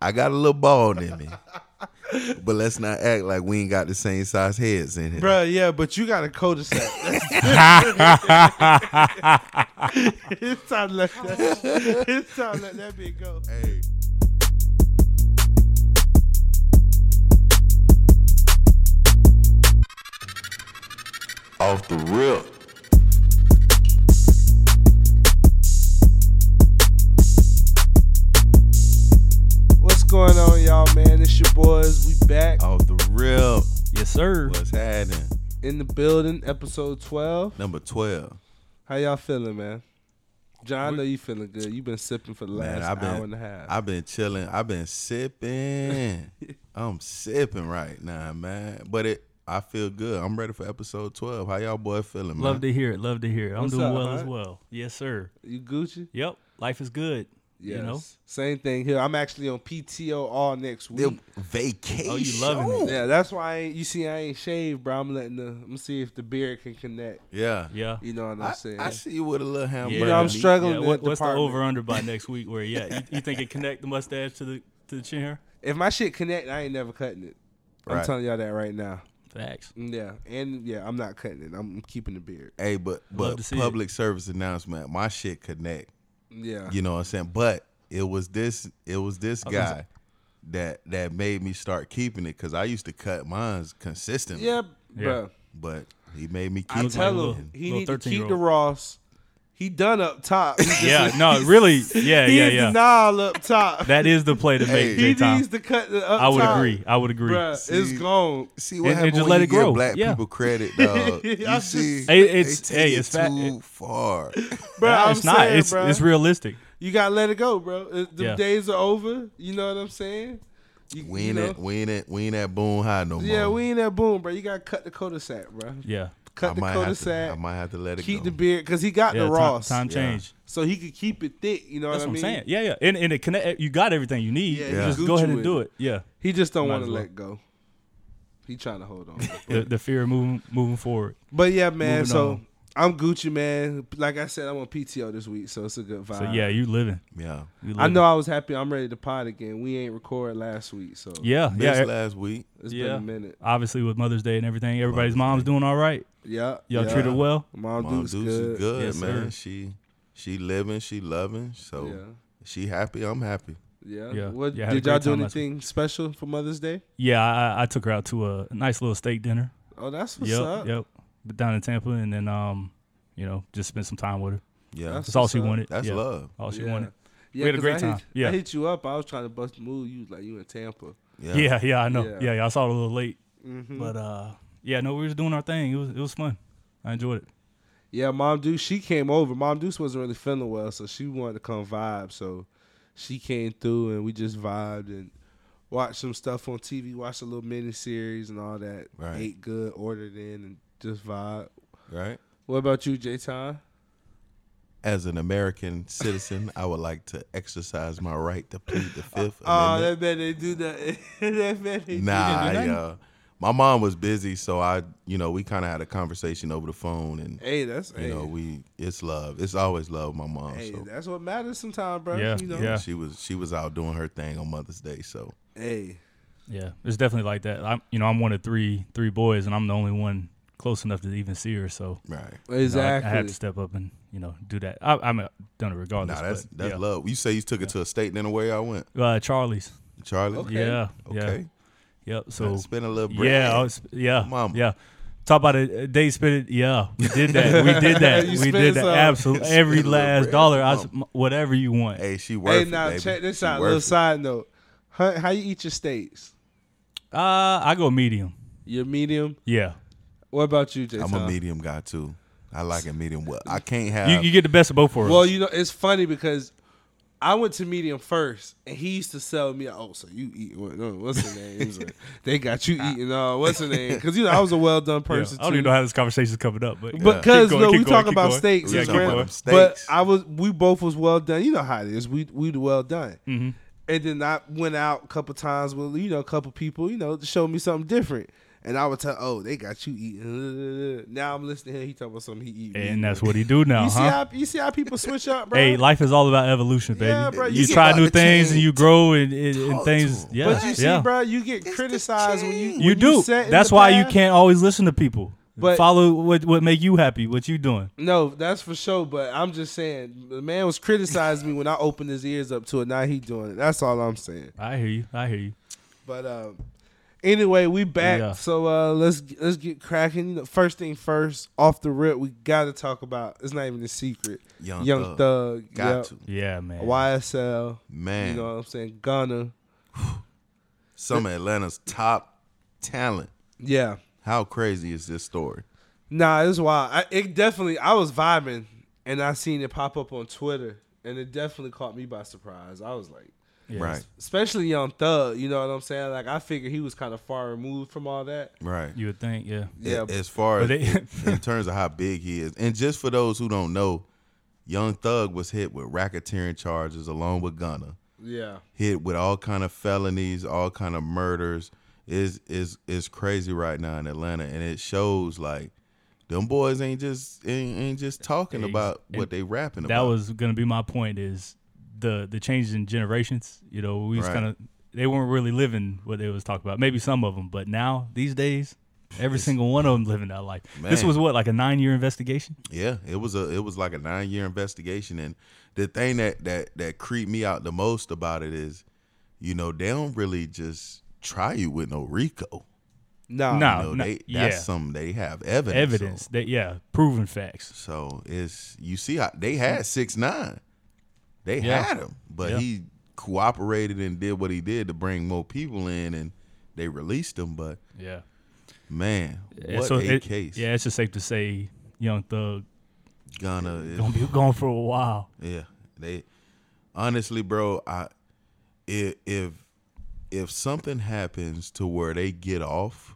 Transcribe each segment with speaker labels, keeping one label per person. Speaker 1: I got a little bald in me. But let's not act like we ain't got the same size heads in here.
Speaker 2: Bruh, yeah, but you got a cul-de-sac. it's time to let that. It's time to let that bit go.
Speaker 1: Hey. Off the rip.
Speaker 2: What's going on, y'all, man? It's your boys. We back
Speaker 1: Off the rip.
Speaker 3: Yes, sir.
Speaker 1: What's happening?
Speaker 2: in the building, episode twelve.
Speaker 1: Number 12.
Speaker 2: How y'all feeling, man? John, I know you feeling good. You've been sipping for the last
Speaker 1: Man, I've been,
Speaker 2: hour and a half.
Speaker 1: I've been chilling. I've been sipping. I'm sipping right now, man. But it, I feel good. I'm ready for episode 12. How y'all boy feeling, man?
Speaker 3: Love to hear it. Love to hear it. I'm
Speaker 2: What's
Speaker 3: doing
Speaker 2: up,
Speaker 3: well as
Speaker 2: alright?
Speaker 3: well. Yes, sir.
Speaker 2: you Gucci?
Speaker 3: Yep. Life is good.
Speaker 2: Yes.
Speaker 3: You know?
Speaker 2: Same thing here. I'm actually on PTO all next week.
Speaker 1: The vacation.
Speaker 3: Oh, you loving it.
Speaker 2: Yeah, that's why I ain't, you see I ain't shaved, bro. I'm letting the I'm see if the beard can connect.
Speaker 1: Yeah.
Speaker 3: Yeah.
Speaker 2: You know what I'm
Speaker 1: I,
Speaker 2: saying?
Speaker 1: I see you with a little hamburger.
Speaker 2: You know, I'm
Speaker 1: meat.
Speaker 2: struggling
Speaker 3: Yeah,
Speaker 2: with
Speaker 3: what- what's the
Speaker 2: department.
Speaker 3: over under by next week where you at? You, you think it connect the mustache to the to the chin hair?
Speaker 2: If my shit connect, I ain't never cutting it. I'm
Speaker 1: Right.
Speaker 2: telling y'all that right now.
Speaker 3: Facts.
Speaker 2: Yeah, and yeah, I'm not cutting it. I'm keeping the beard.
Speaker 1: Hey, but but
Speaker 3: Love to see it.
Speaker 1: public service announcement. My shit connect.
Speaker 2: Yeah,
Speaker 1: You know what I'm saying? But it was this it was this guy that that made me start keeping it because I used to cut mines consistently.
Speaker 2: yeah,
Speaker 3: Yeah.
Speaker 2: bro.
Speaker 1: But he made me keep
Speaker 2: I
Speaker 1: it.
Speaker 2: tell him
Speaker 3: little-
Speaker 2: he
Speaker 3: little
Speaker 2: need to keep
Speaker 3: 13-year-old.
Speaker 2: the Ross. He done up top. He just-
Speaker 3: Yeah. No, really. Yeah,
Speaker 2: he
Speaker 3: yeah,
Speaker 2: is
Speaker 3: yeah.
Speaker 2: Nile up top.
Speaker 3: that is the play to make,
Speaker 2: he
Speaker 3: J. Tom.
Speaker 2: needs to cut the up
Speaker 3: I would
Speaker 2: top.
Speaker 3: agree. I would agree.
Speaker 2: Bruh,
Speaker 1: See,
Speaker 2: it's gone.
Speaker 1: See what
Speaker 3: And- and
Speaker 1: happened
Speaker 3: just
Speaker 1: when
Speaker 3: let
Speaker 1: you
Speaker 3: it
Speaker 1: give
Speaker 3: grow.
Speaker 1: black
Speaker 3: Yeah.
Speaker 1: people credit, dog.
Speaker 2: I'm
Speaker 1: You
Speaker 2: just-
Speaker 1: see,
Speaker 3: Hey, it's-
Speaker 1: they take
Speaker 3: hey,
Speaker 1: it
Speaker 3: it's
Speaker 1: too
Speaker 3: fa-
Speaker 1: far.
Speaker 2: Bro,
Speaker 3: Nah,
Speaker 2: I'm
Speaker 3: it's not.
Speaker 2: Saying,
Speaker 3: it's
Speaker 2: bruh.
Speaker 3: it's realistic.
Speaker 2: You gotta let it go, bro. It- The
Speaker 3: Yeah.
Speaker 2: days are over. You know what I'm saying? You,
Speaker 1: we
Speaker 2: you
Speaker 1: ain't
Speaker 2: know?
Speaker 1: at we ain't at we ain't at Boone High no more.
Speaker 2: yeah, we ain't that boom, bro. You gotta cut the cul-de-sac, bro.
Speaker 3: Yeah.
Speaker 1: I
Speaker 2: Cut the
Speaker 1: might have to, I
Speaker 2: cul-de-sac.
Speaker 1: might have to let it
Speaker 2: Keep
Speaker 1: go.
Speaker 2: the beard because he got
Speaker 3: yeah
Speaker 2: the
Speaker 3: ti-
Speaker 2: Ross,
Speaker 3: Time,
Speaker 1: Yeah.
Speaker 3: change.
Speaker 2: so he could keep it thick. You know
Speaker 3: That's
Speaker 2: what I
Speaker 3: what
Speaker 2: mean?
Speaker 3: I'm saying. Yeah, yeah. And, and it connect. You got everything you need.
Speaker 2: Yeah,
Speaker 3: You
Speaker 1: yeah.
Speaker 3: Just go ahead
Speaker 2: Gucci
Speaker 3: and do
Speaker 2: with
Speaker 3: it. Yeah.
Speaker 2: He just don't
Speaker 3: Might
Speaker 2: want to
Speaker 3: as well.
Speaker 2: let go. He trying to hold on.
Speaker 3: The, the fear of moving moving forward.
Speaker 2: but yeah, man.
Speaker 3: Moving
Speaker 2: so
Speaker 3: on.
Speaker 2: I'm Gucci, man. Like I said, I'm on PTO this week, so it's a good vibe.
Speaker 3: So yeah, you living.
Speaker 1: Yeah,
Speaker 3: You
Speaker 2: I
Speaker 3: living.
Speaker 2: know I was happy. I'm ready to pod again. We ain't recorded last week, so
Speaker 3: Yeah,
Speaker 1: missed
Speaker 3: yeah.
Speaker 1: last week.
Speaker 2: it's been
Speaker 3: Yeah.
Speaker 2: a minute.
Speaker 3: Obviously, with Mother's Day and everything, everybody's
Speaker 1: Mother's
Speaker 3: mom's doing all right.
Speaker 2: Yeah,
Speaker 3: Y'all
Speaker 2: yeah.
Speaker 3: treated well.
Speaker 2: Mom,
Speaker 1: Mom
Speaker 2: Duke's,
Speaker 1: Deuce
Speaker 2: good.
Speaker 1: is good,
Speaker 3: Yes,
Speaker 1: man.
Speaker 3: sir.
Speaker 1: She she living, she loving. So
Speaker 2: Yeah.
Speaker 1: she happy, I'm happy.
Speaker 2: Yeah.
Speaker 3: Yeah.
Speaker 2: What
Speaker 3: Yeah, had a
Speaker 2: did y'all
Speaker 3: great
Speaker 2: do
Speaker 3: time last week.
Speaker 2: anything special for Mother's Day?
Speaker 3: Yeah, I, I took her out to a nice little steak dinner.
Speaker 2: Oh, that's what's
Speaker 3: yep,
Speaker 2: up.
Speaker 3: yep. Down in Tampa, and then um, you know, just spend some time with her.
Speaker 1: Yeah,
Speaker 2: That's-
Speaker 1: that's,
Speaker 3: That's all
Speaker 2: what's
Speaker 3: she
Speaker 2: up.
Speaker 3: wanted. yeah.
Speaker 1: love.
Speaker 3: All Oh, she
Speaker 2: Yeah.
Speaker 3: wanted.
Speaker 2: Yeah,
Speaker 3: We had a
Speaker 2: 'cause
Speaker 3: great
Speaker 2: I
Speaker 3: time.
Speaker 2: Hit,
Speaker 3: Yeah.
Speaker 2: I hit you up. I was trying to bust the move. You was like you in Tampa.
Speaker 1: Yeah,
Speaker 3: Yeah, yeah, I know.
Speaker 2: Yeah.
Speaker 3: Yeah, yeah, I saw it a little late,
Speaker 2: Mm-hmm.
Speaker 3: but uh, yeah, no, we was doing our thing. It was it was fun. I enjoyed it.
Speaker 2: Yeah, Mom Deuce, she came over. Mom Deuce wasn't really feeling well, so she wanted to come vibe. So she came through and we just vibed and watched some stuff on TV, watched a little mini series and all that.
Speaker 1: Right.
Speaker 2: Ate good, ordered in, and just vibe.
Speaker 1: right.
Speaker 2: What about you, J Time?
Speaker 1: As an American citizen, I would like to exercise my right to plead the Fifth
Speaker 2: Oh,
Speaker 1: Amendment.
Speaker 2: that man, they do that. that man, they
Speaker 1: nah,
Speaker 2: do that.
Speaker 1: yeah. My mom was busy, so I, you know, we kind of had a conversation over the phone, and
Speaker 2: Hey, that's
Speaker 1: you
Speaker 2: hey,
Speaker 1: know, we it's love. It's always love, my mom.
Speaker 2: hey,
Speaker 1: so
Speaker 2: that's what matters sometimes, bro.
Speaker 3: Yeah,
Speaker 2: you know?
Speaker 3: yeah.
Speaker 1: she was she was out doing her thing on Mother's Day. So
Speaker 2: Hey,
Speaker 3: Yeah, it's definitely like that. I'm you know I'm one of three three boys, and I'm the only one close enough to even see her. So
Speaker 1: right.
Speaker 3: you know, I-
Speaker 2: exactly.
Speaker 3: I, had to step up and you know do that. I, I'm uh, done it regardless.
Speaker 1: Nah, that's
Speaker 3: but,
Speaker 1: that's
Speaker 3: yeah.
Speaker 1: love. You say you took it to a state, then where I went,
Speaker 3: Uh, Charlie's.
Speaker 1: Charlie.
Speaker 2: Okay.
Speaker 3: Yeah.
Speaker 1: Okay.
Speaker 3: Yeah. Yep.
Speaker 1: So
Speaker 3: So
Speaker 1: it's been a little break.
Speaker 3: yeah, I was, yeah,
Speaker 1: Mama.
Speaker 3: yeah. Talk about a a day spent. it- Yeah, we did that. We did that.
Speaker 2: You
Speaker 3: we
Speaker 2: spent
Speaker 3: did that.
Speaker 2: some.
Speaker 3: Absolutely, every
Speaker 1: Spent a little
Speaker 3: last
Speaker 1: bread.
Speaker 3: dollar. I s-
Speaker 1: Mama.
Speaker 3: m- whatever you want.
Speaker 1: Hey, she worth
Speaker 2: hey,
Speaker 1: it,
Speaker 2: now
Speaker 1: baby.
Speaker 2: check this
Speaker 1: She
Speaker 2: out.
Speaker 1: worth
Speaker 2: Little
Speaker 1: it.
Speaker 2: side note. How, how you eat your steaks?
Speaker 3: Uh, I go medium.
Speaker 2: Your medium.
Speaker 3: Yeah,
Speaker 2: What about you, J
Speaker 1: I'm a medium guy too. I like a medium well. I can't have
Speaker 3: uh, you, you get the best of both worlds.
Speaker 2: Well, you know, it's funny because I went to medium first, and he used to sell me. Oh, so you eat? what- no, What's the name? He was like, they got
Speaker 1: Ah.
Speaker 2: you eating. Uh, what's the name? Because you know, I was a well done
Speaker 3: Yeah,
Speaker 2: person.
Speaker 3: I don't
Speaker 2: too.
Speaker 3: even know how this conversation is coming up, but
Speaker 1: Yeah.
Speaker 2: because
Speaker 3: Keep going,
Speaker 2: no,
Speaker 3: keep
Speaker 2: we
Speaker 3: going,
Speaker 2: talking
Speaker 3: keep
Speaker 2: about
Speaker 3: going.
Speaker 2: steaks,
Speaker 1: Yeah,
Speaker 2: as
Speaker 1: keep
Speaker 2: well.
Speaker 1: going.
Speaker 2: but
Speaker 1: Steaks.
Speaker 2: I was we both was well done. You know how it is. We we the well done,
Speaker 3: Mm-hmm.
Speaker 2: and then I went out a couple times with you know a couple people, you know, to show me something different. And I would tell, oh, they got you eating. Now I'm listening. to him, He talking about something he eating.
Speaker 3: and that's what he do now,
Speaker 2: you see
Speaker 3: huh?
Speaker 2: how you see how people switch up, bro.
Speaker 3: Hey, life is all about evolution, baby.
Speaker 2: Yeah, bro,
Speaker 3: you,
Speaker 2: you
Speaker 3: try
Speaker 1: get
Speaker 3: new
Speaker 1: out the
Speaker 3: things
Speaker 1: chain
Speaker 3: and you
Speaker 1: to
Speaker 3: grow and, and, and
Speaker 1: talk
Speaker 3: things.
Speaker 1: to 'em.
Speaker 3: Yeah,
Speaker 2: but you see,
Speaker 3: yeah.
Speaker 2: bro, you get
Speaker 1: the
Speaker 2: criticized when you
Speaker 1: change.
Speaker 2: when
Speaker 3: you do.
Speaker 2: set in
Speaker 3: That's
Speaker 2: the
Speaker 3: why you
Speaker 2: path.
Speaker 3: can't always listen to people.
Speaker 2: But-
Speaker 3: Follow what what make you happy. What you doing?
Speaker 2: No, that's for sure. But I'm just saying, the man was criticizing me when I opened his ears up to it. Now he doing it. That's all I'm saying.
Speaker 3: I hear you. I hear you.
Speaker 2: But um, anyway, we back.
Speaker 3: Yeah.
Speaker 2: So uh, let's let's get cracking. You know, first thing first, off the rip, we got to talk about. It's not even a secret.
Speaker 1: Young,
Speaker 2: Young
Speaker 1: Thug.
Speaker 2: Thug,
Speaker 1: Got
Speaker 2: yep.
Speaker 1: to.
Speaker 3: Yeah, man.
Speaker 2: YSL.
Speaker 1: Man.
Speaker 2: You know what I'm saying? Ghana.
Speaker 1: Some of Atlanta's top talent.
Speaker 2: Yeah.
Speaker 1: How crazy is this story?
Speaker 2: Nah, it's wild. I, it definitely. I was vibing, and I seen it pop up on Twitter, and it definitely caught me by surprise. I was like.
Speaker 3: Yes.
Speaker 1: Right,
Speaker 2: especially Young Thug. You know what I'm saying? Like I figure he was kind of far removed from all that.
Speaker 1: right.
Speaker 3: You would think, yeah.
Speaker 2: Yeah,
Speaker 1: A- as far as
Speaker 3: but they-
Speaker 1: in terms of how big he is, and just for those who don't know, Young Thug was hit with racketeering charges along with Gunna,
Speaker 2: Yeah,
Speaker 1: hit with all kind of felonies, all kind of murders. Is is is crazy right now in Atlanta, and it shows like them boys ain't just ain't, ain't just talking
Speaker 3: Ex-
Speaker 1: about what
Speaker 3: and
Speaker 1: they rapping
Speaker 3: that
Speaker 1: about.
Speaker 3: was gonna be my point is the the changes in generations you know we was
Speaker 1: Right.
Speaker 3: kind of they weren't really living what they was talking about maybe some of them but now these days every single one of them living that life this
Speaker 1: Man.
Speaker 3: was what like a nine year investigation
Speaker 1: Yeah, it was a it was like a nine year investigation, and the thing that that that creeped me out the most about it is, you know, they don't really just try you with no Rico.
Speaker 2: nah,
Speaker 3: Nah.
Speaker 1: You know,
Speaker 3: Uh, no-
Speaker 1: they, that's
Speaker 3: yeah.
Speaker 1: something they have evidence.
Speaker 3: evidence
Speaker 1: on.
Speaker 3: that yeah proven facts
Speaker 1: So it's you see how they had six nine, they
Speaker 3: Hmm. Yeah.
Speaker 1: had him, but
Speaker 3: Yeah.
Speaker 1: he cooperated and did what he did to bring more people in, and they released him. But
Speaker 3: yeah
Speaker 1: man,
Speaker 3: Yeah,
Speaker 1: what
Speaker 3: so
Speaker 1: a
Speaker 3: it-
Speaker 1: case!
Speaker 3: yeah it's just safe to say young thug
Speaker 1: Ghana is
Speaker 3: gonna be gone for a while
Speaker 1: Yeah, they honestly, bro. I if if if something happens to where they get off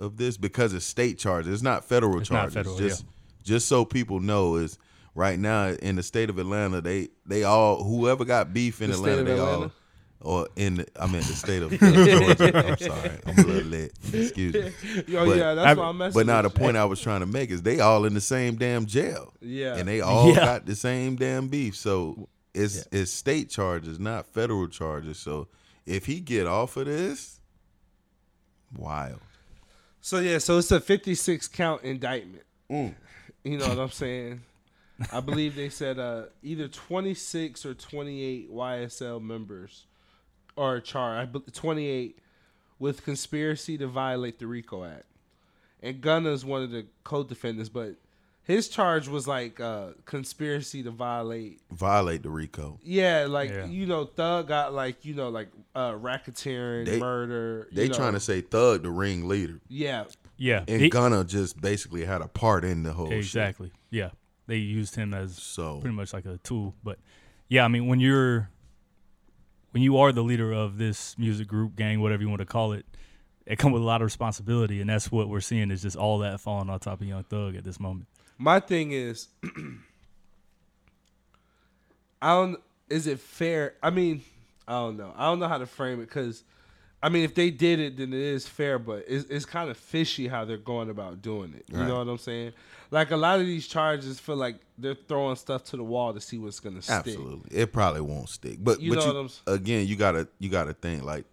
Speaker 1: of this because it's state charges, it's not federal
Speaker 3: It's not
Speaker 1: charges.
Speaker 3: federal,
Speaker 1: just just so people know is right now in the state of Atlanta, they they all whoever got beef in
Speaker 2: The state
Speaker 1: Atlanta,
Speaker 2: of
Speaker 1: they
Speaker 2: Atlanta?
Speaker 1: all. Or in the, I mean the state of Georgia. I'm sorry, I'm a little lit. Excuse me.
Speaker 2: Yo,
Speaker 1: But-
Speaker 2: yeah, that's
Speaker 3: I-
Speaker 2: why I'm messing.
Speaker 1: But now the
Speaker 2: with
Speaker 1: point I was trying to make is they all in the same damn jail.
Speaker 2: Yeah.
Speaker 1: And they all
Speaker 3: Yeah.
Speaker 1: got the same damn beef. So it's it's state charges, not federal charges. So if he get off of this, wild.
Speaker 2: you. So yeah, so it's a 56 count indictment.
Speaker 1: Mm.
Speaker 2: You know what I'm saying? I believe they said uh, either 26 or 28 YSL members are charged. I bel- 28 with conspiracy to violate the RICO Act. And Gunna's one of the co-defendants, but his charge was like uh, conspiracy to violate
Speaker 1: Violate the RICO.
Speaker 2: Yeah, like
Speaker 3: Yeah.
Speaker 2: you know, Thug got like you know like uh racketeering,
Speaker 1: They-
Speaker 2: murder.
Speaker 1: They
Speaker 2: you know.
Speaker 1: trying to say thug the ringleader.
Speaker 2: yeah,
Speaker 3: yeah
Speaker 1: And
Speaker 3: he-
Speaker 1: Gunna just basically had a part in the whole shit.
Speaker 3: exactly yeah they used him as
Speaker 1: So
Speaker 3: pretty much like a tool. But yeah, I mean, when you're when you are the leader of this music group, gang, whatever you want to call it, it come with a lot of responsibility, and that's what we're seeing is just all that falling on top of Young Thug at this moment.
Speaker 2: my thing is, I don't. Is it fair? I mean, I don't know. I don't know how to frame it because, I mean, if they did it, then it is fair. But it's it's kind of fishy how they're going about doing it. You
Speaker 1: Right.
Speaker 2: know what I'm saying? Like a lot of these charges feel like they're throwing stuff to the wall to see what's gonna stick.
Speaker 1: Absolutely, it probably won't stick. But
Speaker 2: You
Speaker 1: but
Speaker 2: know
Speaker 1: you,
Speaker 2: what I'm s-
Speaker 1: again, you gotta you gotta think like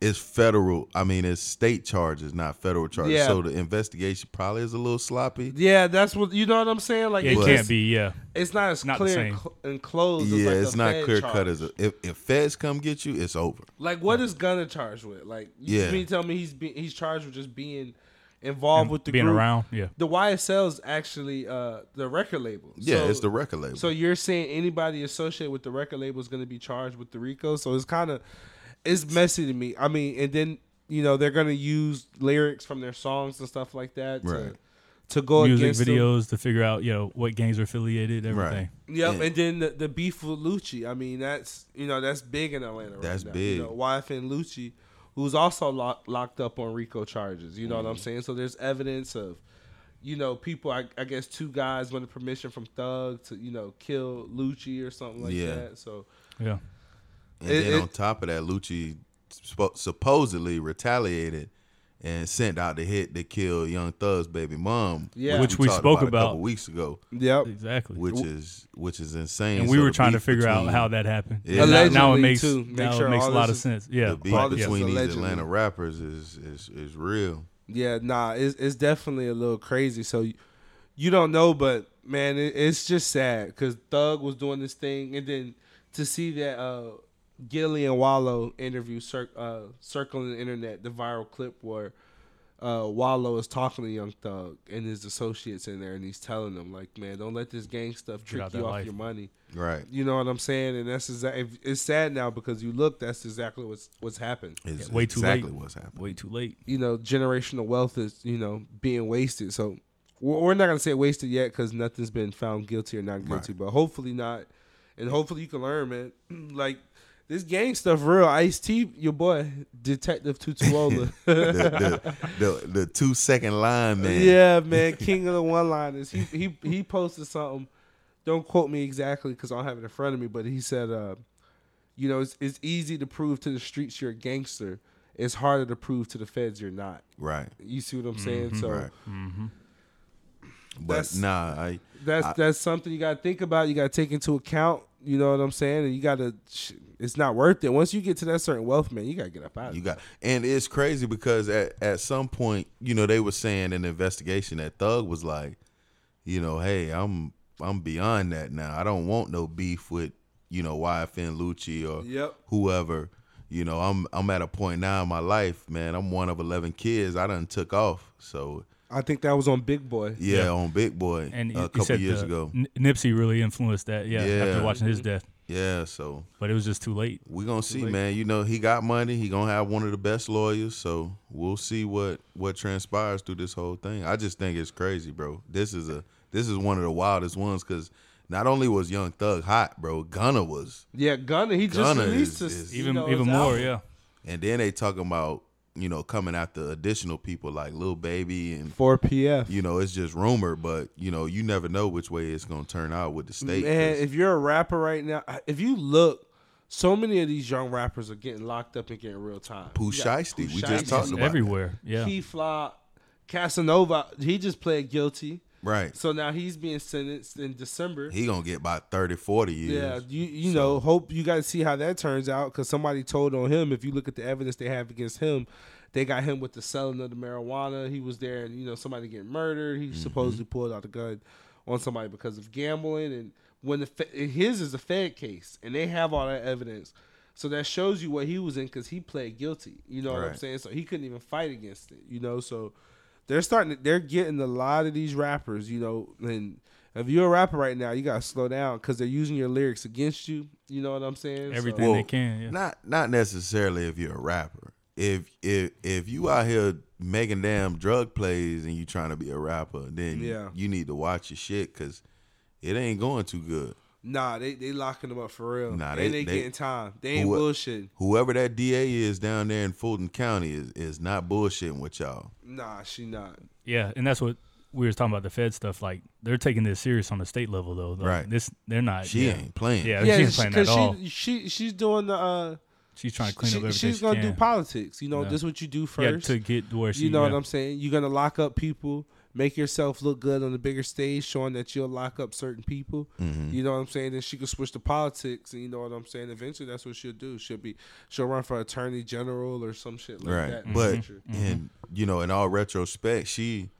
Speaker 1: it's federal. I mean, it's state charges, not federal charges.
Speaker 2: Yeah.
Speaker 1: So the investigation probably is a little sloppy.
Speaker 2: Yeah, that's what you know what I'm saying. Like
Speaker 3: It
Speaker 2: it's
Speaker 3: can't
Speaker 2: just-
Speaker 3: be, yeah,
Speaker 2: It's not as
Speaker 3: Not the
Speaker 2: clear
Speaker 3: same.
Speaker 2: and, cl- and closed. as
Speaker 1: yeah,
Speaker 2: like
Speaker 1: it's
Speaker 2: a
Speaker 1: not
Speaker 2: Fed
Speaker 1: clear
Speaker 2: charge.
Speaker 1: cut as a, if if feds come get you, it's over.
Speaker 2: Like, what is Gunna charged with? Like, you
Speaker 1: Yeah.
Speaker 2: mean to tell me he's be, he's charged with just being involved with the
Speaker 3: being
Speaker 2: group?
Speaker 3: around, yeah,
Speaker 2: The YSL's actually uh, the record label.
Speaker 1: Yeah,
Speaker 2: So-
Speaker 1: it's the record label.
Speaker 2: So you're saying anybody associated with the record label is going to be charged with the RICO? So it's kind of it's messy to me. I mean, and then you know they're going to use lyrics from their songs and stuff like that
Speaker 1: Right.
Speaker 2: to to go
Speaker 3: music
Speaker 2: against them.
Speaker 3: videos to figure out, you know, what gangs are affiliated, everything.
Speaker 2: Yep,
Speaker 1: Yeah.
Speaker 2: and then the, the beef with Lucci. I mean, that's you know that's big in Atlanta. Right
Speaker 1: That's
Speaker 2: now.
Speaker 1: big.
Speaker 2: You know, YFN Lucci, who's also lock, locked up on RICO charges. You know what I'm
Speaker 1: Mm-hmm.
Speaker 2: saying? So there's evidence of, you know, people. I, I guess two guys wanted permission from Thug to you know kill Lucci or something like
Speaker 1: Yeah.
Speaker 2: that. So
Speaker 3: Yeah,
Speaker 1: and
Speaker 2: it-
Speaker 1: then
Speaker 2: it-
Speaker 1: on top of that, Lucci spo- supposedly retaliated and sent out the hit that killed Young Thug's baby mom,
Speaker 2: Yeah.
Speaker 3: Which we
Speaker 1: talked
Speaker 3: spoke
Speaker 1: a
Speaker 3: about.
Speaker 1: couple weeks ago,
Speaker 2: Yep.
Speaker 3: Exactly.
Speaker 1: which is which is insane.
Speaker 3: and we
Speaker 1: So
Speaker 3: were
Speaker 1: the
Speaker 3: trying to
Speaker 1: beef
Speaker 3: figure out
Speaker 1: between-
Speaker 3: how that happened.
Speaker 1: Yeah.
Speaker 3: And now- Now it
Speaker 2: Allegedly,
Speaker 3: makes
Speaker 2: too. Make
Speaker 3: now
Speaker 2: sure
Speaker 3: it makes a
Speaker 2: all
Speaker 3: lot
Speaker 2: this
Speaker 3: of
Speaker 2: is-
Speaker 3: sense. Yeah,
Speaker 1: the beef
Speaker 3: all
Speaker 2: this is
Speaker 1: between these
Speaker 2: allegedly.
Speaker 1: Atlanta rappers is is is real.
Speaker 2: Yeah, nah, it's it's definitely a little crazy. So you, you don't know, but man, it, it's just sad because Thug was doing this thing, and then to see that uh, Gilly and Wallow interview cir- uh, circling the internet, the viral clip where uh, Wallow is talking to Young Thug and his associates in there, and he's telling them like, man, don't let this gang stuff trick
Speaker 3: out
Speaker 2: you
Speaker 3: that
Speaker 2: off
Speaker 3: life.
Speaker 2: your money.
Speaker 1: Right.
Speaker 2: You know what I'm saying? And that's exactly it's sad now because you look, that's exactly what's what's happened
Speaker 1: It's
Speaker 3: way too late.
Speaker 1: exactly what's happening.
Speaker 3: way too late.
Speaker 2: you know generational wealth is you know being wasted so we're we're not going to say wasted yet because nothing's been found guilty or not guilty but hopefully not and hopefully you can learn man like this gang stuff real ice t your boy detective tutuola
Speaker 1: the, the, the the two second line man.
Speaker 2: yeah man king of the one liners he, he he posted something don't quote me exactly because i don't have it in front of me but he said uh you know it's, it's easy to prove to the streets you're a gangster it's harder to prove to the feds you're not
Speaker 1: Right.
Speaker 2: you see what i'm saying so
Speaker 1: Right. But
Speaker 2: That's-
Speaker 1: nah, I
Speaker 2: that's
Speaker 1: I-
Speaker 2: that's something you got to think about. You got to take into account. You know what I'm saying? And you got to. It's not worth it. Once you get to that certain wealth, man, you got to get up out.
Speaker 1: You
Speaker 2: of
Speaker 1: got, and it's crazy because at, at some point, you know, they were saying in the investigation that Thug was like, you know, hey, I'm I'm beyond that now. I don't want no beef with you know YFN Lucci or
Speaker 2: Yep.
Speaker 1: whoever. You know, I'm I'm at a point now in my life, man. I'm one of eleven kids. I done took off. So
Speaker 2: I think that was on Big Boy.
Speaker 1: yeah, on Big Boy
Speaker 3: And he-
Speaker 1: a
Speaker 3: he
Speaker 1: couple
Speaker 3: said
Speaker 1: years
Speaker 3: the-
Speaker 1: ago.
Speaker 3: N- Nipsey really influenced that. Yeah,
Speaker 1: Yeah.
Speaker 3: after watching his death,
Speaker 1: Yeah, so
Speaker 3: but it was just too late.
Speaker 1: we gonna see, man. You know, he got money. He gonna have one of the best lawyers. So we'll see what what transpires through this whole thing. I just think it's crazy, bro. This is a this is one of the wildest ones because not only was Young Thug hot, bro, Gunna was,
Speaker 2: Yeah, Gunna. He just
Speaker 1: Gunna
Speaker 2: released
Speaker 1: is-
Speaker 2: this.
Speaker 1: is-
Speaker 2: you
Speaker 3: Even
Speaker 2: know, his
Speaker 3: even more.
Speaker 2: album.
Speaker 3: Yeah,
Speaker 1: and then they talking about you know coming after additional people like Lil Baby and
Speaker 2: 4 PF.
Speaker 1: you know it's just rumor, but you know you never know which way it's gonna turn out with the state.
Speaker 2: Man,
Speaker 1: 'cause-
Speaker 2: if you're a rapper right now, if you look, so many of these young rappers are getting locked up and getting real time.
Speaker 1: Pooh
Speaker 2: You got
Speaker 1: Shiesty,
Speaker 2: Pooh
Speaker 1: we
Speaker 2: Shiesty,
Speaker 1: just talked about that.
Speaker 3: everywhere. Yeah,
Speaker 2: Key Fly, Casanova. He just pled guilty,
Speaker 1: right?
Speaker 2: so now he's being sentenced in December.
Speaker 1: He gonna get about 30, 40 years.
Speaker 2: Yeah, you you know, hope you guys see how that turns out because somebody told on him. If you look at the evidence they have against him, they got him with the selling of the marijuana. He was there, and you know, somebody getting murdered.
Speaker 1: Mm-hmm.
Speaker 2: He supposedly pulled out a gun on somebody because of gambling. And when the Fe- and his is a Fed case, and they have all that evidence, so that shows you what he was in because he pled guilty. You know what I'm
Speaker 1: Right.
Speaker 2: saying? So he couldn't even fight against it. You know, so they're starting. To, they're getting a lot of these rappers, you know. And if you're a rapper right now, you gotta slow down because they're using your lyrics against you. You know what I'm saying?
Speaker 3: Everything.
Speaker 1: Well,
Speaker 3: they can, yeah.
Speaker 1: Not not necessarily if you're a rapper. If if if you out here making damn drug plays and you trying to be a rapper, then
Speaker 2: Yeah.
Speaker 1: you need to watch your shit because it ain't going too good.
Speaker 2: So, nah, they they locking them up for real.
Speaker 1: Nah,
Speaker 2: Nah,
Speaker 1: they-
Speaker 2: they, they,
Speaker 1: they-
Speaker 2: getting time. They ain't
Speaker 1: Who-
Speaker 2: bullshitting.
Speaker 1: Whoever that DA is down there in Fulton County is is not bullshitting with y'all.
Speaker 2: Nah, she not.
Speaker 3: yeah, and that's what we were talking about the Fed stuff. Like they're taking this serious on the state level, though. Like,
Speaker 1: Right.
Speaker 3: This they're not.
Speaker 1: She
Speaker 3: yeah.
Speaker 1: ain't playing.
Speaker 3: Yeah,
Speaker 2: Yeah,
Speaker 3: she ain't playing that at all.
Speaker 2: because she, she she's doing the. Uh,
Speaker 3: She's trying to clean
Speaker 2: she-
Speaker 3: up everything
Speaker 2: she's
Speaker 3: she
Speaker 2: gonna
Speaker 3: can.
Speaker 2: do politics. You know,
Speaker 3: Yeah.
Speaker 2: this is what you do
Speaker 3: yeah,
Speaker 2: first.
Speaker 3: to get to where she.
Speaker 2: you know what
Speaker 3: yeah.
Speaker 2: I'm saying? You're gonna lock up people, make yourself look good on the bigger stage, showing that you'll lock up certain people.
Speaker 1: Mm-hmm.
Speaker 2: You know what I'm saying? Then she could switch to politics, and you know what I'm saying. Eventually, that's what she'll do. She'll be she'll run for attorney general or some shit like
Speaker 1: right.
Speaker 2: that. in the
Speaker 1: But
Speaker 2: future.
Speaker 1: and
Speaker 3: Mm-hmm.
Speaker 1: you know, in all retrospect, she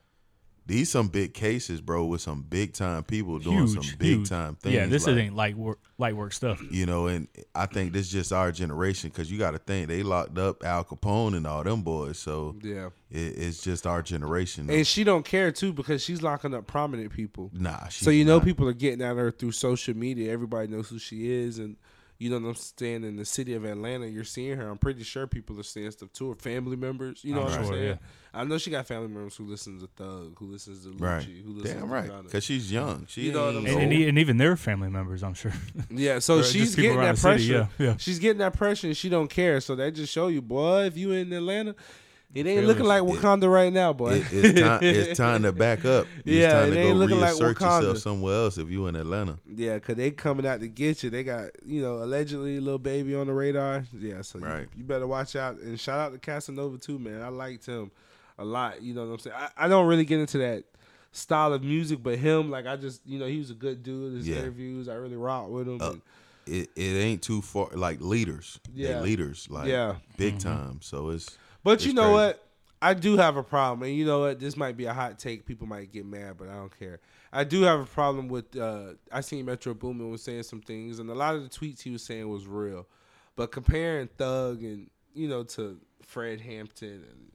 Speaker 1: these some big cases, bro, with some big time people doing
Speaker 3: Huge,
Speaker 1: some big
Speaker 3: huge.
Speaker 1: time things.
Speaker 3: Yeah, this
Speaker 1: like-
Speaker 3: ain't light work, light work stuff.
Speaker 1: you know, and I think this just our generation because you got to think they locked up Al Capone and all them boys, so
Speaker 2: yeah,
Speaker 1: it, it's just our generation.
Speaker 2: and she don't care too because she's locking up prominent people.
Speaker 1: nah, she's
Speaker 2: so you know
Speaker 1: not.
Speaker 2: people are getting at her through social media. Everybody knows who she is, and you know what I'm saying. In the city of Atlanta, you're seeing her. I'm pretty sure people are saying stuff to her, family members. You know
Speaker 3: I'm
Speaker 2: what I'm
Speaker 3: sure,
Speaker 2: saying.
Speaker 3: yeah.
Speaker 2: I know she got family members who listens to Thug, who listens to Lucci,
Speaker 1: right,
Speaker 2: who listens
Speaker 1: damn
Speaker 2: to
Speaker 1: right,
Speaker 2: Gunna.
Speaker 1: because she's young. She
Speaker 2: You know what I'm
Speaker 1: ain't
Speaker 3: And,
Speaker 1: old.
Speaker 3: and, e- and even their family members, I'm sure.
Speaker 2: Yeah, so
Speaker 3: Or just
Speaker 2: she's
Speaker 3: people
Speaker 2: getting
Speaker 3: around
Speaker 2: that
Speaker 3: the
Speaker 2: pressure.
Speaker 3: city, yeah, yeah.
Speaker 2: She's getting that pressure, and she don't care. So that just show you, boy, if you in Atlanta, It ain't looking like
Speaker 1: Feelings.
Speaker 2: Wakanda right now, boy.
Speaker 1: It- it's, time, it's time to back up. It's
Speaker 2: Yeah,
Speaker 1: time
Speaker 2: it
Speaker 1: to
Speaker 2: ain't
Speaker 1: go
Speaker 2: looking like
Speaker 1: reassert
Speaker 2: Wakanda.
Speaker 1: yourself somewhere else if you in Atlanta.
Speaker 2: Yeah, cause they coming out to get you. They got you know allegedly little baby on the radar. Yeah, so you-
Speaker 1: Right.
Speaker 2: you, better watch out. And shout out to Casanova too, man. I liked him a lot. You know what I'm saying? I, I don't really get into that style of music, but him, like I just you know he was a good dude. His
Speaker 1: Yeah. Uh,
Speaker 2: interviews, I really rocked with him. and-
Speaker 1: It it ain't too far. Like leaders,
Speaker 2: Yeah.
Speaker 1: they leaders, like
Speaker 2: Yeah.
Speaker 1: big time. So it's
Speaker 2: but you
Speaker 1: it's
Speaker 2: know
Speaker 1: crazy.
Speaker 2: what? I do have a problem, and you know what? This might be a hot take. People might get mad, but I don't care. I do have a problem with. Uh, I seen Metro Boomin was saying some things, and a lot of the tweets he was saying was real. But comparing Thug and you know to Fred Hampton and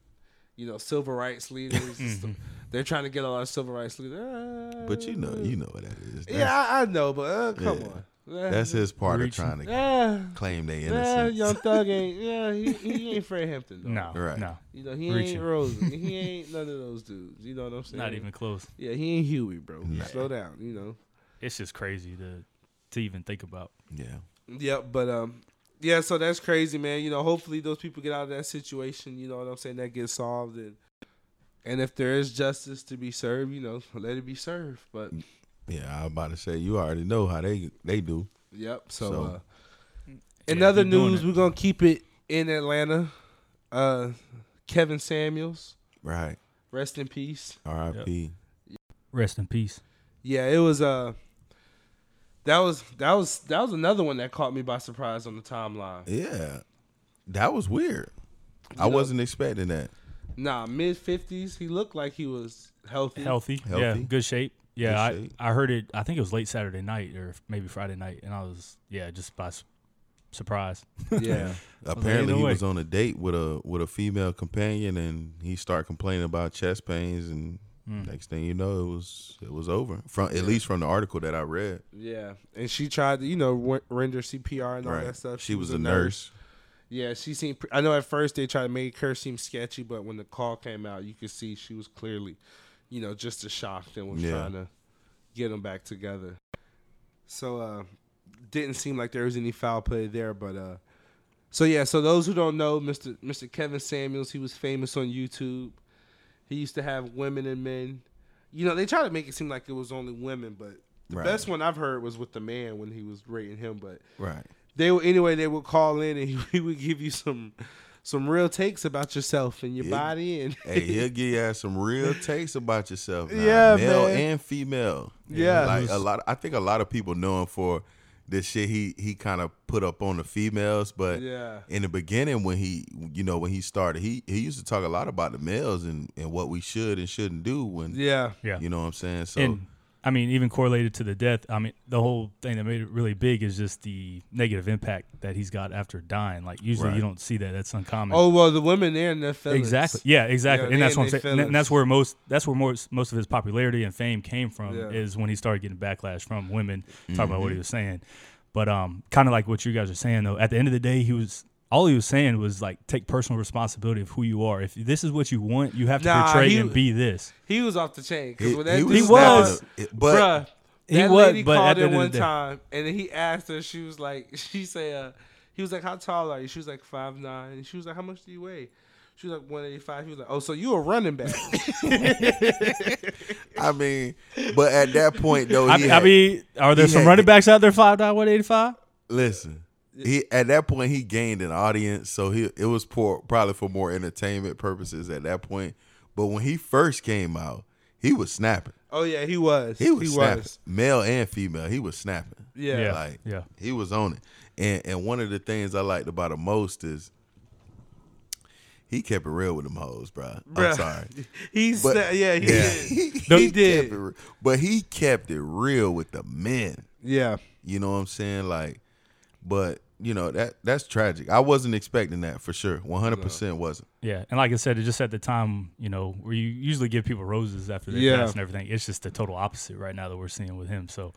Speaker 2: you know civil rights leaders, and stuff, they're trying to get a lot of civil rights leaders. Uh,
Speaker 1: But you know, you know what that is. That's,
Speaker 2: yeah, I, I know, but uh, come
Speaker 1: Yeah.
Speaker 2: on, Uh,
Speaker 1: that's his part
Speaker 3: Reaching.
Speaker 1: of trying to
Speaker 2: yeah,
Speaker 1: claim they
Speaker 2: yeah,
Speaker 1: innocent.
Speaker 2: young Thug ain't yeah, he, he ain't Fred Hampton. though.
Speaker 3: No,
Speaker 1: Right.
Speaker 3: no,
Speaker 2: You know, he
Speaker 3: Reaching.
Speaker 2: ain't Rosen. He ain't none of those dudes. You know what I'm saying?
Speaker 3: not even close.
Speaker 2: Yeah, he ain't Huey, bro.
Speaker 1: Nah.
Speaker 2: Slow down, you know.
Speaker 3: It's just crazy to to even think about.
Speaker 1: yeah,
Speaker 2: Yep, but um yeah, so that's crazy, man. You know, hopefully those people get out of that situation, you know what I'm saying, that gets solved and and if there is justice to be served, you know, let it be served. But
Speaker 1: yeah. I'm about to say you already know how they they do.
Speaker 2: yep, so,
Speaker 1: So-
Speaker 2: uh
Speaker 3: Yeah,
Speaker 2: in other
Speaker 3: keep doing
Speaker 2: news,
Speaker 3: it.
Speaker 2: we're gonna keep it in Atlanta. Uh Kevin Samuels,
Speaker 1: Right.
Speaker 2: rest in peace.
Speaker 1: R.I.P.
Speaker 3: Rest in peace.
Speaker 2: Yeah, it was uh that was that was that was another one that caught me by surprise on the timeline.
Speaker 1: Yeah, that was weird. I
Speaker 2: know-
Speaker 1: wasn't expecting that.
Speaker 2: Nah, mid fifties, he looked like he was healthy.
Speaker 3: Healthy, yeah,
Speaker 1: Healthy.
Speaker 3: good shape. Yeah,
Speaker 1: Good
Speaker 3: I,
Speaker 1: shape.
Speaker 3: I heard it. I think it was late Saturday night or maybe Friday night, and I was yeah just by su- surprise.
Speaker 2: Yeah.
Speaker 1: Apparently,
Speaker 3: either
Speaker 1: he
Speaker 3: way.
Speaker 1: was on a date with a with a female companion, and he started complaining about chest pains. And next thing you know, it was it was over. From at least from the article that I read,
Speaker 2: yeah. And she tried to, you know, w- render CPR and all that stuff.
Speaker 1: She was a nurse.
Speaker 2: Yeah, she seemed pre- I know at first they tried to make her seem sketchy, but when the call came out, you could see she was clearly, you know, just as shocked and was
Speaker 1: Yeah.
Speaker 2: trying to get them back together. So uh didn't seem like there was any foul play there, but uh so yeah, so those who don't know, Mr. Mr. Kevin Samuels, he was famous on YouTube. He used to have women and men. You know, they try to make it seem like it was only women, but the
Speaker 1: Right.
Speaker 2: best one I've heard was with the man when he was rating him, but
Speaker 1: Right.
Speaker 2: they would anyway they would call in and he would give you some some real takes about yourself and your
Speaker 1: Yeah.
Speaker 2: body and
Speaker 1: hey, he'll give you some real takes about yourself. Now,
Speaker 2: Yeah,
Speaker 1: male
Speaker 2: man.
Speaker 1: and female.
Speaker 2: Yeah.
Speaker 1: like a lot. I think a lot of people know him for this shit. He he kind of put up on the females, but
Speaker 2: Yeah.
Speaker 1: in the beginning when he you know when he started, he he used to talk a lot about the males and and what we should and shouldn't do when
Speaker 2: yeah
Speaker 3: Yeah,
Speaker 1: You know what I'm saying? So
Speaker 3: and I mean even correlated to the death. I mean the whole thing that made it really big is just the negative impact that he's got after dying. Like usually you
Speaker 1: Right.
Speaker 3: don't see that. That's uncommon.
Speaker 2: oh well the women there in their feelings
Speaker 3: Exactly. Yeah, exactly.
Speaker 2: Yeah,
Speaker 3: and
Speaker 2: they
Speaker 3: that's
Speaker 2: and
Speaker 3: what I'm
Speaker 2: they
Speaker 3: saying. And that's
Speaker 2: feelings.
Speaker 3: where most that's where most most of his popularity and fame came from
Speaker 2: Yeah.
Speaker 3: is when he started getting backlash from women talking about
Speaker 1: Mm-hmm.
Speaker 3: what he was saying. But um kind of like what you guys are saying though, at the end of the day he was all he was saying was like take personal responsibility of who you are. If this is what you want, you have to
Speaker 2: Nah,
Speaker 3: portray
Speaker 2: he-
Speaker 3: and be this.
Speaker 2: he was off the chain because
Speaker 1: He-
Speaker 2: when that
Speaker 1: he
Speaker 2: dude
Speaker 1: was
Speaker 3: He was.
Speaker 1: snapping up. It- but
Speaker 2: bruh,
Speaker 3: He
Speaker 2: that
Speaker 3: was,
Speaker 2: lady
Speaker 3: but at
Speaker 2: called
Speaker 3: the
Speaker 2: in
Speaker 3: end of
Speaker 2: one
Speaker 3: the day-
Speaker 2: time and then he asked her she was like she said uh, he was like how tall are you she was like five nine and she was like how much do you weigh she was like 185 he was like oh so you a running back
Speaker 1: I mean, but at that point though,
Speaker 3: I,
Speaker 1: he
Speaker 3: mean-
Speaker 1: had-
Speaker 3: I mean, are there
Speaker 1: he
Speaker 3: some
Speaker 1: had-
Speaker 3: running backs out there five nine one eighty five?
Speaker 1: listen. He at that point he gained an audience, so he it was for probably for more entertainment purposes at that point. But when he first came out, he was snapping.
Speaker 2: oh yeah he was
Speaker 1: He was snapping, male and female. He was snapping.
Speaker 2: yeah,
Speaker 3: Yeah.
Speaker 1: like he was on it. And and one of the things I liked about him most is he kept it real with them hoes, bro.
Speaker 2: Bruh.
Speaker 1: I'm sorry.
Speaker 2: he's
Speaker 1: But-
Speaker 2: sna- yeah he did.
Speaker 1: he,
Speaker 3: No,
Speaker 1: he
Speaker 2: did.
Speaker 1: kept it re- but he kept it real with the men.
Speaker 2: yeah
Speaker 1: You know what I'm saying? Like, but you know that that's tragic. I wasn't expecting that for sure. 100 percent wasn't.
Speaker 3: Yeah, and like I said, it just at the time, you know, where you usually give people roses after they
Speaker 2: Yeah.
Speaker 3: pass and everything. It's just the total opposite right now that we're seeing with him. So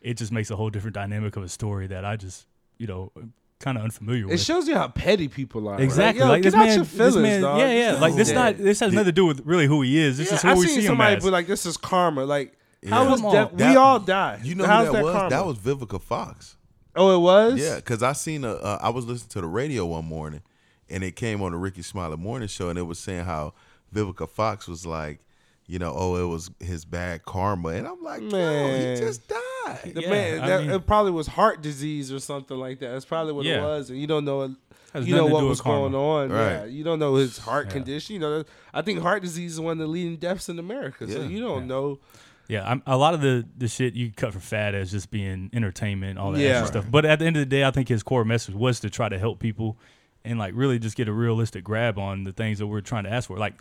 Speaker 3: it just makes a whole different dynamic of a story that I just, you know, kind of unfamiliar
Speaker 2: It
Speaker 3: with.
Speaker 2: shows you how petty people are.
Speaker 3: Exactly.
Speaker 2: Like, yo,
Speaker 3: like
Speaker 2: get
Speaker 3: this
Speaker 2: out
Speaker 3: man,
Speaker 2: your feelings,
Speaker 3: this man,
Speaker 2: dog.
Speaker 3: yeah, yeah.
Speaker 2: Get
Speaker 3: Like
Speaker 2: out
Speaker 3: this,
Speaker 2: there.
Speaker 3: not this has nothing to do with really who he is. This
Speaker 2: Yeah,
Speaker 3: is who
Speaker 2: I
Speaker 3: we
Speaker 2: seen
Speaker 3: see him
Speaker 2: somebody
Speaker 3: as.
Speaker 2: be like, "This is karma." Like,
Speaker 1: Yeah.
Speaker 2: how is
Speaker 3: Come
Speaker 2: that?
Speaker 3: on.
Speaker 2: we
Speaker 1: That-
Speaker 2: all die.
Speaker 1: You know
Speaker 2: How's
Speaker 1: who that, was?
Speaker 2: karma?
Speaker 1: That was Vivica Fox.
Speaker 2: Oh, it was.
Speaker 1: Yeah, because I seen a. Uh, I was listening to the radio one morning, and it came on the Ricky Smiley Morning Show, and it was saying how Vivica Fox was like, you know, oh, it was his bad karma, and I'm like, no,
Speaker 2: Man.
Speaker 1: he just died.
Speaker 2: The
Speaker 3: Yeah,
Speaker 2: man,
Speaker 3: I
Speaker 2: that,
Speaker 3: mean-
Speaker 2: it probably was heart disease or something like that. That's probably what it
Speaker 3: Yeah.
Speaker 2: was, and you don't know. It,
Speaker 3: Has
Speaker 2: you know
Speaker 3: nothing to
Speaker 2: what
Speaker 3: do with
Speaker 2: was
Speaker 3: karma.
Speaker 2: going on. Yeah,
Speaker 1: Right.
Speaker 2: you don't know his heart
Speaker 3: Yeah.
Speaker 2: condition. You know, that- I think heart disease is one of the leading deaths in America. So
Speaker 1: Yeah.
Speaker 2: you don't
Speaker 3: Yeah.
Speaker 2: know.
Speaker 3: Yeah, I'm, a lot of the, the shit you cut for fat as just being entertainment, all that
Speaker 2: Yeah.
Speaker 3: extra stuff. But at the end of the day, I think his core message was to try to help people and like really just get a realistic grab on the things that we're trying to ask for. Like,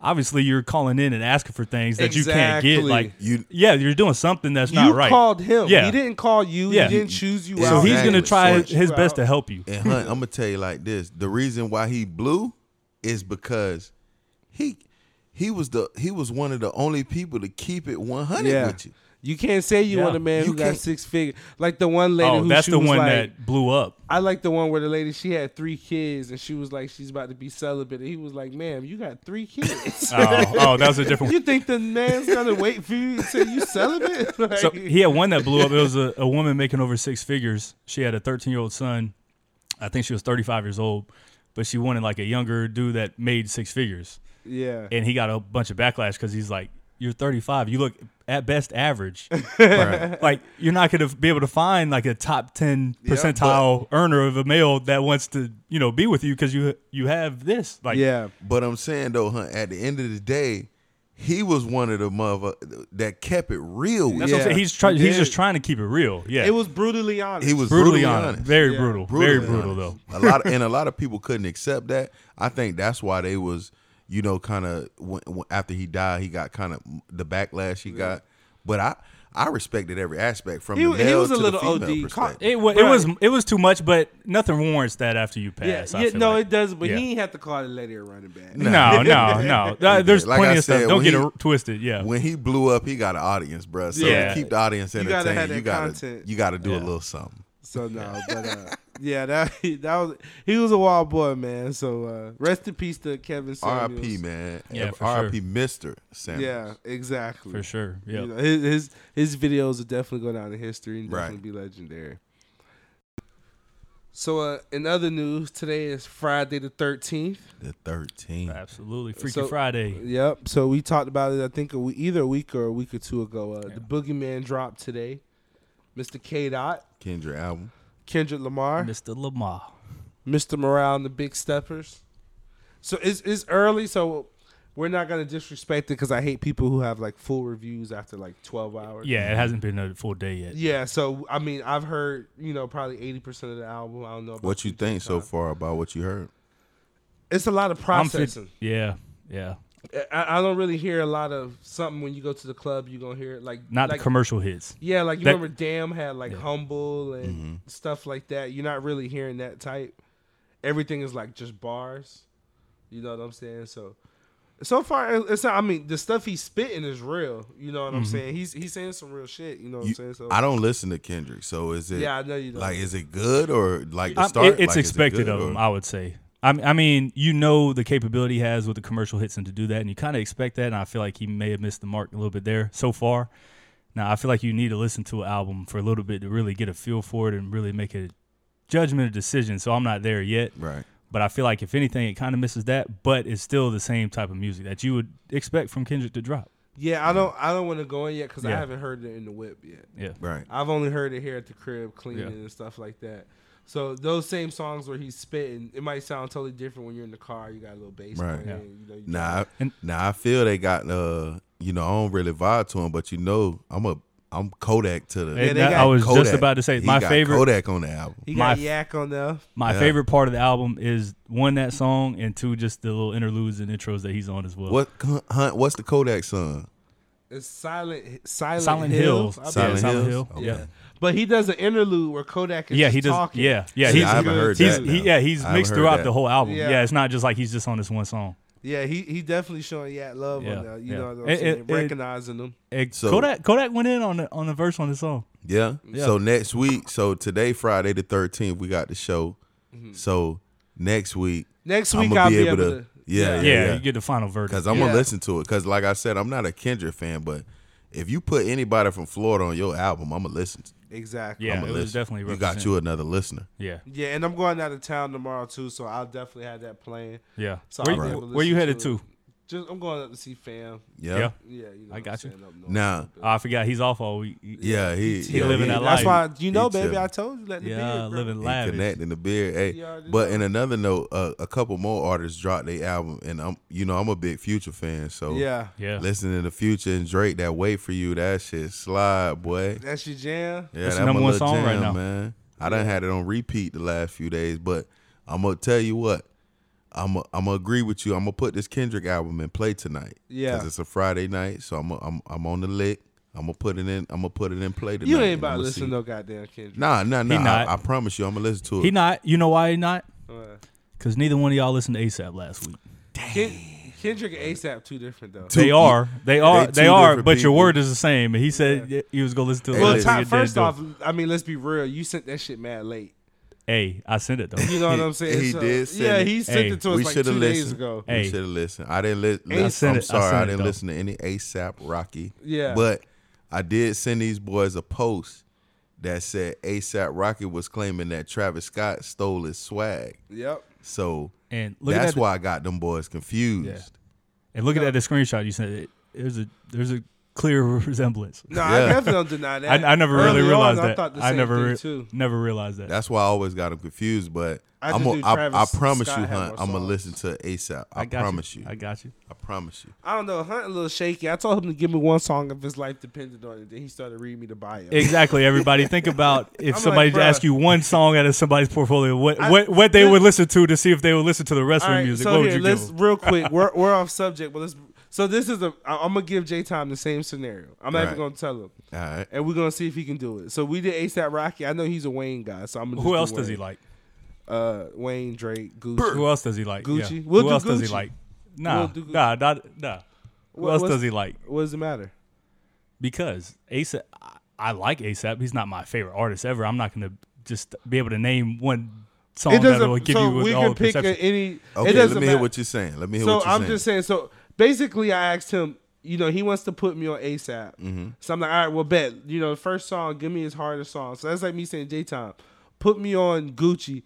Speaker 3: obviously, you're calling in and asking for things that you can't get.
Speaker 2: Exactly.
Speaker 3: Like,
Speaker 1: You
Speaker 3: yeah, you're doing something that's
Speaker 2: you
Speaker 3: not right.
Speaker 2: called him.
Speaker 3: Yeah.
Speaker 2: He didn't call you.
Speaker 3: Yeah.
Speaker 2: He didn't choose you
Speaker 1: So
Speaker 2: out.
Speaker 3: so he's
Speaker 1: Exactly.
Speaker 3: gonna try
Speaker 1: Sort
Speaker 3: his
Speaker 2: you
Speaker 3: best
Speaker 2: out.
Speaker 3: to help you.
Speaker 1: and Hunt, I'm gonna tell you like this: the reason why he blew is because he he was the he was one of the only people to keep it 100
Speaker 2: Yeah.
Speaker 1: with you.
Speaker 2: You can't say you
Speaker 3: Yeah.
Speaker 2: want a man
Speaker 1: You
Speaker 2: who got
Speaker 1: can't-
Speaker 2: six figure. Like the one lady
Speaker 3: Oh,
Speaker 2: who
Speaker 3: that's
Speaker 2: she
Speaker 3: the
Speaker 2: was
Speaker 3: one
Speaker 2: like,
Speaker 3: that blew up.
Speaker 2: I like the one where the lady she had three kids and she was like she's about to be celibate. And he was like, "Ma'am, you got three kids.
Speaker 3: Oh, oh, that was a different
Speaker 2: you think the man's gonna wait for you until you celibate?" Like,
Speaker 3: So he had one that blew up. It was a, a woman making over six figures. She had a 13 year old son. I think she was 35 years old, but she wanted like a younger dude that made six figures.
Speaker 2: yeah,
Speaker 3: And he got a bunch of backlash because he's like, You're 35. You look at best average.
Speaker 1: Right.
Speaker 3: like, you're not going to be able to find like a top 10
Speaker 2: Yeah,
Speaker 3: percentile earner of a male that wants to, you know, be with you because you, you have this. Like,
Speaker 2: yeah.
Speaker 1: But I'm saying though, Hunt, at the end of the day, he was one of the mother that kept it real. With
Speaker 3: That's
Speaker 1: you.
Speaker 3: what I'm
Speaker 2: Yeah.
Speaker 3: saying. He's, try-
Speaker 2: He
Speaker 3: he's
Speaker 2: did.
Speaker 3: just trying to keep it real. Yeah.
Speaker 2: It was brutally honest.
Speaker 1: He was
Speaker 3: brutally, honest. Very
Speaker 2: Yeah.
Speaker 3: brutal.
Speaker 1: Brutally
Speaker 3: Very brutal,
Speaker 1: honest.
Speaker 3: though.
Speaker 1: a lot and a lot of people couldn't accept that. I think that's why they was, you know, kind of after he died, he got kind of the backlash he got. But I I respected every aspect from
Speaker 2: He
Speaker 1: the
Speaker 2: wa- he
Speaker 1: male
Speaker 2: was a
Speaker 1: to
Speaker 2: little
Speaker 1: the female
Speaker 2: OD. Ca-
Speaker 1: perspective.
Speaker 3: It was, it
Speaker 2: Right.
Speaker 3: was it was too much, but nothing warrants that after you
Speaker 2: Yeah,
Speaker 3: pass. I
Speaker 2: yeah
Speaker 3: feel
Speaker 2: no,
Speaker 3: like.
Speaker 2: it does, but
Speaker 3: Yeah.
Speaker 2: he ain't have to call the lady a running back.
Speaker 3: no, no, no. Uh, there's
Speaker 1: Like
Speaker 3: plenty
Speaker 1: I
Speaker 3: of stuff.
Speaker 1: said,
Speaker 3: Don't
Speaker 1: when
Speaker 3: get
Speaker 1: he-
Speaker 3: it twisted. Yeah,
Speaker 1: When he blew up, he got an audience, bruh. So
Speaker 3: Yeah.
Speaker 1: to keep the audience
Speaker 2: You gotta have
Speaker 1: entertained, you
Speaker 2: that
Speaker 1: gotta
Speaker 2: content.
Speaker 1: you gotta do a
Speaker 3: Yeah.
Speaker 1: little something.
Speaker 2: So no, but uh, yeah, that that was he was a wild boy, man. So uh, rest in peace to Kevin Samuels.
Speaker 1: R.I.P. Man,
Speaker 3: Yeah, for
Speaker 1: R.I.P. Mister Sam.
Speaker 2: Yeah, exactly.
Speaker 3: for sure. Yeah.
Speaker 2: You know, his, his his videos will definitely go down in history and
Speaker 1: Right.
Speaker 2: definitely be legendary. So uh, in other news, today is Friday the thirteenth.
Speaker 1: the thirteenth.
Speaker 3: Absolutely, Freaky
Speaker 2: So-
Speaker 3: Friday.
Speaker 2: Yep. So we talked about it. I think a we either a week or a week or two ago. Uh, The Boogeyman dropped today. Mr. K. Dot,
Speaker 1: Kendrick album.
Speaker 2: Kendrick Lamar,
Speaker 3: Mr. Lamar.
Speaker 2: Mr. Morale, and the Big Steppers. So it's it's early. So we're not gonna disrespect it because I hate people who have like full reviews after like twelve hours.
Speaker 3: Yeah, it hasn't been a full day yet.
Speaker 2: Yeah, so I mean, I've heard you know probably eighty percent of the album. I don't know about
Speaker 1: What you think so
Speaker 2: Time.
Speaker 1: far about what you heard?
Speaker 2: It's a lot of
Speaker 3: I'm fit-
Speaker 2: processing.
Speaker 3: yeah, yeah.
Speaker 2: I, I don't really hear a lot of something when you go to the club. You gonna hear it like
Speaker 3: Not
Speaker 2: like,
Speaker 3: the commercial hits.
Speaker 2: Yeah, like you
Speaker 3: that-
Speaker 2: remember Damn had like
Speaker 3: Yeah.
Speaker 2: humble and
Speaker 1: Mm-hmm.
Speaker 2: stuff like that. You're not really hearing that type. Everything is like just bars. You know what I'm saying? So so far it- it's not, I mean the stuff he's spitting is real. You know what
Speaker 3: Mm-hmm.
Speaker 2: I'm saying? He's he's saying some real shit. You know what
Speaker 1: You-
Speaker 2: I'm saying? So
Speaker 1: I don't listen to Kendrick, so is it?
Speaker 2: yeah, I know you don't.
Speaker 1: Like, is it good or like the
Speaker 3: I'm-
Speaker 1: start?
Speaker 3: it- it's
Speaker 1: Like, is it
Speaker 3: expected
Speaker 1: good
Speaker 3: of
Speaker 1: or-
Speaker 3: him, I would say. I, m- I mean, you know the capability he has with the commercial hits and to do that, and you kind of expect that. And I feel like he may have missed the mark a little bit there so far. Now I feel like you need to listen to an album for a little bit to really get a feel for it and really make a judgment or decision. So I'm not there yet,
Speaker 1: Right.
Speaker 3: but I feel like if anything, it kind of misses that. But it's still the same type of music that you would expect from Kendrick to drop.
Speaker 2: Yeah, I don't I don't want to go in yet because I
Speaker 3: Yeah.
Speaker 2: haven't heard it in the whip yet.
Speaker 3: Yeah,
Speaker 1: Right.
Speaker 2: I've only heard it here at the crib cleaning
Speaker 3: Yeah.
Speaker 2: and stuff like that. So those same songs where he's spitting, it might sound totally different when you're in the car. You got a little bass
Speaker 1: Right.
Speaker 2: playing.
Speaker 3: Yeah.
Speaker 2: You know, you
Speaker 1: Nah. I,
Speaker 3: And-
Speaker 1: nah. I feel they got uh. You know, I don't really vibe to him, but you know, I'm a I'm Kodak to the.
Speaker 3: And
Speaker 2: they
Speaker 3: that-
Speaker 2: got
Speaker 3: I was
Speaker 1: Kodak.
Speaker 3: just about to say
Speaker 1: He
Speaker 3: my
Speaker 1: got
Speaker 3: favorite.
Speaker 1: Kodak on the album.
Speaker 2: He
Speaker 3: My
Speaker 2: got
Speaker 3: f-
Speaker 2: yak on there.
Speaker 3: My
Speaker 1: Yeah.
Speaker 3: favorite part of the album is one that song and two just the little interludes and intros that he's on as well.
Speaker 1: What Hunt? What's the Kodak son?
Speaker 2: It's silent, silent,
Speaker 3: Silent
Speaker 2: hills.
Speaker 3: Hills.
Speaker 2: I
Speaker 3: Yeah,
Speaker 2: believe.
Speaker 1: Silent
Speaker 3: Silent
Speaker 1: Hills?
Speaker 3: Hill.
Speaker 1: Okay.
Speaker 3: Yeah.
Speaker 2: but he does an interlude where Kodak is
Speaker 3: yeah,
Speaker 2: just
Speaker 3: he does.
Speaker 2: talking.
Speaker 3: Yeah, yeah,
Speaker 1: See,
Speaker 3: he's
Speaker 1: I haven't heard
Speaker 3: he's
Speaker 1: that
Speaker 3: he,
Speaker 1: now.
Speaker 3: yeah he's
Speaker 1: I haven't
Speaker 3: mixed
Speaker 1: heard
Speaker 3: throughout
Speaker 1: that.
Speaker 3: the whole album.
Speaker 2: Yeah.
Speaker 3: Yeah. it's not just like he's just on this one song.
Speaker 2: yeah. He he definitely showing yak love
Speaker 3: Yeah,
Speaker 2: on there. You
Speaker 3: yeah.
Speaker 2: know what I'm
Speaker 3: It-
Speaker 2: saying?
Speaker 3: it- it-
Speaker 2: Recognizing him.
Speaker 3: And
Speaker 1: So-
Speaker 3: Kodak Kodak went in on the on the verse on the song.
Speaker 1: Yeah.
Speaker 3: Yeah.
Speaker 1: So next week, so today Friday the 13th, we got the show.
Speaker 2: Mm-hmm.
Speaker 1: So next week,
Speaker 2: Next
Speaker 1: I'm
Speaker 2: week
Speaker 1: gonna
Speaker 2: I'll
Speaker 1: be able, to,
Speaker 2: to
Speaker 1: yeah,
Speaker 3: Yeah,
Speaker 1: yeah,
Speaker 3: you
Speaker 1: yeah.
Speaker 3: get the final verdict.
Speaker 1: Because I'm
Speaker 2: Yeah.
Speaker 1: gonna listen to it. Because like I said, I'm not a Kendrick fan, but if you put anybody from Florida on your album, I'm gonna listen.
Speaker 2: Exactly.
Speaker 1: I'm
Speaker 3: Yeah,
Speaker 1: a
Speaker 3: it was
Speaker 1: listener.
Speaker 3: definitely
Speaker 1: You got
Speaker 3: represent.
Speaker 1: you another listener.
Speaker 3: Yeah,
Speaker 2: Yeah, and I'm going out of town tomorrow too, so I'll definitely have that playing.
Speaker 3: yeah.
Speaker 2: So
Speaker 3: where,
Speaker 2: I'll
Speaker 3: you-
Speaker 2: never
Speaker 3: where you
Speaker 2: listen
Speaker 3: headed
Speaker 2: to
Speaker 3: to?
Speaker 2: it. Just I'm going up to see fam.
Speaker 1: Yeah.
Speaker 3: Yeah.
Speaker 2: Yeah, you know.
Speaker 3: I
Speaker 2: what
Speaker 3: got
Speaker 2: I'm
Speaker 3: you.
Speaker 2: saying, up north.
Speaker 1: Now,
Speaker 3: Oh, I forgot he's off all week.
Speaker 1: yeah, he
Speaker 3: He
Speaker 1: yeah,
Speaker 3: living
Speaker 1: he,
Speaker 3: that
Speaker 2: That's why
Speaker 3: life.
Speaker 2: you know,
Speaker 1: He
Speaker 2: baby.
Speaker 1: chill.
Speaker 2: I told you let the
Speaker 3: Yeah,
Speaker 2: beard, bro.
Speaker 3: living
Speaker 1: he
Speaker 3: lavish.
Speaker 1: connecting the beard.
Speaker 2: You
Speaker 1: Hey,
Speaker 2: already
Speaker 1: but
Speaker 2: know.
Speaker 1: in another note, uh, a couple more artists dropped their album, and I'm you know I'm a big Future fan, so
Speaker 2: Yeah,
Speaker 3: Yeah,
Speaker 1: Listening to Future and Drake, that wait for you, that shit slide, boy.
Speaker 2: that's your jam.
Speaker 1: Yeah,
Speaker 3: That's
Speaker 1: that's
Speaker 3: the number
Speaker 1: my
Speaker 3: one
Speaker 1: little
Speaker 3: song
Speaker 1: jam,
Speaker 3: right now.
Speaker 1: man. I done had it on repeat the last few days, but I'm gonna tell you what. I'm i I'm gonna agree with you. I'm gonna put this Kendrick album in play tonight.
Speaker 2: Yeah.
Speaker 1: 'Cause it's a Friday night, so I'm i I'm I'm on the lick. I'm gonna put it in. I'm gonna put it in play tonight.
Speaker 2: You ain't
Speaker 1: and
Speaker 2: about to
Speaker 1: I'ma
Speaker 2: listen to
Speaker 1: see.
Speaker 2: no goddamn Kendrick.
Speaker 1: Nah, nah, nah.
Speaker 3: not.
Speaker 1: I, I promise you, I'm gonna listen to it.
Speaker 3: he not. You know why he not?
Speaker 2: Uh,
Speaker 3: Because neither one of y'all listened to ASAP last week.
Speaker 2: Ken- Kendrick and ASAP too different though.
Speaker 1: Two-
Speaker 3: they are. They are.
Speaker 1: two
Speaker 3: They, are.
Speaker 1: different
Speaker 3: But your
Speaker 1: people.
Speaker 3: word is the same. And he said y he was gonna listen to. it
Speaker 1: Hey,
Speaker 3: last
Speaker 2: Well,
Speaker 3: week
Speaker 1: listen.
Speaker 2: top,
Speaker 3: and didn't
Speaker 2: first
Speaker 3: do it.
Speaker 2: off, I mean, let's be real. You sent that shit mad late.
Speaker 3: hey, I sent it though.
Speaker 2: You know what I'm saying?
Speaker 1: He did send
Speaker 2: Yeah,
Speaker 1: it.
Speaker 2: he sent
Speaker 3: Hey,
Speaker 2: it to us
Speaker 1: we
Speaker 2: like two
Speaker 1: should have
Speaker 2: days
Speaker 1: listened.
Speaker 2: ago.
Speaker 1: We
Speaker 3: Hey.
Speaker 1: should have listened. I didn't listen.
Speaker 3: I
Speaker 1: I'm
Speaker 3: sent it- I
Speaker 1: sorry,
Speaker 3: sent
Speaker 1: I,
Speaker 3: it,
Speaker 1: didn't
Speaker 3: though.
Speaker 1: listen to any ASAP Rocky.
Speaker 2: Yeah.
Speaker 1: but I did send these boys a post that said ASAP Rocky was claiming that Travis Scott stole his swag.
Speaker 2: Yep.
Speaker 1: So
Speaker 3: And look at
Speaker 1: that's
Speaker 3: that.
Speaker 1: why I got them boys confused.
Speaker 3: and looking at the screenshot you sent, it, there's a there's a clear resemblance.
Speaker 2: No, I
Speaker 1: Yeah.
Speaker 2: definitely don't deny
Speaker 3: I,
Speaker 2: that.
Speaker 3: I never really
Speaker 2: Early
Speaker 3: realized
Speaker 2: on, I
Speaker 3: that.
Speaker 2: thought the
Speaker 3: I
Speaker 2: same
Speaker 3: never
Speaker 2: thing,
Speaker 3: re-
Speaker 2: too.
Speaker 3: never realized that.
Speaker 1: That's why I always got them confused. But
Speaker 2: I
Speaker 1: I
Speaker 2: just
Speaker 1: am
Speaker 2: knew
Speaker 1: I, I
Speaker 2: Travis
Speaker 1: promise
Speaker 2: Scott
Speaker 1: you,
Speaker 2: had
Speaker 1: Hunt,
Speaker 2: more
Speaker 1: I'm gonna
Speaker 2: songs.
Speaker 1: listen to ASAP. I,
Speaker 3: got
Speaker 1: promise you.
Speaker 3: I got you.
Speaker 1: I promise you.
Speaker 2: I don't know. Hunt a little shaky. I told him to give me one song if his life depended on it. Then he started reading me the bio.
Speaker 3: Exactly, everybody. Think about if
Speaker 2: I'm
Speaker 3: somebody
Speaker 2: like, bruh.
Speaker 3: asked you one song out of somebody's portfolio, what
Speaker 2: I-
Speaker 3: what, what they
Speaker 2: this-
Speaker 3: would listen to to see if they would listen to the rest
Speaker 2: All
Speaker 3: of the
Speaker 2: right,
Speaker 3: music.
Speaker 2: so
Speaker 3: what
Speaker 2: here,
Speaker 3: would you
Speaker 2: let's
Speaker 3: give? 'em?
Speaker 2: real quick. We're we're off subject, but let's. So this is a. I- I'm gonna give J Time the same scenario. I'm not even
Speaker 1: Right.
Speaker 2: gonna tell him,
Speaker 1: All right.
Speaker 2: and we're gonna see if he can do it. So we did ASAP Rocky. I know he's a Wayne guy, so I'm gonna. just
Speaker 3: Who else does he
Speaker 2: Wayne.
Speaker 3: like?
Speaker 2: Uh, Wayne Drake Gucci.
Speaker 3: Who else does he like?
Speaker 2: Gucci.
Speaker 3: Yeah.
Speaker 2: We'll
Speaker 3: Who
Speaker 2: do
Speaker 3: else does he
Speaker 2: Gucci.
Speaker 3: like? Nah,
Speaker 2: We'll do Gucci.
Speaker 3: nah, nah, nah. Who
Speaker 2: What-
Speaker 3: else
Speaker 2: what's-
Speaker 3: does he like?
Speaker 2: What does it matter?
Speaker 3: Because ASAP, I, I like ASAP. He's not my favorite artist ever. I'm not gonna just be able to name one song
Speaker 2: It
Speaker 3: that
Speaker 2: doesn't.
Speaker 3: will give
Speaker 2: so
Speaker 3: you with
Speaker 2: we
Speaker 3: all
Speaker 2: can
Speaker 3: the
Speaker 2: pick
Speaker 3: perception.
Speaker 2: a- any.
Speaker 1: Okay. Let
Speaker 2: it doesn't
Speaker 1: me
Speaker 2: matter.
Speaker 1: hear what you're saying. Let me hear
Speaker 2: so
Speaker 1: what you're
Speaker 2: I'm
Speaker 1: saying.
Speaker 2: just saying. So basically, I asked him. You know, he wants to put me on ASAP.
Speaker 3: Mm-hmm.
Speaker 2: So I'm like, all right, well, bet. You know, the first song, give me his hardest song. So that's like me saying, J Time, put me on Gucci.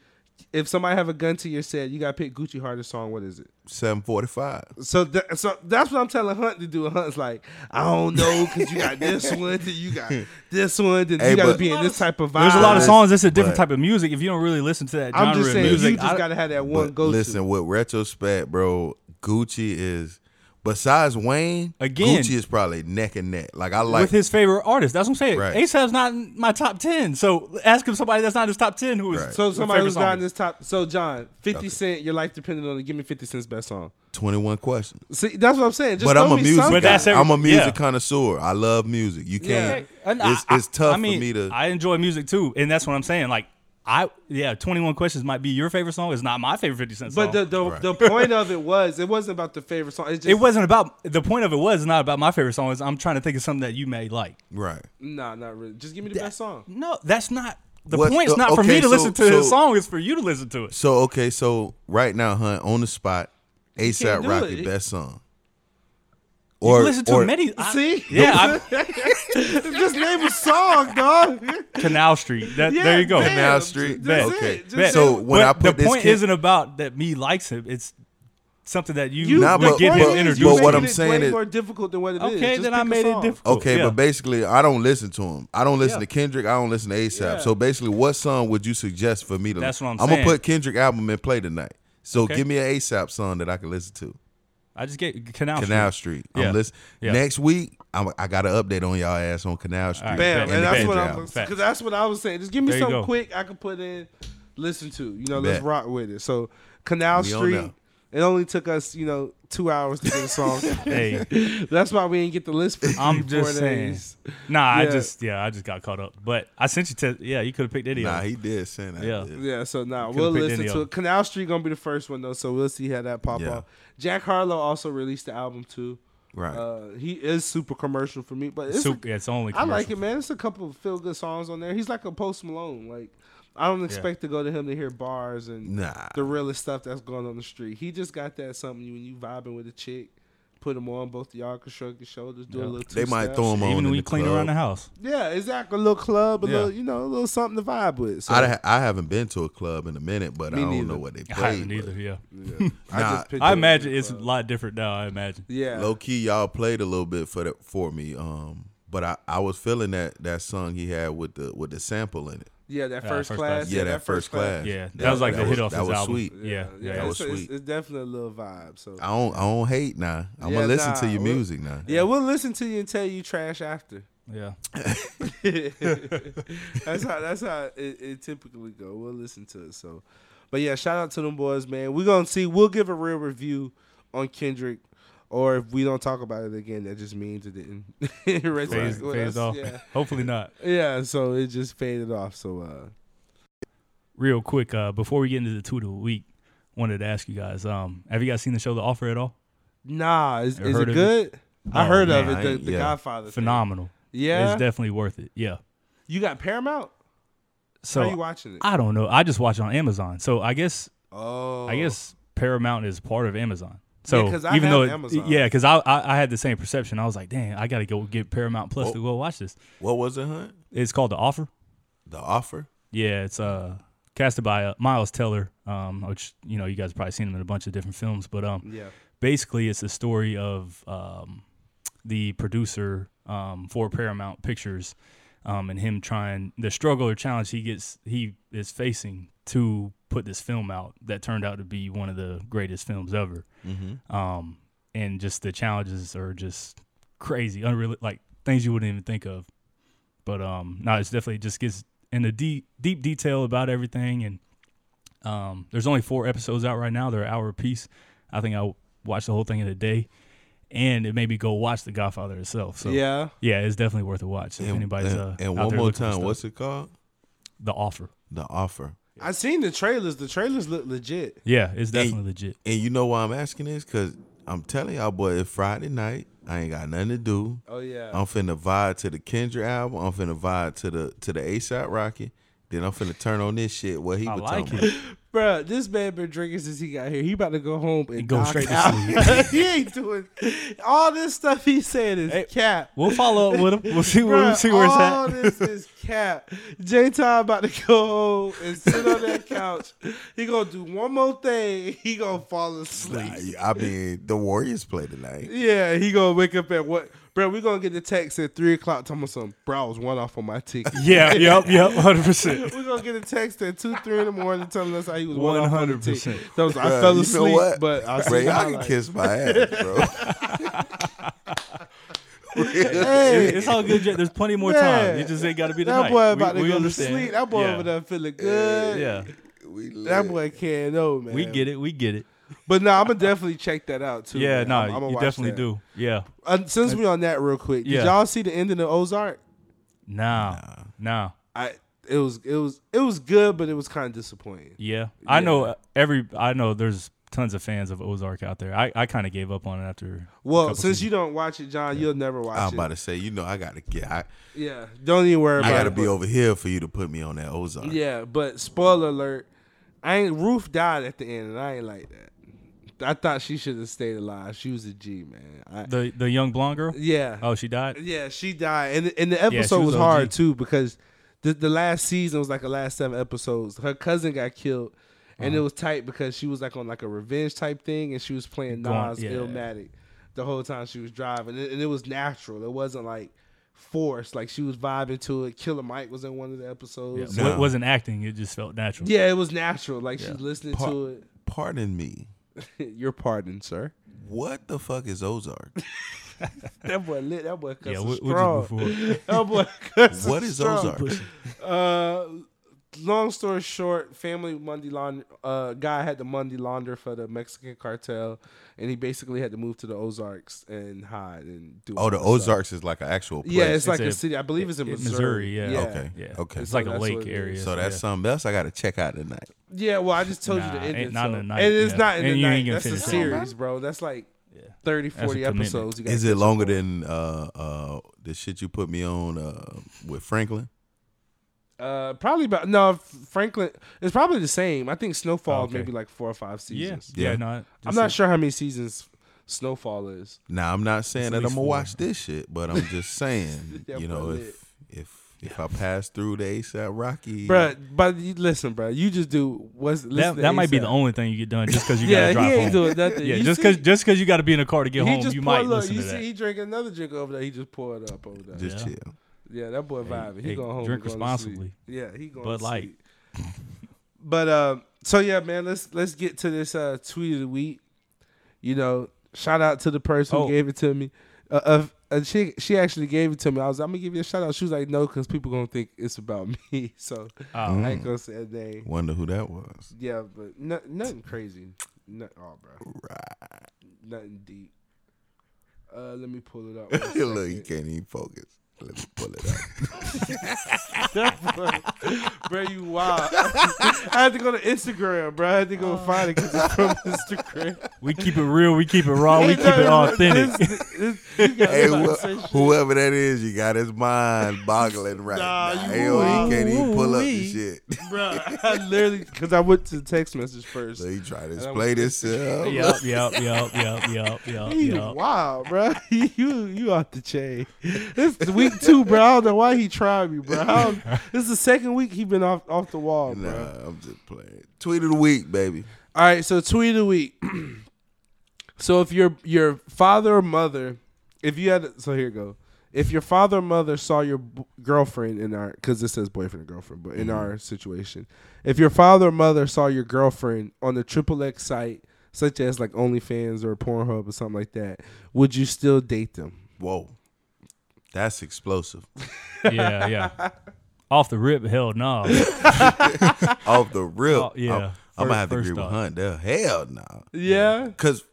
Speaker 2: If somebody have a gun to your head, you gotta pick Gucci hardest song. What is it?
Speaker 1: 745.
Speaker 2: So, th- so that's what I'm telling Hunt to do. And Hunt's like, I don't know, cause you got this one, then you got this one, then you
Speaker 1: Hey,
Speaker 2: gotta
Speaker 1: but-
Speaker 2: be in this type of vibe.
Speaker 3: There's a lot of
Speaker 1: Listen,
Speaker 3: songs. That's a different
Speaker 1: but-
Speaker 3: type of music. If you don't really listen to that genre
Speaker 2: I'm just saying,
Speaker 3: of music,
Speaker 2: you just
Speaker 3: I-
Speaker 2: gotta have that one
Speaker 1: But
Speaker 2: go
Speaker 1: listen,
Speaker 2: to.
Speaker 1: with retrospect, bro, Gucci is besides Wayne,
Speaker 3: Again.
Speaker 1: Gucci is probably neck and neck. Like I like
Speaker 3: with his favorite artist. That's what I'm saying.
Speaker 1: Right.
Speaker 3: ASAP's not in my top ten. So ask him somebody that's not his top ten who is
Speaker 1: Right.
Speaker 2: So
Speaker 3: his
Speaker 2: somebody
Speaker 3: favorite
Speaker 2: who's
Speaker 3: song
Speaker 2: not in
Speaker 3: is.
Speaker 2: this top. So John, Fifty Cent, your life depended on it. Give me Fifty Cent's best song.
Speaker 1: twenty one questions.
Speaker 2: See, that's what I'm saying. Just
Speaker 1: But
Speaker 2: throw
Speaker 1: I'm a
Speaker 2: me
Speaker 1: music
Speaker 2: something.
Speaker 3: But that's
Speaker 1: guy.
Speaker 3: every-
Speaker 1: I'm a music
Speaker 3: yeah.
Speaker 1: connoisseur. I love music. You can't
Speaker 3: And I-
Speaker 1: it's, it's
Speaker 3: I-
Speaker 1: tough
Speaker 3: I mean,
Speaker 1: for me to
Speaker 3: I enjoy music too, and that's what I'm saying. Like I yeah, 21 Questions might be your favorite song. It's not my favorite 50 Cent song.
Speaker 2: But the the, the point of it was it wasn't about the favorite song. It's just,
Speaker 3: it wasn't about the point of it was not about my favorite song. Is I'm trying to think of something that you may like.
Speaker 1: Right.
Speaker 2: Nah, not really. Just give me the best song.
Speaker 3: No, that's not the
Speaker 1: What's
Speaker 3: point's
Speaker 1: the-
Speaker 3: not for me
Speaker 1: uh, okay,
Speaker 3: to
Speaker 1: so-
Speaker 3: listen to his
Speaker 1: so-
Speaker 3: song. It's for you to listen to it.
Speaker 1: So okay, so right now, Hunt, on the spot,
Speaker 2: can't
Speaker 1: ASAP
Speaker 2: do
Speaker 1: Rocky
Speaker 2: it.
Speaker 1: best song.
Speaker 3: Or, you listen to
Speaker 1: or-
Speaker 3: many. I-
Speaker 2: See?
Speaker 3: yeah, I,
Speaker 2: just name a song, dog.
Speaker 3: Canal Street. That, there you go.
Speaker 2: man.
Speaker 1: Canal Street.
Speaker 2: That's
Speaker 1: Okay.
Speaker 2: it. Just
Speaker 3: Bet.
Speaker 1: So
Speaker 2: say-
Speaker 1: when
Speaker 3: But
Speaker 1: I put
Speaker 3: the
Speaker 1: this
Speaker 3: point
Speaker 1: kid-
Speaker 3: isn't about that me likes him. It's something that you,
Speaker 2: you,
Speaker 1: Nah,
Speaker 2: the
Speaker 3: would
Speaker 1: but-
Speaker 3: get
Speaker 2: point
Speaker 3: him
Speaker 1: but-
Speaker 2: is
Speaker 3: introduced.
Speaker 2: you
Speaker 1: but what
Speaker 2: making
Speaker 1: I'm
Speaker 2: it
Speaker 1: saying
Speaker 2: way
Speaker 1: is-
Speaker 2: more difficult than what it is.
Speaker 3: Okay,
Speaker 2: Just
Speaker 3: then I
Speaker 2: pick a
Speaker 3: made it
Speaker 2: song.
Speaker 3: difficult.
Speaker 1: Okay,
Speaker 3: Yeah.
Speaker 1: but basically, I don't listen to him. I don't listen
Speaker 3: Yeah.
Speaker 1: to Kendrick. I don't listen to ASAP.
Speaker 2: Yeah.
Speaker 1: So basically, what song would you suggest for me to?
Speaker 3: That's what I'm
Speaker 1: I'm
Speaker 3: saying.
Speaker 1: gonna put Kendrick album in play tonight. So
Speaker 3: Okay.
Speaker 1: give me an ASAP song that I can listen to.
Speaker 3: I just get Canal,
Speaker 1: Canal
Speaker 3: Street.
Speaker 1: Street.
Speaker 3: Yeah.
Speaker 1: I'm listen.
Speaker 3: Yeah.
Speaker 1: Next week, I'm, I got an update on y'all ass on Canal Street.
Speaker 3: right,
Speaker 2: Bam,
Speaker 3: Bet.
Speaker 2: and that's
Speaker 3: Bet.
Speaker 2: what I'm
Speaker 1: album.
Speaker 3: Facts.
Speaker 2: because that's what I was saying. Just give me
Speaker 3: There you
Speaker 2: something
Speaker 3: go.
Speaker 2: quick I can put in, listen to. You know, let's
Speaker 1: Bet.
Speaker 2: rock with it. So Canal
Speaker 1: We on
Speaker 2: Street.
Speaker 1: now.
Speaker 2: It only took us, you know, two hours to get a song.
Speaker 3: Hey,
Speaker 2: that's why we didn't get the list. For
Speaker 3: I'm
Speaker 2: four
Speaker 3: just saying.
Speaker 2: days.
Speaker 3: Nah, I
Speaker 2: Yeah.
Speaker 3: just yeah, I just got caught up. But I sent you to yeah, you could have picked any
Speaker 1: Nah,
Speaker 3: of them.
Speaker 1: he did send that.
Speaker 3: Yeah.
Speaker 2: Yeah, so now nah,
Speaker 3: Could've
Speaker 2: we'll
Speaker 3: picked
Speaker 2: listen
Speaker 3: any
Speaker 2: to
Speaker 3: of
Speaker 2: it. Canal Street gonna be the first one though, so we'll see how that pop
Speaker 1: Yeah.
Speaker 2: off. Jack Harlow also released the album too.
Speaker 1: Right.
Speaker 2: Uh, he is super commercial for me, but it's
Speaker 3: Soup, yeah, it's only.
Speaker 2: I like
Speaker 3: commercial.
Speaker 2: it, man. It's a couple of feel good songs on there. He's like a Post Malone. Like I don't expect to go to him to hear bars and
Speaker 1: Nah.
Speaker 2: the realest stuff that's going on the street. He just got that something you- when you vibing with a chick, put them on. Both of y'all can shrug your shoulders, do
Speaker 3: Yeah.
Speaker 2: a little.
Speaker 1: They might
Speaker 2: two-step.
Speaker 1: throw 'em on
Speaker 3: Even
Speaker 1: in
Speaker 3: when
Speaker 1: the
Speaker 3: you clean
Speaker 1: club.
Speaker 3: around the house.
Speaker 2: Yeah, exactly. A little club, a
Speaker 1: Yeah.
Speaker 2: little you know, a little something to vibe with. So,
Speaker 1: I, ha- I haven't been to a club in a minute, but
Speaker 2: Me
Speaker 1: I don't
Speaker 2: neither.
Speaker 1: know what they
Speaker 3: I haven't
Speaker 1: play.
Speaker 3: either. Yeah,
Speaker 2: yeah.
Speaker 1: Nah,
Speaker 2: picture it as
Speaker 3: I
Speaker 2: a
Speaker 3: imagine it's a
Speaker 2: club.
Speaker 3: lot different now. I imagine.
Speaker 2: uh, yeah.
Speaker 1: Low key, y'all played a little bit for that for me. Um, but I, I was feeling that that song he had with the with the sample in it.
Speaker 2: Yeah, that
Speaker 3: Yeah,
Speaker 2: first,
Speaker 3: first
Speaker 2: class.
Speaker 3: class.
Speaker 1: Yeah, that first class.
Speaker 3: Yeah, that was like the hit off
Speaker 1: That
Speaker 3: his
Speaker 1: was
Speaker 3: album.
Speaker 1: sweet.
Speaker 3: Yeah, yeah,
Speaker 1: That
Speaker 2: it's,
Speaker 1: was
Speaker 2: it's-
Speaker 1: sweet.
Speaker 2: It's, definitely a little vibe. So
Speaker 1: I don't I don't hate now. I'm
Speaker 2: Yeah,
Speaker 1: gonna listen to
Speaker 2: nah,
Speaker 1: your
Speaker 2: we-
Speaker 1: music now.
Speaker 2: yeah, we'll listen to you and tell you trash after.
Speaker 3: yeah.
Speaker 2: that's how that's how it, it typically go. We'll listen to it. So, but yeah, shout out to them boys, man. We're gonna see. We'll give a real review on Kendrick, or if we don't talk about it again, that just means it didn't
Speaker 3: Phased,
Speaker 2: resonate with us.
Speaker 3: phased off.
Speaker 2: Yeah,
Speaker 3: Hopefully not.
Speaker 2: yeah. So it just faded off. So uh,
Speaker 3: Real quick, uh, before we get into the two of the week, wanted to ask you guys: um, Have you guys seen the show The Offer at all?
Speaker 2: nah, is,
Speaker 3: You
Speaker 2: is
Speaker 3: heard
Speaker 2: it
Speaker 3: of
Speaker 2: good? I
Speaker 3: Oh,
Speaker 2: heard of
Speaker 1: man,
Speaker 2: it. The,
Speaker 1: I-
Speaker 2: the
Speaker 1: yeah.
Speaker 2: Godfather. thing.
Speaker 3: Phenomenal.
Speaker 2: Yeah,
Speaker 3: It's definitely worth it. Yeah.
Speaker 2: you got Paramount.
Speaker 3: So
Speaker 2: How you watching it?
Speaker 3: I don't know. I just watch it on Amazon. So I guess
Speaker 2: oh,
Speaker 3: I guess Paramount is part of Amazon. So
Speaker 2: 'cause I
Speaker 3: even
Speaker 2: have
Speaker 3: though it-
Speaker 2: Amazon.
Speaker 3: yeah, because I, I I had the same perception. I was like, dang, I gotta go get Paramount Plus to go watch this.
Speaker 1: What was it, Hunt?
Speaker 3: It's called The Offer.
Speaker 1: The offer?
Speaker 3: Yeah, it's uh casted by uh, Miles Teller, um, which you know you guys probably seen him in a bunch of different films, but um,
Speaker 2: Oh, Yeah.
Speaker 3: basically it's the story of um, the producer um, for Paramount Pictures um, and him trying the struggle or challenge he gets he is facing to put this film out that turned out to be one of the greatest films ever um, and just the challenges are just crazy unreal like things you wouldn't even think of but um no it's definitely just gets into deep deep detail about everything and um there's only four episodes out right now they're an hour apiece i think i watched the whole thing in a day and it made me go watch the godfather itself so
Speaker 2: yeah.
Speaker 3: yeah it's definitely worth a watch if
Speaker 1: And,
Speaker 3: anybody's
Speaker 1: and-
Speaker 3: uh,
Speaker 1: and
Speaker 3: out
Speaker 1: one
Speaker 3: there
Speaker 1: more
Speaker 3: looking for
Speaker 1: time,
Speaker 3: stuff.
Speaker 1: what's it called?
Speaker 3: the offer
Speaker 1: The offer.
Speaker 2: I seen the trailers. The trailers look legit.
Speaker 3: yeah it's
Speaker 1: Hey.
Speaker 3: definitely legit
Speaker 1: And you know why I'm asking this? Cause I'm telling y'all, boy, it's Friday night. I ain't got nothing to do.
Speaker 2: Oh yeah.
Speaker 1: I'm finna vibe to the Kendrick album. I'm finna vibe to the to the ASAP Rocky. Then I'm finna turn on this shit. What he
Speaker 3: i
Speaker 1: was
Speaker 3: like
Speaker 1: talking
Speaker 3: it
Speaker 1: about.
Speaker 2: Bruh, this man been drinking since he got here. He about to go home and
Speaker 3: go
Speaker 2: knock
Speaker 3: straight to
Speaker 2: out. he ain't doing all this stuff he's saying is
Speaker 3: Hey,
Speaker 2: cap.
Speaker 3: we'll follow up with him we'll see where,
Speaker 2: Bruh,
Speaker 3: see where it's
Speaker 2: all
Speaker 3: at
Speaker 2: this is cap. J Todd about to go home and sit on that couch. He gonna do one more thing. He gonna fall asleep.
Speaker 1: Nah, I mean, the Warriors play tonight.
Speaker 2: Yeah, he gonna wake up at what? Bruh, we gonna get the text at three o'clock. Talking about something. Bro, I was one off on my ticket.
Speaker 3: yeah yep yep 100%
Speaker 2: We're gonna get a text at two, three in the morning telling us how he was one hundred percent.
Speaker 3: 100%.
Speaker 2: Those I
Speaker 1: Bruh,
Speaker 2: fell
Speaker 1: you know
Speaker 2: asleep,
Speaker 1: what?
Speaker 2: but I
Speaker 1: Bro, y'all
Speaker 2: see
Speaker 1: can
Speaker 2: highlights.
Speaker 1: kiss my ass, bro.
Speaker 2: Hey,
Speaker 3: It's all good. Jay. There's plenty more time.
Speaker 2: Yeah.
Speaker 3: It just ain't got to be
Speaker 2: that
Speaker 3: tonight.
Speaker 2: boy about
Speaker 3: we,
Speaker 2: to
Speaker 3: we
Speaker 2: go
Speaker 3: understand.
Speaker 2: to sleep. That boy
Speaker 3: yeah.
Speaker 2: over there feeling good.
Speaker 3: Yeah,
Speaker 1: We
Speaker 2: That
Speaker 1: lit.
Speaker 2: boy can't know, man.
Speaker 3: we get it. We get it.
Speaker 2: But no, I'm gonna definitely check that out too.
Speaker 3: yeah,
Speaker 2: man.
Speaker 3: no,
Speaker 2: I'm- I'ma
Speaker 3: you
Speaker 2: watch
Speaker 3: definitely
Speaker 2: that.
Speaker 3: do. Yeah,
Speaker 2: Uh, since we on that real quick, did
Speaker 3: Yeah.
Speaker 2: y'all see the ending of Ozark?
Speaker 3: nah, nah,
Speaker 2: I it was it was it was good, but it was kind of disappointing.
Speaker 3: yeah. I know
Speaker 2: Yeah.
Speaker 3: uh, every. I know there's tons of fans of Ozark out there. I, I kind of gave up on it after.
Speaker 2: Well, since you don't watch it, John, you'll never watch
Speaker 1: I'm
Speaker 2: it.
Speaker 1: about to say, you know, I gotta get, I,
Speaker 2: Yeah, don't even worry
Speaker 1: I
Speaker 2: about it.
Speaker 1: gotta be
Speaker 2: but-
Speaker 1: over here for you to put me on that Ozark.
Speaker 2: Yeah, but spoiler alert, I ain't Ruth died at the end, and I ain't like that. I thought she should have stayed alive. She was a G man. I,
Speaker 3: the the young blonde girl.
Speaker 2: yeah,
Speaker 3: Oh, she died.
Speaker 2: yeah, she died, and and the episode
Speaker 3: was
Speaker 2: was,
Speaker 3: OG.
Speaker 2: hard too because the the last season was like the last seven episodes. Her cousin got killed, and it was tight because she was like on like a revenge type thing, and she was playing
Speaker 3: Going-
Speaker 2: Nas
Speaker 3: yeah.
Speaker 2: Illmatic the whole time she was driving, and, and it was natural. It wasn't like forced. Like she was vibing to it. Killer Mike was in one of the
Speaker 3: Yeah.
Speaker 2: episodes.
Speaker 1: No.
Speaker 3: It wasn't acting. It just felt natural.
Speaker 2: Yeah, it was natural. Like she's listening
Speaker 1: Pa-
Speaker 2: to
Speaker 1: Pardon me.
Speaker 2: it. Your pardon, sir.
Speaker 1: What the fuck is Ozark?
Speaker 2: That boy lit. That boy cussing
Speaker 3: Yeah, we, we just
Speaker 2: strong.
Speaker 3: move forward.
Speaker 2: that boy cussing
Speaker 1: what is
Speaker 2: strong.
Speaker 1: Ozark?
Speaker 2: Uh, long story short, family Monday laund- uh guy had the Monday launder for the Mexican cartel, and he basically had to move to the Ozarks and hide and do.
Speaker 1: Oh,
Speaker 2: all
Speaker 1: the
Speaker 2: this stuff.
Speaker 1: Ozarks is like an actual place.
Speaker 2: Yeah, it's, like
Speaker 3: It's
Speaker 2: a,
Speaker 3: a-
Speaker 2: city. I believe it's in
Speaker 3: in
Speaker 2: Missouri.
Speaker 3: Missouri, yeah.
Speaker 1: Okay.
Speaker 3: Yeah,
Speaker 1: Okay.
Speaker 3: It's like a
Speaker 2: that's
Speaker 3: lake
Speaker 2: what it is.
Speaker 3: area.
Speaker 1: so that's
Speaker 3: yeah.
Speaker 1: something else I gotta check out tonight.
Speaker 2: Yeah, well, I just told you
Speaker 3: Nah,
Speaker 2: the ending.
Speaker 3: ain't not
Speaker 2: so-
Speaker 3: in the night,
Speaker 2: And it's
Speaker 3: yeah.
Speaker 2: not in
Speaker 3: And
Speaker 2: the
Speaker 3: you ain't
Speaker 2: night.
Speaker 3: gonna
Speaker 2: That's a
Speaker 3: finish it.
Speaker 2: series, bro. That's like
Speaker 3: Yeah.
Speaker 2: 30,
Speaker 3: That's a
Speaker 2: 40
Speaker 3: commitment.
Speaker 2: episodes. You gotta
Speaker 1: Is it
Speaker 2: catch up
Speaker 1: longer
Speaker 2: on.
Speaker 1: than uh uh the shit you put me on uh with Franklin?
Speaker 2: Uh, probably about no F- Franklin. It's probably the same. I think Snowfall
Speaker 3: Oh,
Speaker 2: is
Speaker 3: okay.
Speaker 2: maybe like four or five
Speaker 3: Yeah,
Speaker 2: seasons.
Speaker 3: yeah,
Speaker 1: Yeah.
Speaker 3: no,
Speaker 2: I'm
Speaker 3: just
Speaker 2: not
Speaker 3: a-
Speaker 2: sure how many seasons Snowfall is.
Speaker 1: Now I'm not saying
Speaker 3: It's
Speaker 1: that
Speaker 3: at
Speaker 1: I'm
Speaker 3: least
Speaker 1: gonna
Speaker 3: four.
Speaker 1: watch this shit, but I'm just saying,
Speaker 2: Yeah,
Speaker 1: you know,
Speaker 2: but
Speaker 1: if if if I pass through the ASAP Rocky,
Speaker 2: Bruh, but you, listen, bruh, you just do what's listen
Speaker 3: That,
Speaker 2: to
Speaker 3: that might be the
Speaker 2: A$AP.
Speaker 3: only thing you get done just because you
Speaker 2: Yeah,
Speaker 3: gotta drive
Speaker 2: he ain't
Speaker 3: home.
Speaker 2: doing nothing.
Speaker 3: yeah,
Speaker 2: You
Speaker 3: just
Speaker 2: see-
Speaker 3: because just because you got to be in a car to get
Speaker 2: he
Speaker 3: home,
Speaker 2: just
Speaker 3: you
Speaker 2: poured-
Speaker 3: might
Speaker 2: look,
Speaker 3: listen
Speaker 2: you
Speaker 3: to
Speaker 2: see,
Speaker 3: that.
Speaker 2: he drank another drink over there. He just poured it up over there.
Speaker 1: just
Speaker 3: Yeah.
Speaker 1: chill.
Speaker 2: Yeah, that boy vibing. He
Speaker 3: hey,
Speaker 2: going home.
Speaker 3: drink
Speaker 2: he going to sleep.
Speaker 3: responsibly.
Speaker 2: Yeah, he going.
Speaker 3: Bud
Speaker 2: to
Speaker 3: Light.
Speaker 2: sleep. but um, so yeah, man. Let's let's get to this uh, tweet of the week. You know, shout out to the person
Speaker 3: Oh.
Speaker 2: who gave it to me. Uh, uh, and she she actually gave it to me. I was I'm gonna give you a shout out. She was like, no, because people gonna think it's about me. So
Speaker 3: Oh,
Speaker 2: I ain't gonna say a name.
Speaker 1: Wonder who that was.
Speaker 2: Yeah, but no, nothing crazy. Not, oh, bro, nothing deep. Uh, let me pull it up. one
Speaker 1: Look, you
Speaker 2: second.
Speaker 1: can't even focus. Let me pull it up.
Speaker 2: bro, you wild. I had to go to Instagram, bro. I had to
Speaker 3: Oh.
Speaker 2: go find it because it's from Instagram.
Speaker 3: we keep it real, we keep it raw, Oh, we keep it authentic.
Speaker 2: This, this, you got
Speaker 1: hey,
Speaker 2: about
Speaker 1: wh-
Speaker 2: to say shit.
Speaker 1: whoever that is, you got his mind boggling right
Speaker 2: Nah,
Speaker 1: now.
Speaker 2: you
Speaker 1: Hell, he can't even pull up
Speaker 3: Ooh-wee.
Speaker 1: this shit.
Speaker 2: bro. I literally because I went to the text message first.
Speaker 1: so he tried to
Speaker 2: And I'm-
Speaker 1: explain himself.
Speaker 3: Yup, yup, yup, yup, yup, yup,
Speaker 2: You
Speaker 3: yup.
Speaker 2: wow, bro. You you out the chain. This is week two, bro. I don't know why he tried me, bro. I don't- This is the second week he been off off the wall, bro.
Speaker 1: Nah, I'm just playing. Tweet of the week, baby.
Speaker 2: All right, so tweet of the week. so if your your father or mother, if you had, so here you go. If your father or mother saw your b- girlfriend in our, because this says boyfriend and girlfriend, but
Speaker 1: Mm-hmm.
Speaker 2: in our situation, if your father or mother saw your girlfriend on the triple X site, such as like OnlyFans or Pornhub or something like that, would you still date them?
Speaker 1: Whoa, that's explosive.
Speaker 3: Yeah, yeah. Off the rip, hell no.
Speaker 1: Off the rip,
Speaker 3: Oh, yeah.
Speaker 1: I'm, I'm gonna
Speaker 3: First-
Speaker 1: have to
Speaker 3: first
Speaker 1: agree with
Speaker 3: off.
Speaker 1: Hunt. There, hell no.
Speaker 2: Yeah,
Speaker 1: Cause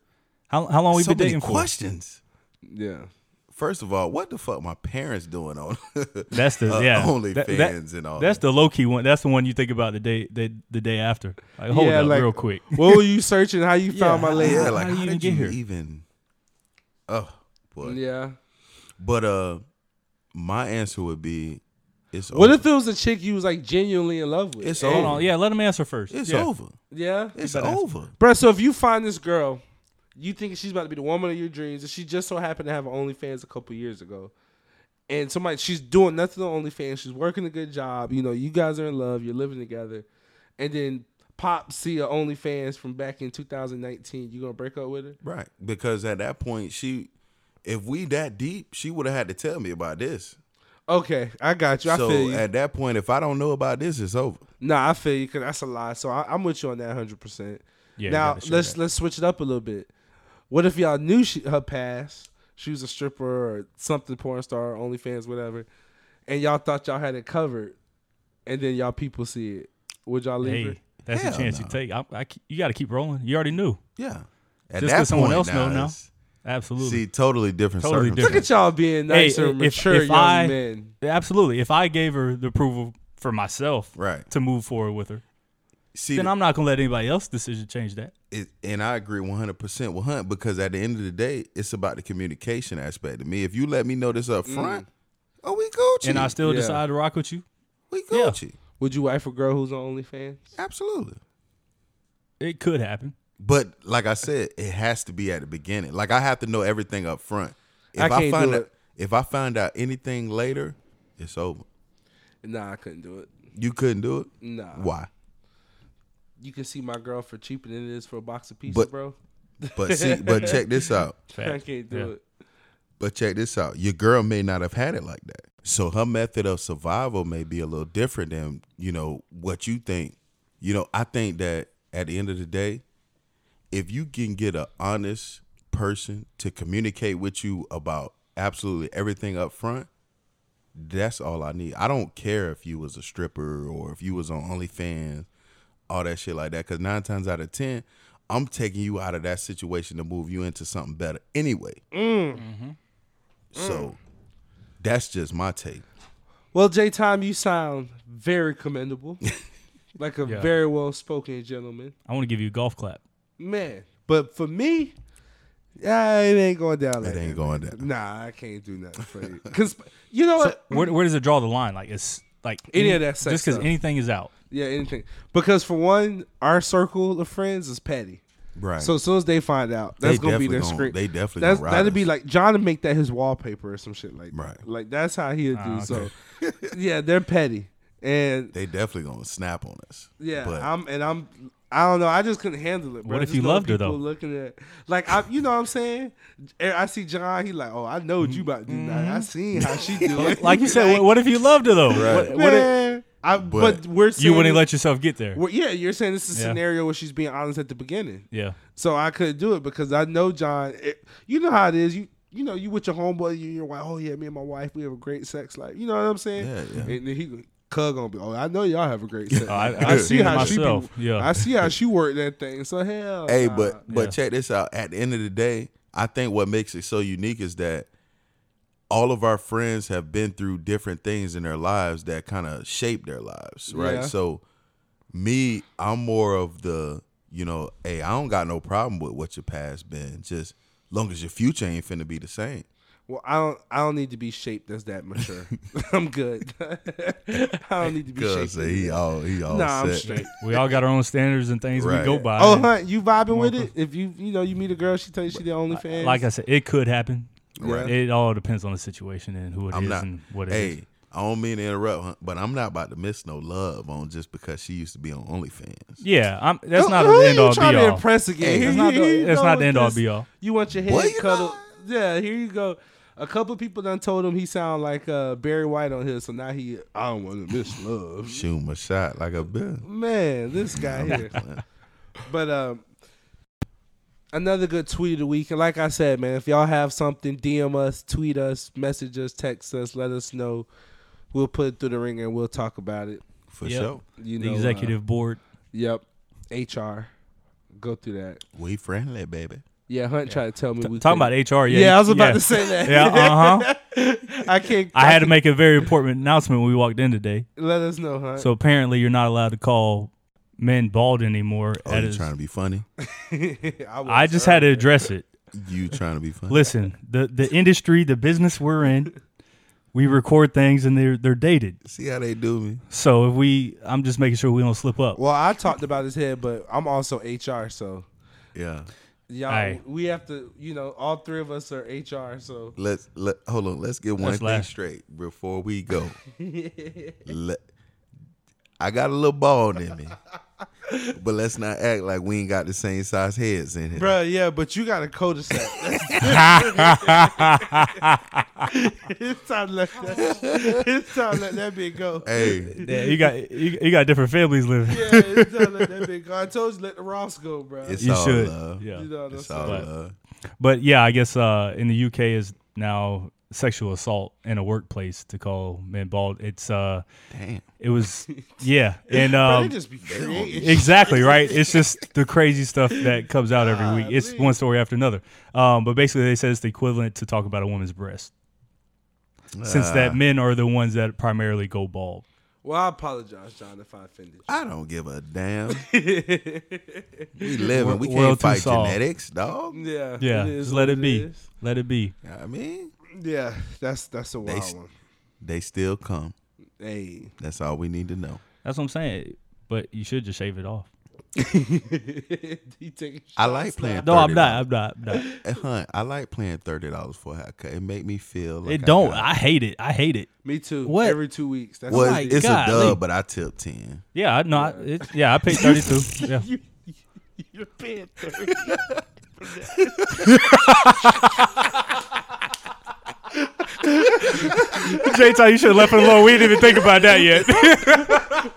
Speaker 3: How how long we
Speaker 1: so
Speaker 3: been
Speaker 1: many
Speaker 3: dating for?
Speaker 1: questions.
Speaker 2: yeah.
Speaker 1: First of all, what the fuck my parents doing on
Speaker 3: That's the
Speaker 1: uh,
Speaker 3: yeah.
Speaker 1: OnlyFans
Speaker 3: That- that-
Speaker 1: and all?
Speaker 3: That's
Speaker 1: that?
Speaker 3: the low key one. That's the one you think about the day the, the day after. Like hold
Speaker 2: Yeah,
Speaker 3: up
Speaker 2: like-
Speaker 3: real quick.
Speaker 2: what were you searching? How you found my lady?
Speaker 1: yeah.
Speaker 3: how-
Speaker 1: Like,
Speaker 3: how
Speaker 1: how,
Speaker 3: you even
Speaker 1: did
Speaker 3: get
Speaker 1: you
Speaker 3: here?
Speaker 1: even? Oh, boy.
Speaker 2: yeah.
Speaker 1: But uh, my answer would be, it's
Speaker 2: What
Speaker 1: over.
Speaker 2: if it was a chick you was like genuinely in love with?
Speaker 1: It's
Speaker 2: And-
Speaker 1: over.
Speaker 3: Hold on, yeah, let him answer first.
Speaker 1: It's
Speaker 3: yeah.
Speaker 1: over.
Speaker 2: Yeah.
Speaker 1: It's
Speaker 3: better ask-
Speaker 1: over.
Speaker 2: Bruh, so if you find this girl, you think she's about to be the woman of your dreams, and she just so happened to have an OnlyFans a couple years ago, and somebody she's doing nothing on OnlyFans, she's working a good job, you know, you guys are in love, you're living together, and then pop see a OnlyFans from back in 2019, you gonna break up with her?
Speaker 1: Right. Because at that point, she, if we that deep, she would have had to tell me about this.
Speaker 2: Okay, I got you. I feel
Speaker 1: so
Speaker 2: you.
Speaker 1: at that point, if I don't know about this, it's over.
Speaker 2: Nah, I feel you because that's a lie. So I, I'm with you on that 100. percent
Speaker 3: Yeah, you
Speaker 2: Now
Speaker 3: gotta share
Speaker 2: let's
Speaker 3: that.
Speaker 2: let's switch it up a little bit. What if y'all knew she, her past? She was a stripper or something, porn star, OnlyFans, whatever, and y'all thought y'all had it covered, and then y'all people see it. Would y'all leave her?
Speaker 3: Hey, that's
Speaker 1: Hell
Speaker 3: the chance you
Speaker 1: no.
Speaker 3: take. I, I, ke- you got to keep rolling. You already knew.
Speaker 1: Yeah. At
Speaker 3: Just
Speaker 1: that
Speaker 3: 'cause someone
Speaker 1: point
Speaker 3: else know
Speaker 1: now,
Speaker 3: now.
Speaker 1: it's-
Speaker 3: Absolutely.
Speaker 1: See, totally different
Speaker 3: Totally
Speaker 2: Look
Speaker 1: circumstances.
Speaker 2: at y'all being
Speaker 3: Hey,
Speaker 2: nice and
Speaker 3: if-
Speaker 2: mature
Speaker 3: if
Speaker 2: young
Speaker 3: I-
Speaker 2: men.
Speaker 3: Yeah, Absolutely. If I gave her the approval for myself
Speaker 1: Right.
Speaker 3: to move forward with her,
Speaker 1: See,
Speaker 3: then I'm not going to let anybody else's decision change that.
Speaker 1: it, and I agree 100% with Hunt because at the end of the day, it's about the communication aspect to me. If you let me know this up front, oh, we Gucci.
Speaker 3: Mm. And I still
Speaker 2: Yeah.
Speaker 3: decide to rock with you.
Speaker 1: we
Speaker 3: yeah.
Speaker 1: Gucci.
Speaker 2: Would you wife a girl who's on OnlyFans?
Speaker 1: Absolutely.
Speaker 3: It could happen.
Speaker 1: But like I said, it has to be at the beginning. Like I have to know everything up front. If
Speaker 2: I can't
Speaker 1: find
Speaker 2: do
Speaker 1: out,
Speaker 2: it.
Speaker 1: if I find out anything later, it's over.
Speaker 2: Nah, I couldn't do it.
Speaker 1: You couldn't do it.
Speaker 2: Nah,
Speaker 1: Why?
Speaker 2: you can see my girl for cheaper than it is for a box of pizza,
Speaker 1: But-
Speaker 2: bro.
Speaker 1: But see, but check this out.
Speaker 2: I can't do
Speaker 3: Yeah.
Speaker 2: it.
Speaker 1: But check this out. Your girl may not have had it like that. So her method of survival may be a little different than, you know, what you think. You know, I think that at the end of the day, if you can get an honest person to communicate with you about absolutely everything up front, that's all I need. I don't care if you was a stripper or if you was on OnlyFans, all that shit like that. Cause nine times out of ten, I'm taking you out of that situation to move you into something better anyway. So Mm. that's just my take.
Speaker 2: Well, J Time, you sound very commendable, like a
Speaker 3: Yeah.
Speaker 2: very well spoken gentleman,
Speaker 3: I want to give you a golf clap.
Speaker 2: man. But for me, yeah, it ain't going down like
Speaker 1: It ain't
Speaker 2: that.
Speaker 1: going down.
Speaker 2: Nah, I can't do nothing for you. Cause you know what?
Speaker 3: Where, where does it draw the line? Like, it's like
Speaker 2: Any of that sex
Speaker 3: Just because
Speaker 2: stuff.
Speaker 3: anything is out.
Speaker 2: Yeah, anything. Because for one, our circle of friends is petty.
Speaker 1: Right.
Speaker 2: So as soon as they find out, that's
Speaker 1: They
Speaker 2: gonna
Speaker 1: definitely
Speaker 2: be their
Speaker 1: gonna-
Speaker 2: screen.
Speaker 1: they definitely
Speaker 2: that's,
Speaker 1: gonna ride us.
Speaker 2: that'd be like John would make that his wallpaper or some shit like that.
Speaker 1: Right.
Speaker 2: Like that's how he'd do.
Speaker 3: Ah, okay.
Speaker 2: So yeah, they're petty, and
Speaker 1: they definitely gonna snap on us.
Speaker 2: yeah,
Speaker 1: But
Speaker 2: I'm and I'm. I don't know. I just couldn't handle it. Bro.
Speaker 3: What if
Speaker 2: Just
Speaker 3: you
Speaker 2: knowing
Speaker 3: loved her,
Speaker 2: people
Speaker 3: though?
Speaker 2: Looking at like I, you know, what I'm saying. And I see John. He like, oh, I know what you about to do. now. I seen how she do it.
Speaker 3: Mm-hmm. Like you said, what, what if you loved her though?
Speaker 1: Right.
Speaker 3: What, what if-
Speaker 2: man. I, but,
Speaker 1: But-
Speaker 2: we're saying
Speaker 3: you wouldn't let yourself get there.
Speaker 2: Well, yeah, you're saying this is a
Speaker 3: Yeah.
Speaker 2: scenario where she's being honest at the beginning.
Speaker 3: Yeah.
Speaker 2: So I couldn't do it because I know John. It, you know how it is. You you know you with your homeboy, you your wife. Oh yeah, me and my wife, we have a great sex life. You know what I'm saying?
Speaker 1: Yeah, yeah.
Speaker 2: And then he cug gonna be. Oh, I know y'all have a great sex.
Speaker 3: I-
Speaker 2: life.
Speaker 3: I've seen it
Speaker 2: she be-
Speaker 3: myself. Yeah.
Speaker 2: I see how she worked that thing. So hell.
Speaker 1: hey,
Speaker 2: nah.
Speaker 1: but but
Speaker 3: yeah.
Speaker 1: check this out. At the end of the day, I think what makes it so unique is that all of our friends have been through different things in their lives that kind of shape their lives, right?
Speaker 2: Yeah.
Speaker 1: So me, I'm more of the, you know, hey, I don't got no problem with what your past been. Just long as your future ain't finna be the same.
Speaker 2: well, I don't. I don't need to be shaped as that mature. I'm good. I don't need to be shaped.
Speaker 1: Cause he all he all
Speaker 2: Nah, I'm
Speaker 1: set.
Speaker 2: straight.
Speaker 3: We all got our own standards and things we
Speaker 1: Right.
Speaker 3: go by.
Speaker 2: Oh, hunt, you vibing with it? If you you know you meet a girl, she tell you she the only fan.
Speaker 3: like I said, it could happen.
Speaker 2: Right.
Speaker 3: It all depends on the situation and who it is
Speaker 1: I'm not.
Speaker 3: and what it is.
Speaker 1: hey, I don't mean to interrupt, hun, but I'm not about to miss no love on just because she used to be on OnlyFans.
Speaker 3: Yeah, I'm, that's
Speaker 2: Who-
Speaker 3: not
Speaker 2: who
Speaker 3: an
Speaker 2: you
Speaker 3: end all be
Speaker 2: trying to
Speaker 3: all.
Speaker 2: impress again.
Speaker 1: Hey,
Speaker 2: Here
Speaker 1: that's
Speaker 2: you-
Speaker 3: not the-
Speaker 2: here you
Speaker 3: that's
Speaker 2: go
Speaker 3: not the
Speaker 2: with
Speaker 3: end all
Speaker 2: this.
Speaker 3: be all.
Speaker 2: You want your head
Speaker 1: Well, you
Speaker 2: cuddled?
Speaker 1: know.
Speaker 2: Yeah, here you go. A couple people done told him he sound like uh, Barry White on here, so now he I don't want to miss love.
Speaker 1: Shoot my shot like a bill.
Speaker 2: Man, this guy here. But um, another good tweet of the week, and like I said, man, if y'all have something, DM us, tweet us, message us, text us, let us know. We'll put it through the ring and we'll talk about it.
Speaker 1: For
Speaker 3: Yep.
Speaker 1: sure.
Speaker 2: You
Speaker 3: The
Speaker 2: know, uh,
Speaker 3: executive board.
Speaker 2: yep, HR, go through that.
Speaker 1: We friendly, baby.
Speaker 2: Yeah, Hunt tried to tell me. we
Speaker 3: Talking
Speaker 2: couldn't-
Speaker 3: about HR. Yeah,
Speaker 2: Yeah, I was about
Speaker 3: yeah.
Speaker 2: to say that.
Speaker 3: Yeah, uh-huh.
Speaker 2: I can't.
Speaker 3: I had to make a very important announcement when we walked in today.
Speaker 2: Let us know, huh?
Speaker 3: So apparently, you're not allowed to call men bald anymore.
Speaker 1: Oh,
Speaker 3: at
Speaker 1: you
Speaker 3: his-
Speaker 1: trying to be funny?
Speaker 3: I just had to address it.
Speaker 1: You trying to be funny?
Speaker 3: Listen, the the industry, the business we're in, we record things and they're they're dated.
Speaker 1: See how they do me?
Speaker 3: So if we, I'm just making sure we don't slip up.
Speaker 2: Well, I talked about his head, but I'm also HR, so
Speaker 1: Yeah.
Speaker 2: y'all,
Speaker 3: Aye.
Speaker 2: we have to. You know, all three of us are HR, so
Speaker 1: Let's let hold on. Let's get one
Speaker 3: Let's
Speaker 1: thing
Speaker 3: laugh.
Speaker 1: straight before we go. let, I got a little bald in me, but let's not act like we ain't got the same size heads in here.
Speaker 2: Bruh, yeah, but you got a cul-de-sac. it's time to let that. It's time to let that bit go.
Speaker 1: Hey,
Speaker 3: Yeah, you got you, you got different families living.
Speaker 2: Yeah, it's time to let that bit go. I told you let the Ross go, bro.
Speaker 1: it's
Speaker 3: You
Speaker 1: all
Speaker 3: should.
Speaker 1: love.
Speaker 3: Yeah.
Speaker 2: you know what I'm
Speaker 1: It's all
Speaker 2: saying?
Speaker 3: But-
Speaker 1: love.
Speaker 3: But yeah, I guess uh, in the UK is now sexual assault in a workplace to call men bald. It's uh,
Speaker 1: Damn.
Speaker 3: it was yeah, and
Speaker 2: Bruh, they
Speaker 3: um,
Speaker 2: just be creating
Speaker 3: exactly right. It's just the crazy stuff that comes out every week. It's one story after another. Um, but basically, they said it's the equivalent to talk about a woman's breast, since
Speaker 1: Ah.
Speaker 3: that men are the ones that primarily go bald.
Speaker 2: Well, I apologize, John, if I offended
Speaker 1: I don't give a damn.
Speaker 2: you.
Speaker 1: We living. We can't
Speaker 3: World too
Speaker 1: fight
Speaker 3: soft.
Speaker 1: genetics, dog.
Speaker 2: yeah.
Speaker 3: Yeah,
Speaker 2: is
Speaker 3: just let
Speaker 2: what
Speaker 3: it be.
Speaker 2: is.
Speaker 3: Let it be.
Speaker 1: I mean,
Speaker 2: Yeah, that's that's a wild
Speaker 1: s-
Speaker 2: one.
Speaker 1: they still come.
Speaker 2: Hey.
Speaker 1: That's all we need to know.
Speaker 3: That's what I'm saying. But you should just shave it off.
Speaker 2: he taking
Speaker 1: I like playing.
Speaker 3: No, I'm
Speaker 1: $30.
Speaker 3: not. I'm not. I'm not.
Speaker 1: Hey, Hunt, I like playing thirty dollars for a haircut. It make me feel like
Speaker 3: It don't.
Speaker 1: got-
Speaker 3: I hate it. I hate it.
Speaker 2: Me too.
Speaker 3: What?
Speaker 2: Every two weeks. That's
Speaker 1: well,
Speaker 3: my
Speaker 1: it's, it's a
Speaker 3: God,
Speaker 1: dub,
Speaker 3: like-
Speaker 1: but I tip ten.
Speaker 3: Yeah, I, no, I, it, yeah, I paid thirty two. Yeah,
Speaker 2: you, you're paying
Speaker 3: Jay, you should have left it alone. We didn't even think about that yet.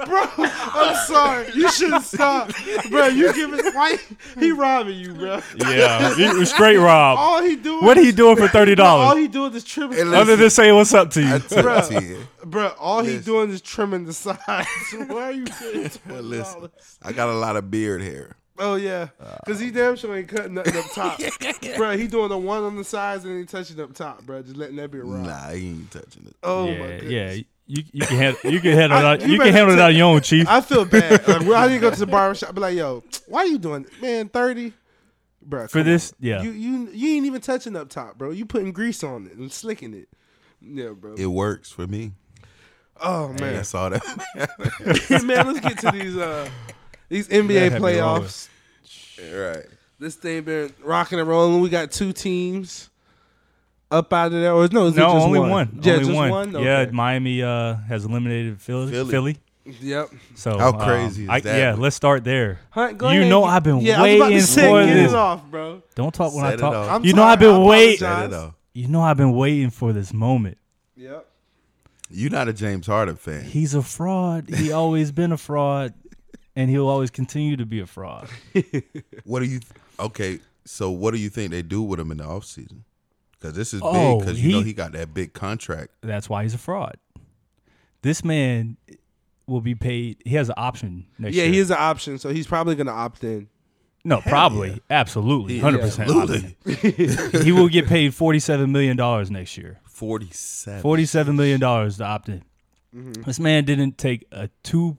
Speaker 2: Bro, I'm sorry. You shouldn't stop. Bro, you giving white he robbing you, bro.
Speaker 3: yeah, it was straight rob.
Speaker 2: All he doing
Speaker 3: What are
Speaker 2: is-
Speaker 3: you doing for thirty
Speaker 2: All
Speaker 3: dollars?
Speaker 2: he doing is trimming
Speaker 1: Hey,
Speaker 3: Other than say what's up to
Speaker 1: I
Speaker 3: you.
Speaker 1: tip
Speaker 2: Bruh.
Speaker 1: ten.
Speaker 2: Bro, all he
Speaker 1: Listen.
Speaker 2: doing is trimming the sides. Why are you getting
Speaker 1: But
Speaker 2: $20?
Speaker 1: listen, I got a lot of beard hair.
Speaker 2: Oh yeah, cause he damn sure ain't cutting nothing up top, bro. He doing the one on the sides and he touching up top, bro. Just letting that be around.
Speaker 1: Nah, he ain't touching it.
Speaker 2: Oh my
Speaker 3: yeah,
Speaker 2: goodness.
Speaker 3: yeah. You you can handle you can handle it
Speaker 2: I-
Speaker 3: out
Speaker 2: you
Speaker 3: you can
Speaker 2: better
Speaker 3: handle it
Speaker 2: take-
Speaker 3: out on your own, chief.
Speaker 2: I feel bad. Like, well, I didn't go to the barbershop. Be like, yo, why you doing, man? Thirty, bro.
Speaker 3: For this, yeah.
Speaker 2: you you you ain't even touching up top, bro. You putting grease on it and slicking it. Yeah, bro.
Speaker 1: It works for me.
Speaker 2: oh man,
Speaker 1: That's all that. matters.
Speaker 2: man. Let's get to these uh these NBA
Speaker 3: had me rolling.
Speaker 2: playoffs.
Speaker 1: right.
Speaker 2: This thing been rocking and rolling. We got two teams up out of there. Or no, is it
Speaker 3: No,
Speaker 2: just
Speaker 3: only
Speaker 2: one.
Speaker 3: one.
Speaker 2: Yeah,
Speaker 3: only
Speaker 2: just
Speaker 3: one. Yeah,
Speaker 2: Okay.
Speaker 3: Miami uh, has eliminated Philly.
Speaker 1: Philly.
Speaker 3: Philly.
Speaker 2: Yep.
Speaker 3: So
Speaker 1: How
Speaker 3: um,
Speaker 1: crazy is
Speaker 3: I-
Speaker 1: that?
Speaker 3: Yeah, let's start there.
Speaker 2: Hunt, go
Speaker 3: You
Speaker 2: ahead.
Speaker 3: know
Speaker 2: Get-
Speaker 3: I've been
Speaker 2: yeah, I was about to
Speaker 3: waiting
Speaker 2: say,
Speaker 3: for
Speaker 2: get
Speaker 3: this.
Speaker 2: It off, bro.
Speaker 3: Don't talk when
Speaker 1: Set
Speaker 3: I
Speaker 1: it
Speaker 3: talk.
Speaker 1: off.
Speaker 2: I'm
Speaker 3: you know I've
Speaker 2: sorry, I
Speaker 3: been waiting.
Speaker 2: apologize.
Speaker 1: Set it off.
Speaker 3: You know I've been waiting for this moment.
Speaker 2: Yep.
Speaker 1: You're not a James Harden fan.
Speaker 3: He's a fraud. He always been a fraud, and he'll always continue to be a fraud.
Speaker 1: What do you? Th- okay, so what do you think they do with him in the offseason? Because this is
Speaker 3: Oh,
Speaker 1: big. Because you know
Speaker 3: he-
Speaker 1: he got that big contract.
Speaker 3: That's why he's a fraud. This man will be paid. He has an option next
Speaker 2: Yeah,
Speaker 3: year.
Speaker 2: he is an option, so he's probably gonna opt in.
Speaker 3: No, probably, absolutely, hundred percent.
Speaker 1: Absolutely,
Speaker 3: He will get paid forty-seven million dollars next year.
Speaker 1: forty-seven.
Speaker 3: Forty-seven million dollars to opt in.
Speaker 2: Mm-hmm.
Speaker 3: This man didn't take a two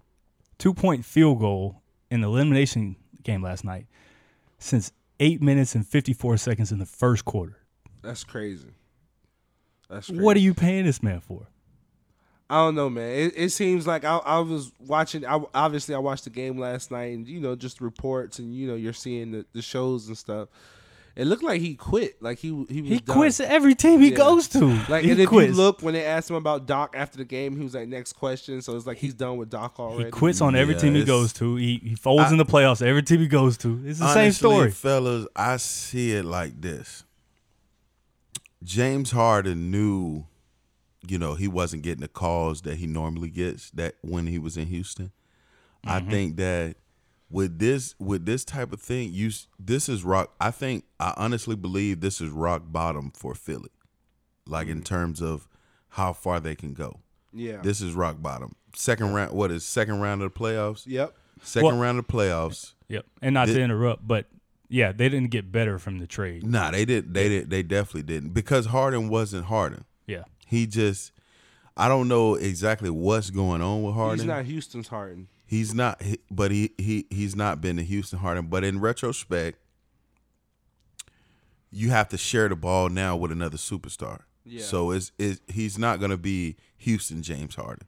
Speaker 3: two-point field goal in the elimination game last night since eight minutes and fifty-four seconds in the first quarter.
Speaker 2: That's crazy. That's crazy.
Speaker 3: What are you paying this man for?
Speaker 2: I don't know, man. It, it seems like I, I was watching. I, obviously, I watched the game last night, and you know, just reports, and you know, you're seeing the, the shows and stuff. It looked like he quit. Like he he was
Speaker 3: He
Speaker 2: done.
Speaker 3: quits every team he
Speaker 2: Yeah.
Speaker 3: goes to.
Speaker 2: Like
Speaker 3: he
Speaker 2: and if
Speaker 3: quits.
Speaker 2: you look when they asked him about Doc after the game, he was like, "Next question." So it's like he's done with Doc already.
Speaker 3: he quits on every
Speaker 1: Yeah,
Speaker 3: team he
Speaker 1: it's-
Speaker 3: goes to. He, he folds in the playoffs every team he goes to. It's the same
Speaker 1: Honestly,
Speaker 3: story.
Speaker 1: fellas. I see it like this. James Harden knew, you know, he wasn't getting the calls that he normally gets that when he was in Houston. I
Speaker 3: Mm-hmm.
Speaker 1: think that with this with this type of thing, you s- this is rock. I think I honestly believe this is rock bottom for Philly, like
Speaker 3: Mm-hmm.
Speaker 1: in terms of how far they can go.
Speaker 2: Yeah.
Speaker 1: This is rock bottom. Second round. What is second round of the playoffs?
Speaker 2: yep.
Speaker 1: Second
Speaker 3: Well-
Speaker 1: round of the playoffs.
Speaker 3: Yep. And not
Speaker 1: Thi-
Speaker 3: to interrupt, but yeah, they didn't get better from the trade.
Speaker 1: Nah, they did. They did. They definitely didn't because Harden wasn't Harden.
Speaker 3: Yeah.
Speaker 1: He just. I don't know exactly what's going on with Harden.
Speaker 2: He's not Houston's Harden.
Speaker 1: He's not, he- but he he he's not been to Houston Harden. But in retrospect, you have to share the ball now with another superstar.
Speaker 2: Yeah.
Speaker 1: So it's, it's he's not going to be Houston James Harden.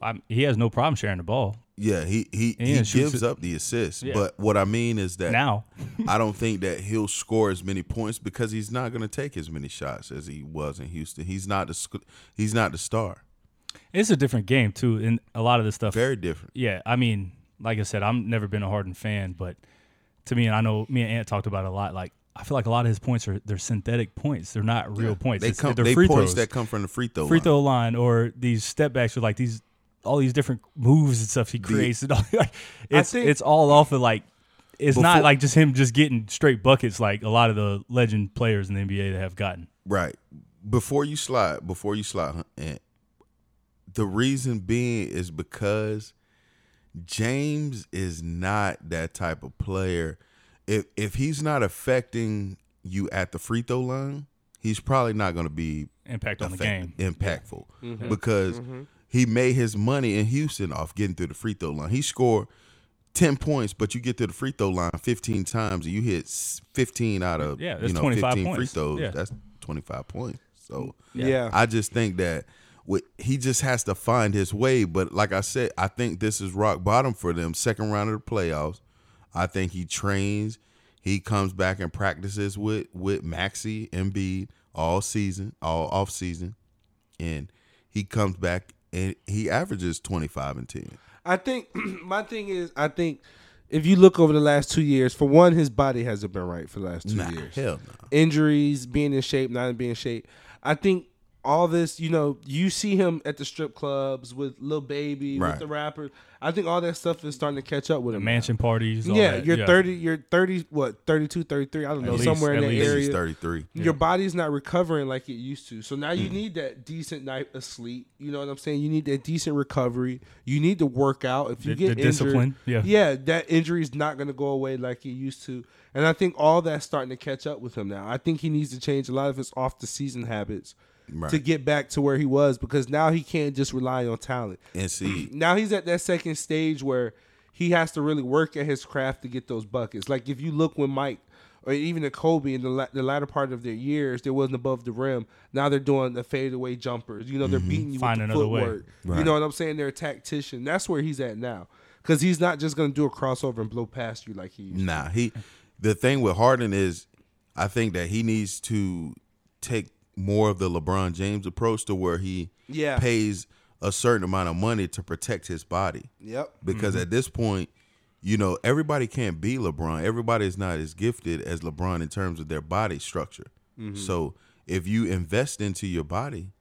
Speaker 3: I'm, he has no problem sharing the ball
Speaker 1: Yeah, he he,
Speaker 3: And
Speaker 1: he
Speaker 3: shoots
Speaker 1: gives
Speaker 3: it.
Speaker 1: up the assists.
Speaker 3: Yeah.
Speaker 1: But what I mean is that
Speaker 3: now.
Speaker 1: I don't think that he'll score as many points because he's not going to take as many shots as he was in Houston. He's not the sc- he's not the star.
Speaker 3: It's a different game too, and a lot of this stuff.
Speaker 1: Very different.
Speaker 3: Yeah, I mean, like I said, I've never been a Harden fan, but to me, and I know me and Ant talked about it a lot. Like I feel like a lot of his points are they're synthetic points. They're not real points.
Speaker 1: They
Speaker 3: It's-
Speaker 1: come
Speaker 3: they're
Speaker 1: they
Speaker 3: free
Speaker 1: points
Speaker 3: throws.
Speaker 1: that come from the free throw
Speaker 3: free
Speaker 1: line.
Speaker 3: throw line or these step backs or like these all these different moves and stuff he creates and all like, it's
Speaker 2: think-
Speaker 3: it's all off of like it's not
Speaker 1: Before-
Speaker 3: like just him just getting straight buckets like a lot of the legend players in the NBA that have gotten.
Speaker 1: Right. Before you slide, before you slide, huh, and the reason being is because James is not that type of player. If if he's not affecting you at the free throw line, he's probably not going to be
Speaker 3: Impact on the game.
Speaker 1: effect- impactful because he made his money in Houston off getting through the free throw line. He scored 10 points, but you get to the free throw line 15 times and you hit s- 15 out of
Speaker 3: Yeah, that's
Speaker 1: you know
Speaker 3: 25
Speaker 1: 15 free
Speaker 3: points.
Speaker 1: throws.
Speaker 3: Yeah.
Speaker 1: That's 25 points. So
Speaker 2: Yeah.
Speaker 1: I just think that with, he just has to find his way, but like I said, I think this is rock bottom for them. Second round of the playoffs. I think he trains. He comes back and practices with with Maxi Embiid all season, all off season, and he comes back and he averages twenty five and ten.
Speaker 2: I think my thing is I think if you look over the last two years, for one, his body hasn't been right for the last two
Speaker 1: Nah,
Speaker 2: years.
Speaker 1: hell no.
Speaker 2: injuries, being in shape, not being in shape. I think all this, you know, you see him at the strip clubs with Lil Baby,
Speaker 1: Right.
Speaker 2: with the rappers. I think all that stuff is starting to catch up with him.
Speaker 3: Mansion parties. All
Speaker 2: yeah,
Speaker 3: that.
Speaker 2: you're 30, you're 30, what, 32, 33, I don't know,
Speaker 3: least,
Speaker 2: somewhere in
Speaker 3: at
Speaker 2: that
Speaker 3: least.
Speaker 1: He's
Speaker 2: area.
Speaker 1: thirty three.
Speaker 2: Your body's not recovering like it used to. So now you need that decent night of sleep. You know what I'm saying? You need that decent recovery. You need to work out. If you
Speaker 3: The-
Speaker 2: get
Speaker 3: the discipline,
Speaker 2: injured,
Speaker 3: yeah.
Speaker 2: yeah, that injury is not going to go away like it used to. And I think all that's starting to catch up with him now. I think he needs to change a lot of his off the season habits to
Speaker 1: Right.
Speaker 2: get back to where he was because now he can't just rely on talent.
Speaker 1: And see,
Speaker 2: Now he's at that second stage where he has to really work at his craft to get those buckets. Like if you look when Mike or even the Kobe in the, la- the latter part of their years, there wasn't above the rim. Now they're doing the fadeaway jumpers. You know, they're beating you
Speaker 3: Mm-hmm. Find
Speaker 2: with the
Speaker 3: another way.
Speaker 2: footwork. You know what I'm saying? They're a tactician. That's where he's at now. Because he's not just going to do a crossover and blow past you like he used to.
Speaker 1: nah, he the thing with Harden is, I think that he needs to take more of the LeBron James approach to where he
Speaker 2: Yeah.
Speaker 1: pays a certain amount of money to protect his body
Speaker 2: Yep.
Speaker 1: because at this point, you know, everybody can't be LeBron. Everybody is not as gifted as LeBron in terms of their body structure.
Speaker 2: Mm-hmm.
Speaker 1: So if you invest into your body,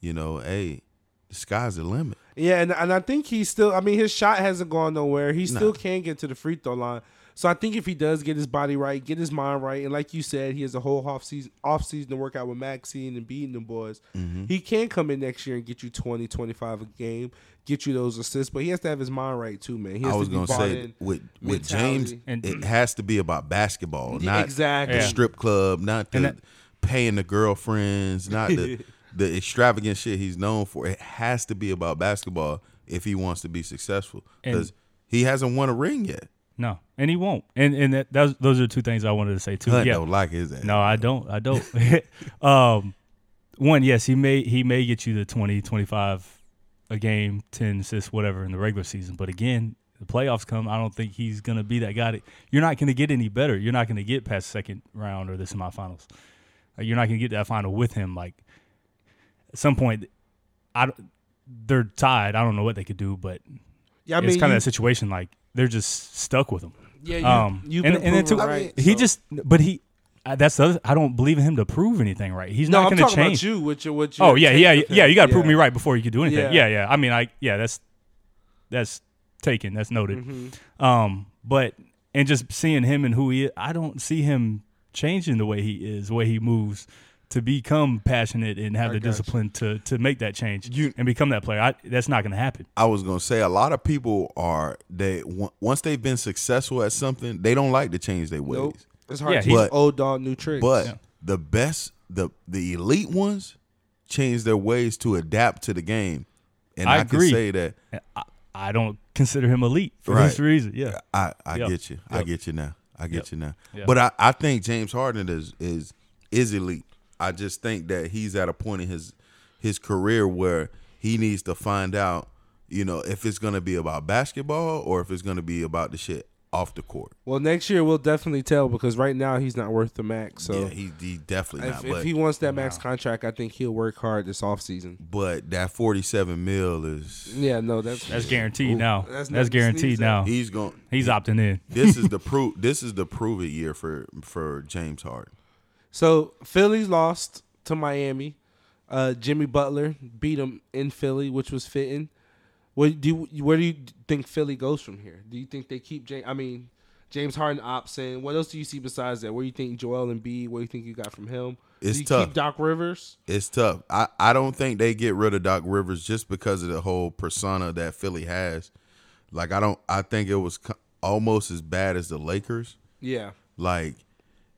Speaker 1: you know, hey, the sky's the limit.
Speaker 2: Yeah, and, and I think he's still. I mean, his shot hasn't gone nowhere. He
Speaker 1: No.
Speaker 2: still can get to the free throw line. So I think if he does get his body right, get his mind right, and like you said, he has a whole off season off season to work out with Maxine and beating the boys.
Speaker 1: Mm-hmm.
Speaker 2: He can come in next year and get you 20, 25 a game, get you those assists. But he has to have his mind right too, man. He has
Speaker 1: I was
Speaker 2: to be
Speaker 1: gonna
Speaker 2: bought
Speaker 1: say
Speaker 2: in.
Speaker 1: with with James,
Speaker 2: mentality.
Speaker 1: it
Speaker 3: And-
Speaker 1: has to be about basketball,
Speaker 2: Yeah,
Speaker 1: not
Speaker 2: exactly.
Speaker 1: the
Speaker 3: Yeah.
Speaker 1: strip club, not the
Speaker 3: And that-
Speaker 1: paying the girlfriends, not the the extravagant shit he's known for. It has to be about basketball if he wants to be successful
Speaker 3: And-
Speaker 1: because he hasn't won a ring yet.
Speaker 3: No, and he won't. And and that those, those are two things I wanted to say too.
Speaker 1: Hunt
Speaker 3: yeah.
Speaker 1: don't like his ass.
Speaker 3: No, I don't. I don't. um, one, yes, he may he may get you the 20, 25 a game, 10 assists, whatever in the regular season. But again, the playoffs come. I don't think he's going to be that guy. that- You're not going to get any better. You're not going to get past second round or the semifinals. Uh, You're not going to get that final with him. Like at some point, I don't- they're tied. I don't know what they could do, but
Speaker 2: Yeah, I
Speaker 3: it's
Speaker 2: mean,
Speaker 3: kind
Speaker 2: you-
Speaker 3: of that situation. Like they're just stuck with him.
Speaker 2: yeah, you,
Speaker 3: um,
Speaker 2: you've
Speaker 3: and-
Speaker 2: been
Speaker 3: and
Speaker 2: proven
Speaker 3: it took-
Speaker 1: I mean,
Speaker 2: right.
Speaker 3: He
Speaker 2: so-
Speaker 3: just, but he. I, that's the other, I don't believe in him to prove anything right. He's
Speaker 2: no,
Speaker 3: not
Speaker 2: I'm
Speaker 3: going to
Speaker 2: talking
Speaker 3: change.
Speaker 2: about you. With your, with your
Speaker 3: oh yeah,
Speaker 2: take
Speaker 3: yeah,
Speaker 2: of
Speaker 3: yeah,
Speaker 2: him.
Speaker 3: yeah. You got to prove
Speaker 2: Yeah.
Speaker 3: me right before you can do anything.
Speaker 2: Yeah.
Speaker 3: Yeah. yeah, I mean, I yeah, that's that's taken. That's noted.
Speaker 2: Mm-hmm.
Speaker 3: Um, but and just seeing him and who he is, I don't see him changing the way he is, the way he moves to become passionate and have the
Speaker 2: got you.
Speaker 3: discipline to to make that change
Speaker 1: You-
Speaker 3: and become that player. I, that's not going to happen.
Speaker 1: I was gonna say a lot of people are they on- once they've been successful at something, they don't like to change their ways.
Speaker 2: Nope. It's hard
Speaker 3: Yeah,
Speaker 2: to
Speaker 3: he's-
Speaker 2: teach old dog new tricks.
Speaker 1: But the best, the the elite ones, change their ways to adapt to the game, and I,
Speaker 3: I
Speaker 1: can
Speaker 3: agree.
Speaker 1: say that
Speaker 3: I, I don't consider him elite for this
Speaker 1: Right.
Speaker 3: reason. Yeah,
Speaker 1: I I
Speaker 3: Yep.
Speaker 1: get you, I
Speaker 3: Yep.
Speaker 1: get you now, I get
Speaker 3: Yep.
Speaker 1: you now.
Speaker 3: Yep.
Speaker 1: But I I think James Harden is is is elite. I just think that he's at a point in his his career where he needs to find out, you know, if it's gonna be about basketball or if it's gonna be about the shit off the court.
Speaker 2: Well, next year we'll definitely tell because right now he's not worth the max. So
Speaker 1: yeah, he, he definitely
Speaker 2: Oh. if,
Speaker 1: not.
Speaker 2: if
Speaker 1: but
Speaker 2: he wants that max contract, I think he'll work hard this offseason.
Speaker 1: but that forty seven mil is
Speaker 2: Yeah, no, that's
Speaker 3: that's guaranteed now.
Speaker 2: that's
Speaker 3: That's,
Speaker 2: nothing to sneeze
Speaker 3: guaranteed
Speaker 2: at.
Speaker 3: now.
Speaker 1: he's going.
Speaker 3: He's opting in.
Speaker 1: this is the prove. This is the prove it year for for James Harden.
Speaker 2: so Philly's lost to Miami. Uh, Jimmy Butler beat him in Philly, which was fitting. What do you, where do you think Philly goes from here? Do you think they keep James? I mean, James Harden opts in. What else do you see besides that? Where do you think Joel and B? What do you think you got from him?
Speaker 1: It's
Speaker 2: do you
Speaker 1: tough.
Speaker 2: Keep Doc Rivers.
Speaker 1: It's tough. I, I don't think they get rid of Doc Rivers just because of the whole persona that Philly has. Like I don't. I think it was co- almost as bad as the Lakers.
Speaker 2: Yeah,
Speaker 1: Like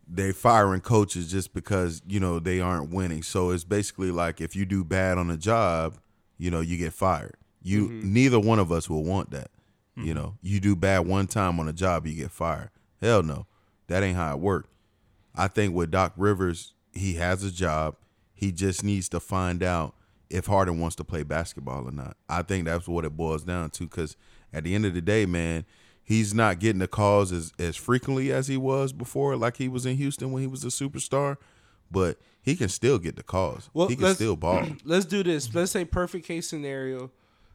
Speaker 1: they firing coaches just because you know they aren't winning. So it's basically like if you do bad on a job, you know you get fired. You neither one of us will want that. You know, you do bad one time on a job, you get fired. Hell no, that ain't how it works. I think with Doc Rivers, he has a job. He just needs to find out if Harden wants to play basketball or not. I think that's what it boils down to. Because at the end of the day, man, he's not getting the calls as as frequently as he was before, like he was in Houston when he was a superstar. But he can still get the calls.
Speaker 2: Well,
Speaker 1: he can
Speaker 2: let's-
Speaker 1: still ball.
Speaker 2: let's do this. Let's say perfect case scenario.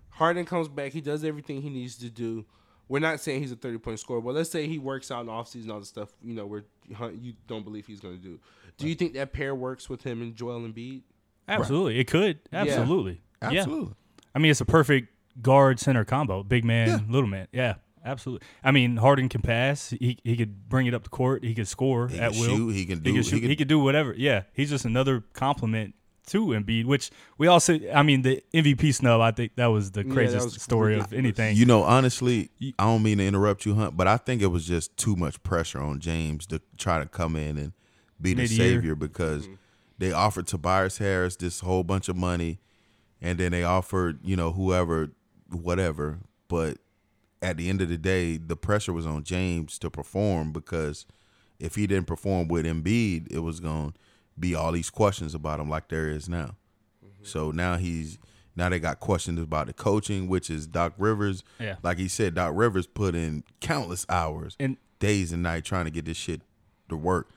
Speaker 2: Harden comes back. He does everything he needs to do. We're not saying he's a thirty point scorer, but let's say he works out in the offseason, all the stuff you know where Hunt- you don't believe he's going to do. Do you think that pair works with him and Joel Embiid?
Speaker 3: Absolutely, it could. Absolutely, Yeah.
Speaker 1: Absolutely.
Speaker 3: I mean, it's a perfect guard center combo, big man,
Speaker 1: Yeah.
Speaker 3: little man. Yeah, absolutely. I mean, Harden can pass. He he could bring it up the court. He could score
Speaker 1: He
Speaker 3: at
Speaker 1: can
Speaker 3: will.
Speaker 1: shoot. He can do- he
Speaker 3: He could shoot. He
Speaker 1: can-
Speaker 3: could, do whatever. Yeah, he's just another compliment to Embiid, which we also. I mean, the MVP snub. I think that was the
Speaker 2: that
Speaker 3: craziest
Speaker 2: was
Speaker 3: story of
Speaker 2: ridiculous.
Speaker 3: anything.
Speaker 1: You know, honestly, I don't mean to interrupt you, Hunt, but I think it was just too much pressure on James to try to come in and be the
Speaker 3: Mid-year.
Speaker 1: savior because they offered Tobias Harris this whole bunch of money, and then they offered you know whoever, whatever. But at the end of the day, the pressure was on James to perform because if he didn't perform with Embiid, it was going to be all these questions about him like there is now. So now he's now they got questions about the coaching, which is Doc Rivers.
Speaker 3: Yeah.
Speaker 1: Like he said, Doc Rivers put in countless hours.
Speaker 3: And-
Speaker 1: days and night trying to get this shit to work.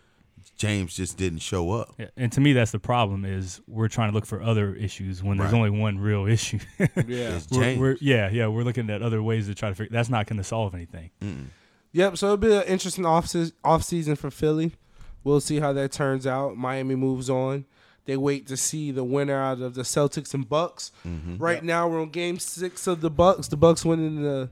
Speaker 1: James just didn't show up.
Speaker 3: Yeah, and to me, that's the problem is we're trying to look for other issues when there's
Speaker 1: Right.
Speaker 3: only one real issue.
Speaker 2: Yeah.
Speaker 1: It's
Speaker 3: we're,
Speaker 1: James.
Speaker 3: we're- yeah, yeah, we're looking at other ways to try to figure. That's not going to solve anything.
Speaker 1: Mm.
Speaker 2: Yep. So it'll be an interesting off season for Philly. We'll see how that turns out. Miami moves on. They wait to see the winner out of the Celtics and Bucks. Right now we're on Game Six of the Bucks. The Bucks winning the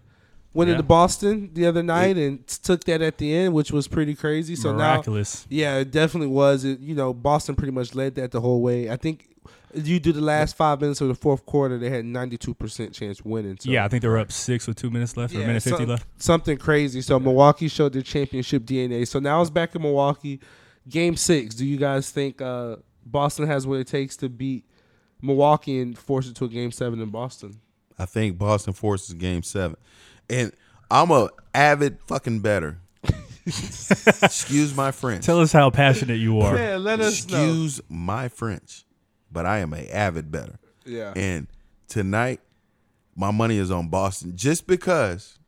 Speaker 2: winning
Speaker 3: Yeah.
Speaker 2: to Boston the other night and took that at the end, which was pretty crazy. So now
Speaker 3: Miraculous.
Speaker 2: Yeah, it definitely was. It, you know, Boston pretty much led that the whole way. I think you do the last five minutes of the fourth quarter, they had ninety two percent chance of winning. So.
Speaker 3: yeah, I think they were up six with two minutes left or a minute fifty
Speaker 2: some-
Speaker 3: left.
Speaker 2: Something crazy. So Milwaukee showed their championship DNA. So now it's back in Milwaukee. Game six. Do you guys think uh, Boston has what it takes to beat Milwaukee and force it to a game seven in Boston?
Speaker 1: I think Boston forces game seven. And I'm a avid fucking better. Excuse my French.
Speaker 3: Tell us how passionate you are.
Speaker 2: Yeah, let us know.
Speaker 1: Excuse my French. But I am a avid better.
Speaker 2: Yeah.
Speaker 1: And tonight, my money is on Boston just because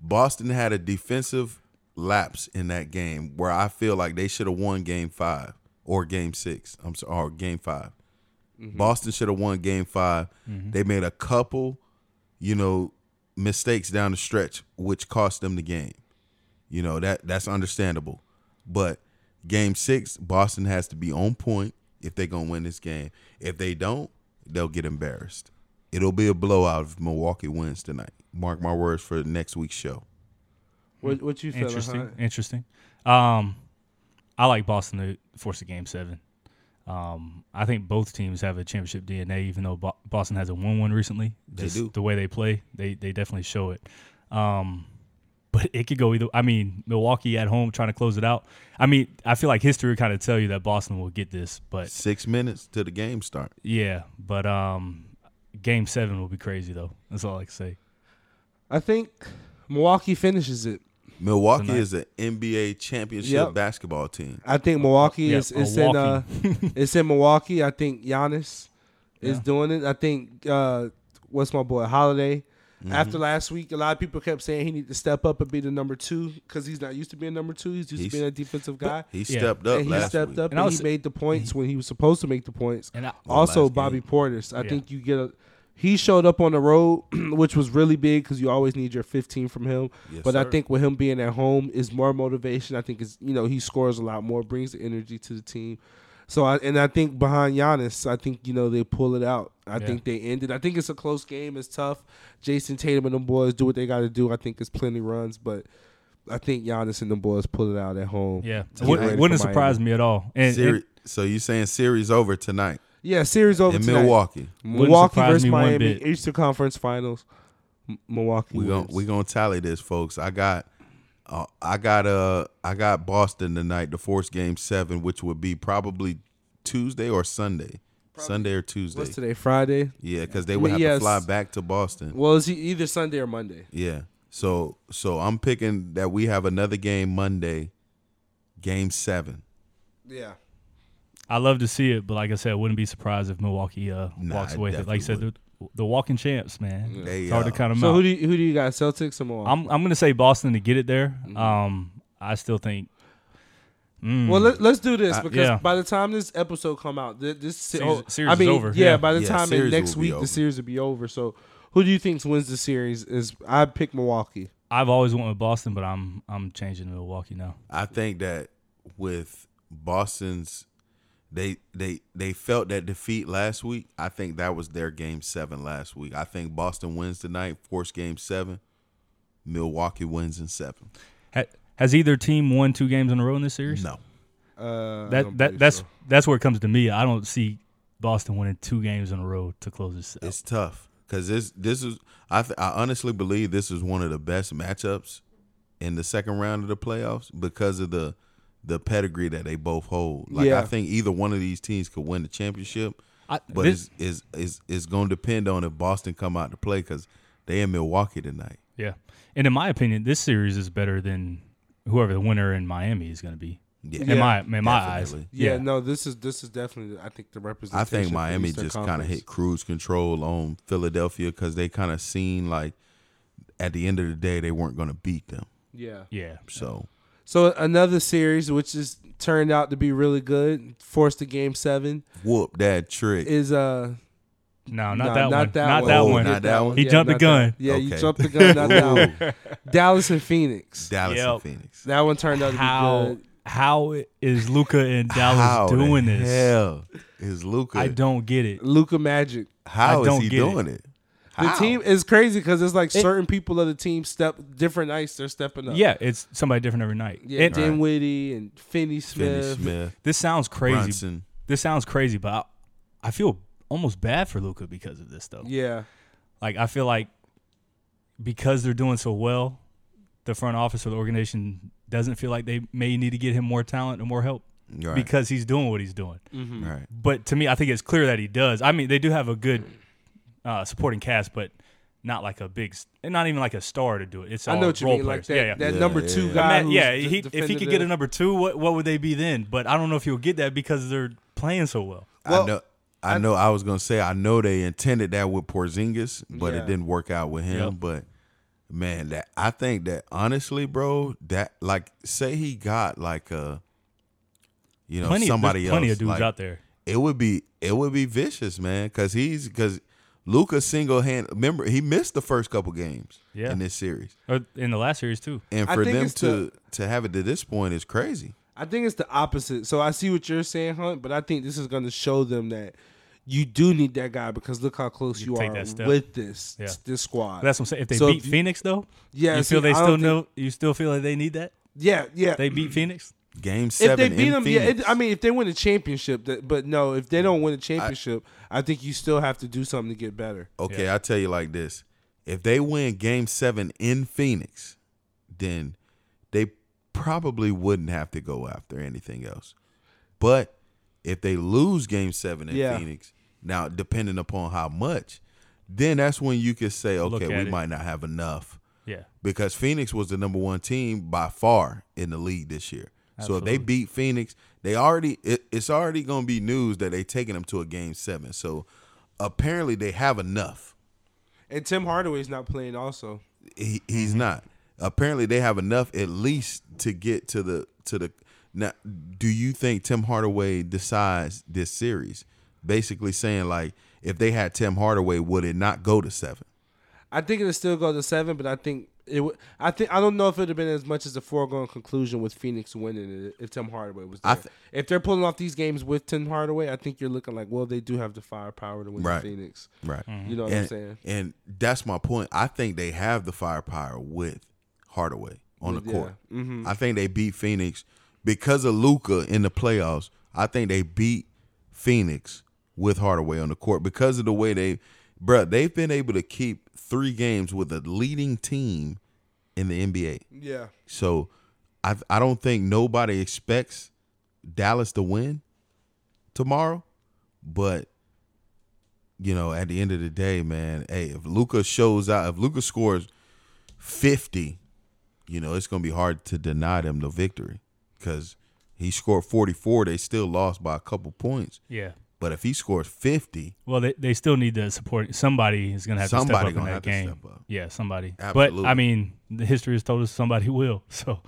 Speaker 1: Boston had a defensive lapse in that game where I feel like they should have won game five or game six. I'm sorry, or game 5
Speaker 2: Mm-hmm.
Speaker 1: Boston should have won game 5 They made a couple, you know, mistakes down the stretch, which cost them the game. You know, that that's understandable. But game six, Boston has to be on point if they're gonna win this game. If they don't, they'll get embarrassed. It'll be a blowout if Milwaukee wins tonight. Mark my words for next week's show.
Speaker 2: What, what you feel? uh-huh?
Speaker 3: interesting.
Speaker 2: Hunt?
Speaker 3: Interesting. Um, I like Boston to force a game seven. Um, I think both teams have a championship DNA, even though Bo- Boston hasn't won one recently.
Speaker 1: They do.
Speaker 3: The way they play, they they definitely show it. Um, but it could go either. I mean, Milwaukee at home trying to close it out. I mean, I feel like history would kind of tell you that Boston will get this, but
Speaker 1: Six minutes to the game start.
Speaker 3: yeah. But um, game seven will be crazy though. That's all I can say.
Speaker 2: I think Milwaukee finishes it.
Speaker 1: Milwaukee
Speaker 3: Tonight.
Speaker 1: is an NBA championship
Speaker 2: Yep.
Speaker 1: basketball team.
Speaker 2: I think Milwaukee
Speaker 3: Yeah,
Speaker 2: is it's in uh, it's in Milwaukee. I think Giannis is
Speaker 3: Yeah.
Speaker 2: doing it. I think uh, what's my boy Holiday.
Speaker 3: Mm-hmm.
Speaker 2: After last week, a lot of people kept saying he need to step up and be the number two because he's not used to being number two. He's used
Speaker 1: He's-
Speaker 2: to being a defensive guy.
Speaker 1: He
Speaker 3: Yeah.
Speaker 1: stepped up
Speaker 2: and he
Speaker 1: last
Speaker 2: stepped
Speaker 1: week.
Speaker 2: up
Speaker 3: And
Speaker 2: and,
Speaker 3: I was-
Speaker 2: he made the points when he was supposed to make the points.
Speaker 3: And I,
Speaker 2: Also,
Speaker 1: last game.
Speaker 2: Bobby Portis. I
Speaker 3: Yeah.
Speaker 2: think you get a. He showed up on the road, which was really big because you always need your 15 from him.
Speaker 1: Yes,
Speaker 2: but I
Speaker 1: sir.
Speaker 2: think with him being at home is more motivation. I think is you know he scores a lot more, brings the energy to the team. So I and I think behind Giannis, I think you know they pull it out. I
Speaker 3: Yeah.
Speaker 2: think they ended. I think it's a close game. It's tough. Jason Tatum and them boys do what they got to do. I think it's plenty runs, but I think Giannis and them boys pull it out at home.
Speaker 3: yeah,
Speaker 2: get
Speaker 3: Wouldn't-
Speaker 2: ready for
Speaker 3: wouldn't
Speaker 2: Miami.
Speaker 3: surprise me at all. And, and
Speaker 1: Seri- so you saying series over tonight
Speaker 2: Yeah, series over
Speaker 1: in
Speaker 2: tonight.
Speaker 1: Milwaukee?
Speaker 2: Milwaukee
Speaker 3: surprise
Speaker 2: versus
Speaker 3: me one
Speaker 2: Miami,
Speaker 3: bit.
Speaker 2: Eastern Conference Finals. M- Milwaukee
Speaker 1: We gonna
Speaker 2: wins.
Speaker 1: we gonna tally this, folks. I got, uh, I got uh, I got Boston tonight, the force game seven, which would be probably Tuesday or Sunday, Sunday or Tuesday.
Speaker 2: What's today? Friday.
Speaker 1: Yeah, because they would have
Speaker 2: Yes.
Speaker 1: to fly back to Boston.
Speaker 2: Well, it's e- either Sunday or Monday.
Speaker 1: Yeah, so so I'm picking that we have another game Monday, game seven.
Speaker 2: Yeah.
Speaker 3: I love to see it, but like I said, I wouldn't be surprised if Milwaukee uh,
Speaker 1: Nah,
Speaker 3: walks
Speaker 1: I
Speaker 3: away. with it. Like you said,
Speaker 1: definitely
Speaker 3: the, the walking champs, man.
Speaker 1: They,
Speaker 3: it's hard to
Speaker 1: uh,
Speaker 3: count them
Speaker 2: So
Speaker 3: out.
Speaker 2: who do you, who do you got? Celtics or Milwaukee?
Speaker 3: I'm I'm gonna say Boston to get it there.
Speaker 2: Mm-hmm.
Speaker 3: Um, I still think
Speaker 2: well, let, let's do this
Speaker 1: Uh,
Speaker 2: because
Speaker 3: yeah.
Speaker 2: by the time this episode come out, th- this se-
Speaker 3: Series-
Speaker 2: oh,
Speaker 3: series
Speaker 2: I
Speaker 3: is
Speaker 2: mean,
Speaker 3: over.
Speaker 2: Yeah,
Speaker 3: Yeah.
Speaker 2: by the
Speaker 1: Yeah,
Speaker 2: time in
Speaker 1: series
Speaker 2: next
Speaker 1: will
Speaker 2: week
Speaker 1: be
Speaker 2: the
Speaker 1: over.
Speaker 2: series will be over. So, who do you think wins the series? Is I pick Milwaukee.
Speaker 3: I've always went with Boston, but I'm I'm changing to Milwaukee now.
Speaker 1: I think that with Boston's they they they felt that defeat last week. I think that was their game 7 last week. I think Boston wins tonight, force game 7. Milwaukee wins in 7.
Speaker 3: Ha- has either team won two games in a row in this series?
Speaker 1: No.
Speaker 2: Uh, I
Speaker 3: That
Speaker 2: don't
Speaker 3: that
Speaker 2: believe
Speaker 3: that's
Speaker 2: so.
Speaker 3: that's where it comes to me. I don't see Boston winning two games in a row to close this. out.
Speaker 1: It's tough cuz this this is I th- I honestly believe this is one of the best matchups in the second round of the playoffs because of the the pedigree that they both hold. Like
Speaker 2: Yeah.
Speaker 1: I think either one of these teams could win the championship.
Speaker 3: I,
Speaker 1: But
Speaker 3: this-
Speaker 1: it's, it's, it's, it's going to depend on if Boston come out to play because they in Milwaukee tonight.
Speaker 3: yeah, and in my opinion, this series is better than whoever the winner in Miami is going to be.
Speaker 1: Yeah.
Speaker 3: in my in my eyes,
Speaker 1: Definitely.
Speaker 2: yeah, no. This is this is definitely I think the
Speaker 1: I
Speaker 2: representation.
Speaker 1: think
Speaker 2: for
Speaker 1: Miami
Speaker 2: Eastern
Speaker 1: just kind of
Speaker 2: Conference.
Speaker 1: hit cruise control on Philadelphia because they kind of seen like at the end of the day they weren't going to beat them.
Speaker 2: Yeah.
Speaker 3: Yeah.
Speaker 1: So
Speaker 2: So another series which is turned out to be really good, forced to game seven,
Speaker 1: whoop that trick.
Speaker 2: is uh
Speaker 3: No, not
Speaker 2: nah,
Speaker 3: that one.
Speaker 2: that
Speaker 3: not
Speaker 2: one.
Speaker 3: that
Speaker 1: Oh,
Speaker 3: one.
Speaker 1: not that one?
Speaker 3: He jumped the
Speaker 2: not
Speaker 3: gun.
Speaker 2: that- Yeah, you
Speaker 1: Okay.
Speaker 2: jumped the gun, not that one.
Speaker 1: Ooh,
Speaker 2: Dallas and Phoenix.
Speaker 1: Dallas
Speaker 3: Yep.
Speaker 1: and Phoenix.
Speaker 2: That one turned out to be
Speaker 3: How
Speaker 2: good.
Speaker 3: how i- is Luca and Dallas
Speaker 1: How the
Speaker 3: doing this?
Speaker 1: Hell, is Luca?
Speaker 3: I don't get it.
Speaker 2: Luca Magic.
Speaker 1: How
Speaker 3: I
Speaker 1: is
Speaker 3: don't
Speaker 1: he
Speaker 3: get it.
Speaker 1: doing it?
Speaker 2: The
Speaker 1: How?
Speaker 2: team is crazy because it's like certain people of the team step different nights. They're stepping up.
Speaker 3: Yeah, it's somebody different every night.
Speaker 2: yeah.
Speaker 3: And
Speaker 2: Dinwiddie and
Speaker 1: Finney
Speaker 2: Finney Smith.
Speaker 1: Smith,
Speaker 3: this sounds crazy.
Speaker 1: Brunson.
Speaker 3: This sounds crazy, but I, I feel almost bad for Luca because of this though.
Speaker 2: Yeah,
Speaker 3: Like I feel like because they're doing so well, the front office or the organization doesn't feel like they may need to get him more talent or more help
Speaker 1: Right.
Speaker 3: because he's doing what he's doing.
Speaker 2: Mm-hmm.
Speaker 1: right.
Speaker 3: But to me, I think it's clear that he does. I mean, they do have a good uh, supporting cast, but not like a big, s- and not even like a star to do it. It's all
Speaker 2: I know what you
Speaker 3: role
Speaker 2: mean. Like
Speaker 3: players.
Speaker 2: that,
Speaker 3: yeah, yeah.
Speaker 2: that
Speaker 1: Yeah,
Speaker 2: number
Speaker 1: yeah,
Speaker 2: two
Speaker 1: yeah.
Speaker 2: guy.
Speaker 3: Matt-
Speaker 2: who's
Speaker 3: yeah,
Speaker 2: d-
Speaker 3: he, if he could get a
Speaker 2: definitive.
Speaker 3: number two, what what would they be then? But I don't know if he'll get that because they're playing so well.
Speaker 1: I
Speaker 2: Well,
Speaker 1: know. I, know. I was gonna say I know they intended that with Porzingis, but
Speaker 2: Yeah.
Speaker 1: it didn't work out with him.
Speaker 3: Yep.
Speaker 1: But man, that I think that honestly, bro, that like say he got like a, you know,
Speaker 3: Plenty,
Speaker 1: somebody
Speaker 3: there's plenty
Speaker 1: else,
Speaker 3: of dudes
Speaker 1: like,
Speaker 3: out there.
Speaker 1: it would be it would be vicious, man, because he's because Luca single hand. Remember, he missed the first couple games
Speaker 3: Yeah.
Speaker 1: in this series,
Speaker 3: Or in the last series too.
Speaker 1: and
Speaker 2: I
Speaker 1: for
Speaker 2: think
Speaker 1: them
Speaker 2: it's
Speaker 1: to
Speaker 2: the-
Speaker 1: to have it to this point is crazy.
Speaker 2: I think it's the opposite. So I see what you're saying, Hunt, but I think this is going to show them that you do need that guy because look how close
Speaker 3: You
Speaker 2: you,
Speaker 3: take
Speaker 2: are
Speaker 3: that step.
Speaker 2: with this
Speaker 3: Yeah.
Speaker 2: this squad.
Speaker 3: That's what I'm saying. If they
Speaker 2: So
Speaker 3: beat
Speaker 2: if you-
Speaker 3: Phoenix though,
Speaker 2: yeah.
Speaker 3: you
Speaker 2: see,
Speaker 3: feel they
Speaker 2: I don't
Speaker 3: still
Speaker 2: think-
Speaker 3: know. You still feel like they need that.
Speaker 2: Yeah, yeah.
Speaker 3: They beat Phoenix.
Speaker 1: Game seven.
Speaker 2: if they beat
Speaker 1: in
Speaker 2: them, yeah. It,
Speaker 1: Phoenix.
Speaker 2: I mean, if they win a championship, that, but no, if they don't win a championship, I, think you still have to do something to get better.
Speaker 1: Okay, I tell you like this: if they win Game Seven in Phoenix, then they probably wouldn't have to go after anything else. But if they lose Game Seven in
Speaker 2: Yeah.
Speaker 1: Phoenix, now depending upon how much, then that's when you could say,
Speaker 3: Look
Speaker 1: okay, we
Speaker 3: at it.
Speaker 1: might not have enough
Speaker 3: Yeah.
Speaker 1: because Phoenix was the number one team by far in the league this year. So if they beat Phoenix, they already it, it's already gonna be news that they taking them to a game seven. So apparently they have enough.
Speaker 2: And Tim Hardaway's not playing, also.
Speaker 1: He, he's not. Apparently they have enough at least to get to the to the. Now, do you think Tim Hardaway decides this series? Basically saying like, if they had Tim Hardaway, would it not go to seven?
Speaker 2: I think it'll still go to seven, but I think it. would. I think I don't know if it'd have been as much as a foregone conclusion with Phoenix winning it if Tim Hardaway was there.
Speaker 1: I th-
Speaker 2: if they're pulling off these games with Tim Hardaway, I think you're looking like, well, they do have the firepower to win
Speaker 1: Right.
Speaker 2: Phoenix.
Speaker 1: Right.
Speaker 2: You know what
Speaker 1: and,
Speaker 2: I'm saying?
Speaker 1: And that's my point. I think they have the firepower with Hardaway on the
Speaker 2: Yeah. Mm-hmm.
Speaker 1: court. I think they beat Phoenix because of Luca in the playoffs. I think they beat Phoenix with Hardaway on the court because of the way they, bruh, they've been able to keep three games with a leading team in the NBA.
Speaker 2: Yeah.
Speaker 1: So I I don't think nobody expects Dallas to win tomorrow, but you know, at the end of the day, man, hey, if Luca shows out, if Luca scores 50, you know, it's going to be hard to deny them the victory cuz he scored 44, they still lost by a couple points.
Speaker 3: Yeah.
Speaker 1: But if he scores 50,
Speaker 3: Well, they, they still need the support. Somebody is going to have
Speaker 1: Somebody
Speaker 3: to step up
Speaker 1: gonna
Speaker 3: in that
Speaker 1: have to
Speaker 3: game.
Speaker 1: step up.
Speaker 3: Yeah, somebody. But I
Speaker 1: Absolutely.
Speaker 3: mean, the history has told us somebody will. So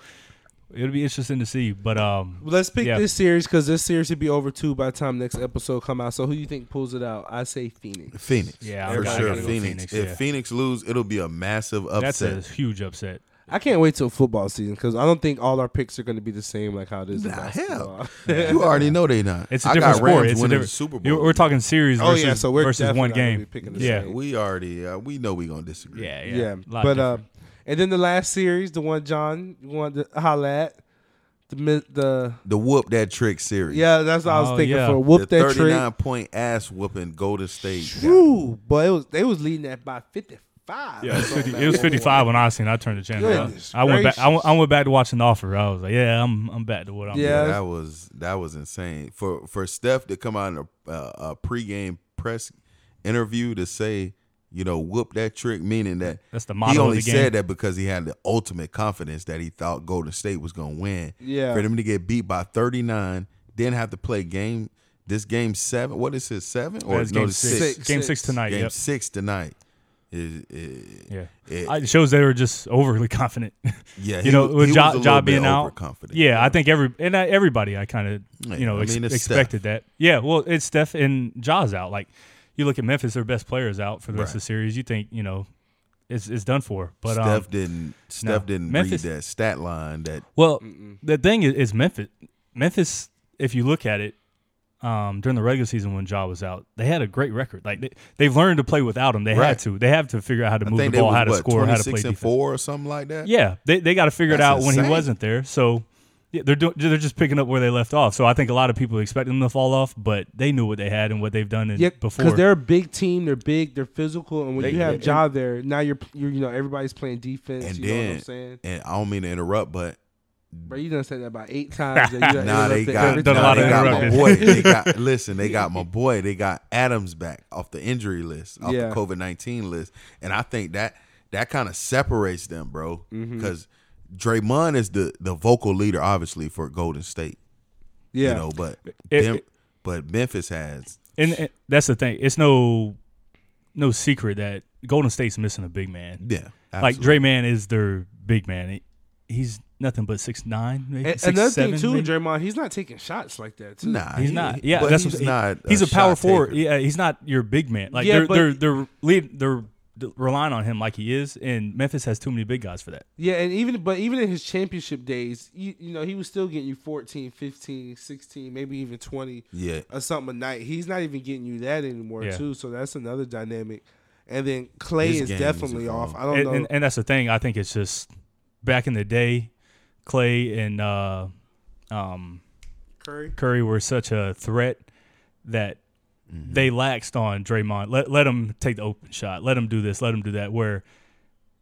Speaker 3: it'll be interesting to see. But um,
Speaker 2: Well, let's pick
Speaker 3: Yeah.
Speaker 2: this series because this series will be over two by the time next episode come out. So who you think pulls it out? I say Phoenix.
Speaker 1: Phoenix.
Speaker 3: Yeah, I
Speaker 1: for
Speaker 2: gotta
Speaker 1: sure
Speaker 2: go
Speaker 1: Phoenix.
Speaker 3: Phoenix,
Speaker 1: if
Speaker 3: yeah.
Speaker 1: Phoenix lose, it'll be a massive upset.
Speaker 3: that's a huge upset.
Speaker 2: I can't wait till football season because I don't think all our picks are going to be the same like how it is. in
Speaker 1: Nah,
Speaker 2: basketball.
Speaker 1: hell, you already know they not.
Speaker 3: It's a
Speaker 1: I
Speaker 3: different
Speaker 1: got Rams
Speaker 3: sport. It's
Speaker 1: winning
Speaker 3: a
Speaker 1: the
Speaker 3: different
Speaker 1: Super Bowl.
Speaker 3: you're- We're talking series
Speaker 2: Oh,
Speaker 3: versus,
Speaker 2: yeah, so we're
Speaker 3: versus
Speaker 2: definitely
Speaker 3: one
Speaker 2: not gonna
Speaker 3: game.
Speaker 2: be picking the
Speaker 3: yeah.
Speaker 2: same.
Speaker 1: we already uh, we know we gonna disagree.
Speaker 3: yeah, yeah,
Speaker 2: yeah.
Speaker 3: A lot
Speaker 2: But uh,
Speaker 3: different.
Speaker 2: and then the last series, the one John wanted to holla at, the mi- the
Speaker 1: The whoop that trick series.
Speaker 2: yeah, that's what I was
Speaker 3: Oh,
Speaker 2: thinking
Speaker 3: yeah.
Speaker 2: for whoop
Speaker 1: the
Speaker 2: that
Speaker 1: thirty
Speaker 2: trick.
Speaker 1: nine point ass whooping Golden State. got.
Speaker 2: True, but it was they was leading that by fifty five.
Speaker 3: Yeah, it was, 50, it was 55 when I seen. it. I turned the channel. I-
Speaker 2: Goodness
Speaker 3: I went back. I went, I
Speaker 2: gracious.
Speaker 3: went back to watching the offer. I was like, yeah, I'm I'm back to what I'm.
Speaker 2: Yeah.
Speaker 3: doing.
Speaker 1: Yeah, that was that was insane for for Steph to come out in a, uh, a pregame press interview to say. You know, whoop that trick, meaning that
Speaker 3: That's the motto
Speaker 1: he
Speaker 3: of
Speaker 1: only
Speaker 3: the game.
Speaker 1: said that because he had the ultimate confidence that he thought Golden State was going to win.
Speaker 2: Yeah.
Speaker 1: for them to get beat by thirty nine, then have to play game this game seven. What is it, seven or
Speaker 3: That's
Speaker 1: no
Speaker 3: game six.
Speaker 2: six.
Speaker 3: Game
Speaker 2: Six.
Speaker 3: six tonight.
Speaker 1: game
Speaker 3: Yep.
Speaker 1: six tonight. It, it,
Speaker 3: Yeah,
Speaker 1: it-
Speaker 3: I- it shows they were just overly confident.
Speaker 1: yeah,
Speaker 3: you know,
Speaker 1: was-
Speaker 3: with
Speaker 1: he
Speaker 3: Ja-
Speaker 1: was a
Speaker 3: Ja
Speaker 1: little bit
Speaker 3: being out,
Speaker 1: overconfident.
Speaker 3: yeah, I think every and I, everybody I kind
Speaker 1: Yeah,
Speaker 3: of you know
Speaker 1: I
Speaker 3: ex-
Speaker 1: mean, it's
Speaker 3: expected that. Yeah, well, it's Steph and Jaws out. Like you look at Memphis, their best players out for the rest
Speaker 1: Right.
Speaker 3: of the series. You think you know it's it's done for. But um,
Speaker 1: Steph didn't. Steph didn't
Speaker 3: Memphis-
Speaker 1: read that stat line. That
Speaker 3: Well, the thing is, is Memphis. Memphis, if you look at it, um, during the regular season when Ja was out, they had a great record. Like they, they've learned to play without him. They
Speaker 1: Right.
Speaker 3: had to. They have to figure out how to
Speaker 1: I
Speaker 3: move the
Speaker 1: think they
Speaker 3: ball,
Speaker 1: was,
Speaker 3: how to
Speaker 1: what,
Speaker 3: score, how to play
Speaker 1: 26 and
Speaker 3: defense.
Speaker 1: four or something like that.
Speaker 3: Yeah, they they got to figure it
Speaker 1: That's
Speaker 3: out when
Speaker 1: insane.
Speaker 3: he wasn't there. So yeah, they're doing. They're just picking up where they left off. So I think a lot of people expect them to fall off, but they knew what they had and what they've done in,
Speaker 2: Yeah,
Speaker 3: before.
Speaker 2: because they're a big team. They're big. They're physical. And when
Speaker 1: They-
Speaker 2: you have
Speaker 1: and-
Speaker 2: Ja there, now you're, you're you know everybody's playing defense.
Speaker 1: And
Speaker 2: you know what
Speaker 1: then,
Speaker 2: I'm saying?
Speaker 1: and I don't mean to interrupt, but
Speaker 2: Bro, you done said that about eight times. that you done
Speaker 1: Nah, they
Speaker 2: interrupted
Speaker 1: got,
Speaker 2: every
Speaker 3: Done a
Speaker 1: nah,
Speaker 3: lot
Speaker 2: time.
Speaker 1: they
Speaker 3: of
Speaker 1: got my
Speaker 3: interrupting.
Speaker 1: boy. They got listen, they got my boy. They got Adams back off the injury list, off
Speaker 2: Yeah.
Speaker 1: the COVID nineteen list, and I think that that kind of separates them, bro.
Speaker 2: Mm-hmm.
Speaker 1: Because Draymond is the the vocal leader, obviously for Golden State,
Speaker 2: Yeah,
Speaker 1: you know, but
Speaker 3: It-
Speaker 1: Mem-
Speaker 3: it-
Speaker 1: but Memphis has
Speaker 3: and, and that's the thing. It's no no secret that Golden State's missing a big man.
Speaker 1: yeah,
Speaker 3: like
Speaker 1: absolutely.
Speaker 3: Draymond is their big man. He, he's nothing but six nine, maybe
Speaker 2: And
Speaker 3: six,
Speaker 2: another
Speaker 3: seven,
Speaker 2: thing too,
Speaker 3: maybe.
Speaker 2: Draymond, he's not taking shots like that too.
Speaker 1: Nah,
Speaker 3: He's
Speaker 1: he-
Speaker 3: not. Yeah,
Speaker 1: but
Speaker 3: that's
Speaker 1: he's
Speaker 3: what, he-
Speaker 1: not. a
Speaker 3: He's a power
Speaker 1: shot
Speaker 3: forward.
Speaker 1: taker.
Speaker 3: Yeah, he's not your big man. Like
Speaker 2: Yeah,
Speaker 3: they're,
Speaker 2: but-
Speaker 3: they're they're lead they're d- relying on him like he is, and Memphis has too many big guys for that.
Speaker 2: Yeah, and even but even in his championship days, you, you know, he was still getting you 14, 15, 16, maybe even 20
Speaker 1: Yeah,
Speaker 2: or something a night. He's not even getting you that anymore
Speaker 3: Yeah.
Speaker 2: too. So that's another dynamic. And then Clay
Speaker 1: His
Speaker 2: is
Speaker 1: games
Speaker 2: definitely
Speaker 1: are
Speaker 2: off.
Speaker 1: off.
Speaker 2: I don't
Speaker 3: And,
Speaker 2: know.
Speaker 3: and, and that's the thing. I think it's just back in the day, Clay and uh, um,
Speaker 2: Curry.
Speaker 3: Curry were such a threat that
Speaker 1: Mm-hmm.
Speaker 3: they laxed on Draymond. Let let him take the open shot. Let him do this. Let him do that. Where,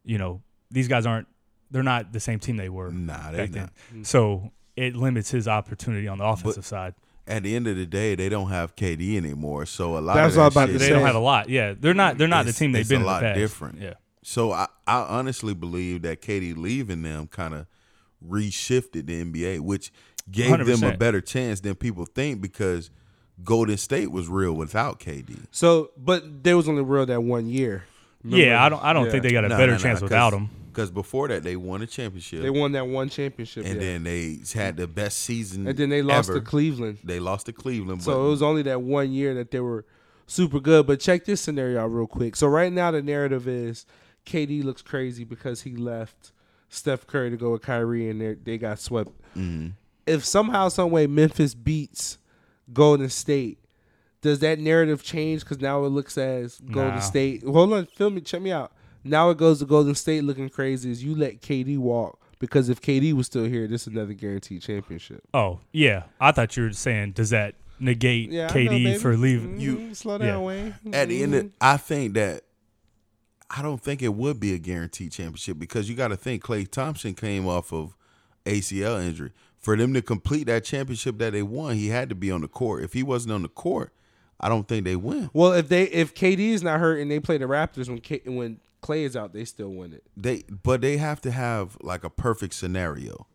Speaker 3: you know, these guys aren't. They're not the same team they were
Speaker 1: nah, Mm, they
Speaker 3: back then.
Speaker 1: not.
Speaker 3: So it limits his opportunity on the offensive side.
Speaker 1: At the end of the day, they don't have KD anymore, so a lot.
Speaker 2: That's
Speaker 1: of that
Speaker 2: what I was about to
Speaker 1: shit-
Speaker 3: They
Speaker 2: say.
Speaker 3: don't have a lot. Yeah, they're not. They're not the
Speaker 1: It's-
Speaker 3: team they've
Speaker 1: it's a
Speaker 3: been. in the
Speaker 1: lot
Speaker 3: past.
Speaker 1: different.
Speaker 3: Yeah.
Speaker 1: So I, I honestly believe that Katie leaving them kind of reshifted the NBA, which gave them a
Speaker 3: 100%.
Speaker 1: better chance than people think because Golden State was real without KD.
Speaker 2: So, but they was only real that one year. Remember?
Speaker 3: Yeah. I don't. I don't
Speaker 2: Yeah.
Speaker 3: think they got a better chance without him.
Speaker 1: Because before that, they won a championship,
Speaker 2: They won that one championship.
Speaker 1: and
Speaker 2: yeah.
Speaker 1: then they had the best season.
Speaker 2: and then they lost
Speaker 1: ever.
Speaker 2: to Cleveland.
Speaker 1: They lost to Cleveland, but
Speaker 2: So it was only that one year that they were super good. But check this scenario out real quick. So right now the narrative is KD looks crazy because he left Steph Curry to go with Kyrie and they they got swept. If somehow, some way, Memphis beats Golden State. Does that narrative change? Because now it looks as Golden
Speaker 3: Nah.
Speaker 2: State. Hold on, film me. Check me out. Now it goes to Golden State looking crazy. Is you let KD walk because if KD was still here, this is another guaranteed championship.
Speaker 3: Oh yeah. I thought you were saying does that negate
Speaker 2: Yeah, I know,
Speaker 3: KD
Speaker 2: baby.
Speaker 3: for leaving?
Speaker 2: Mhm, slow down,
Speaker 3: yeah.
Speaker 2: Wayne. Mm-hmm.
Speaker 1: at the end of, I think that I don't think it would be a guaranteed championship because you got to think Clay Thompson came off of ACL injury. For them to complete that championship that they won, he had to be on the court. If he wasn't on the court, I don't think they win.
Speaker 2: Well, if they if KD is not hurt and they play the Raptors when K, when Clay is out, they still win it.
Speaker 1: They but they have to have like a perfect scenario.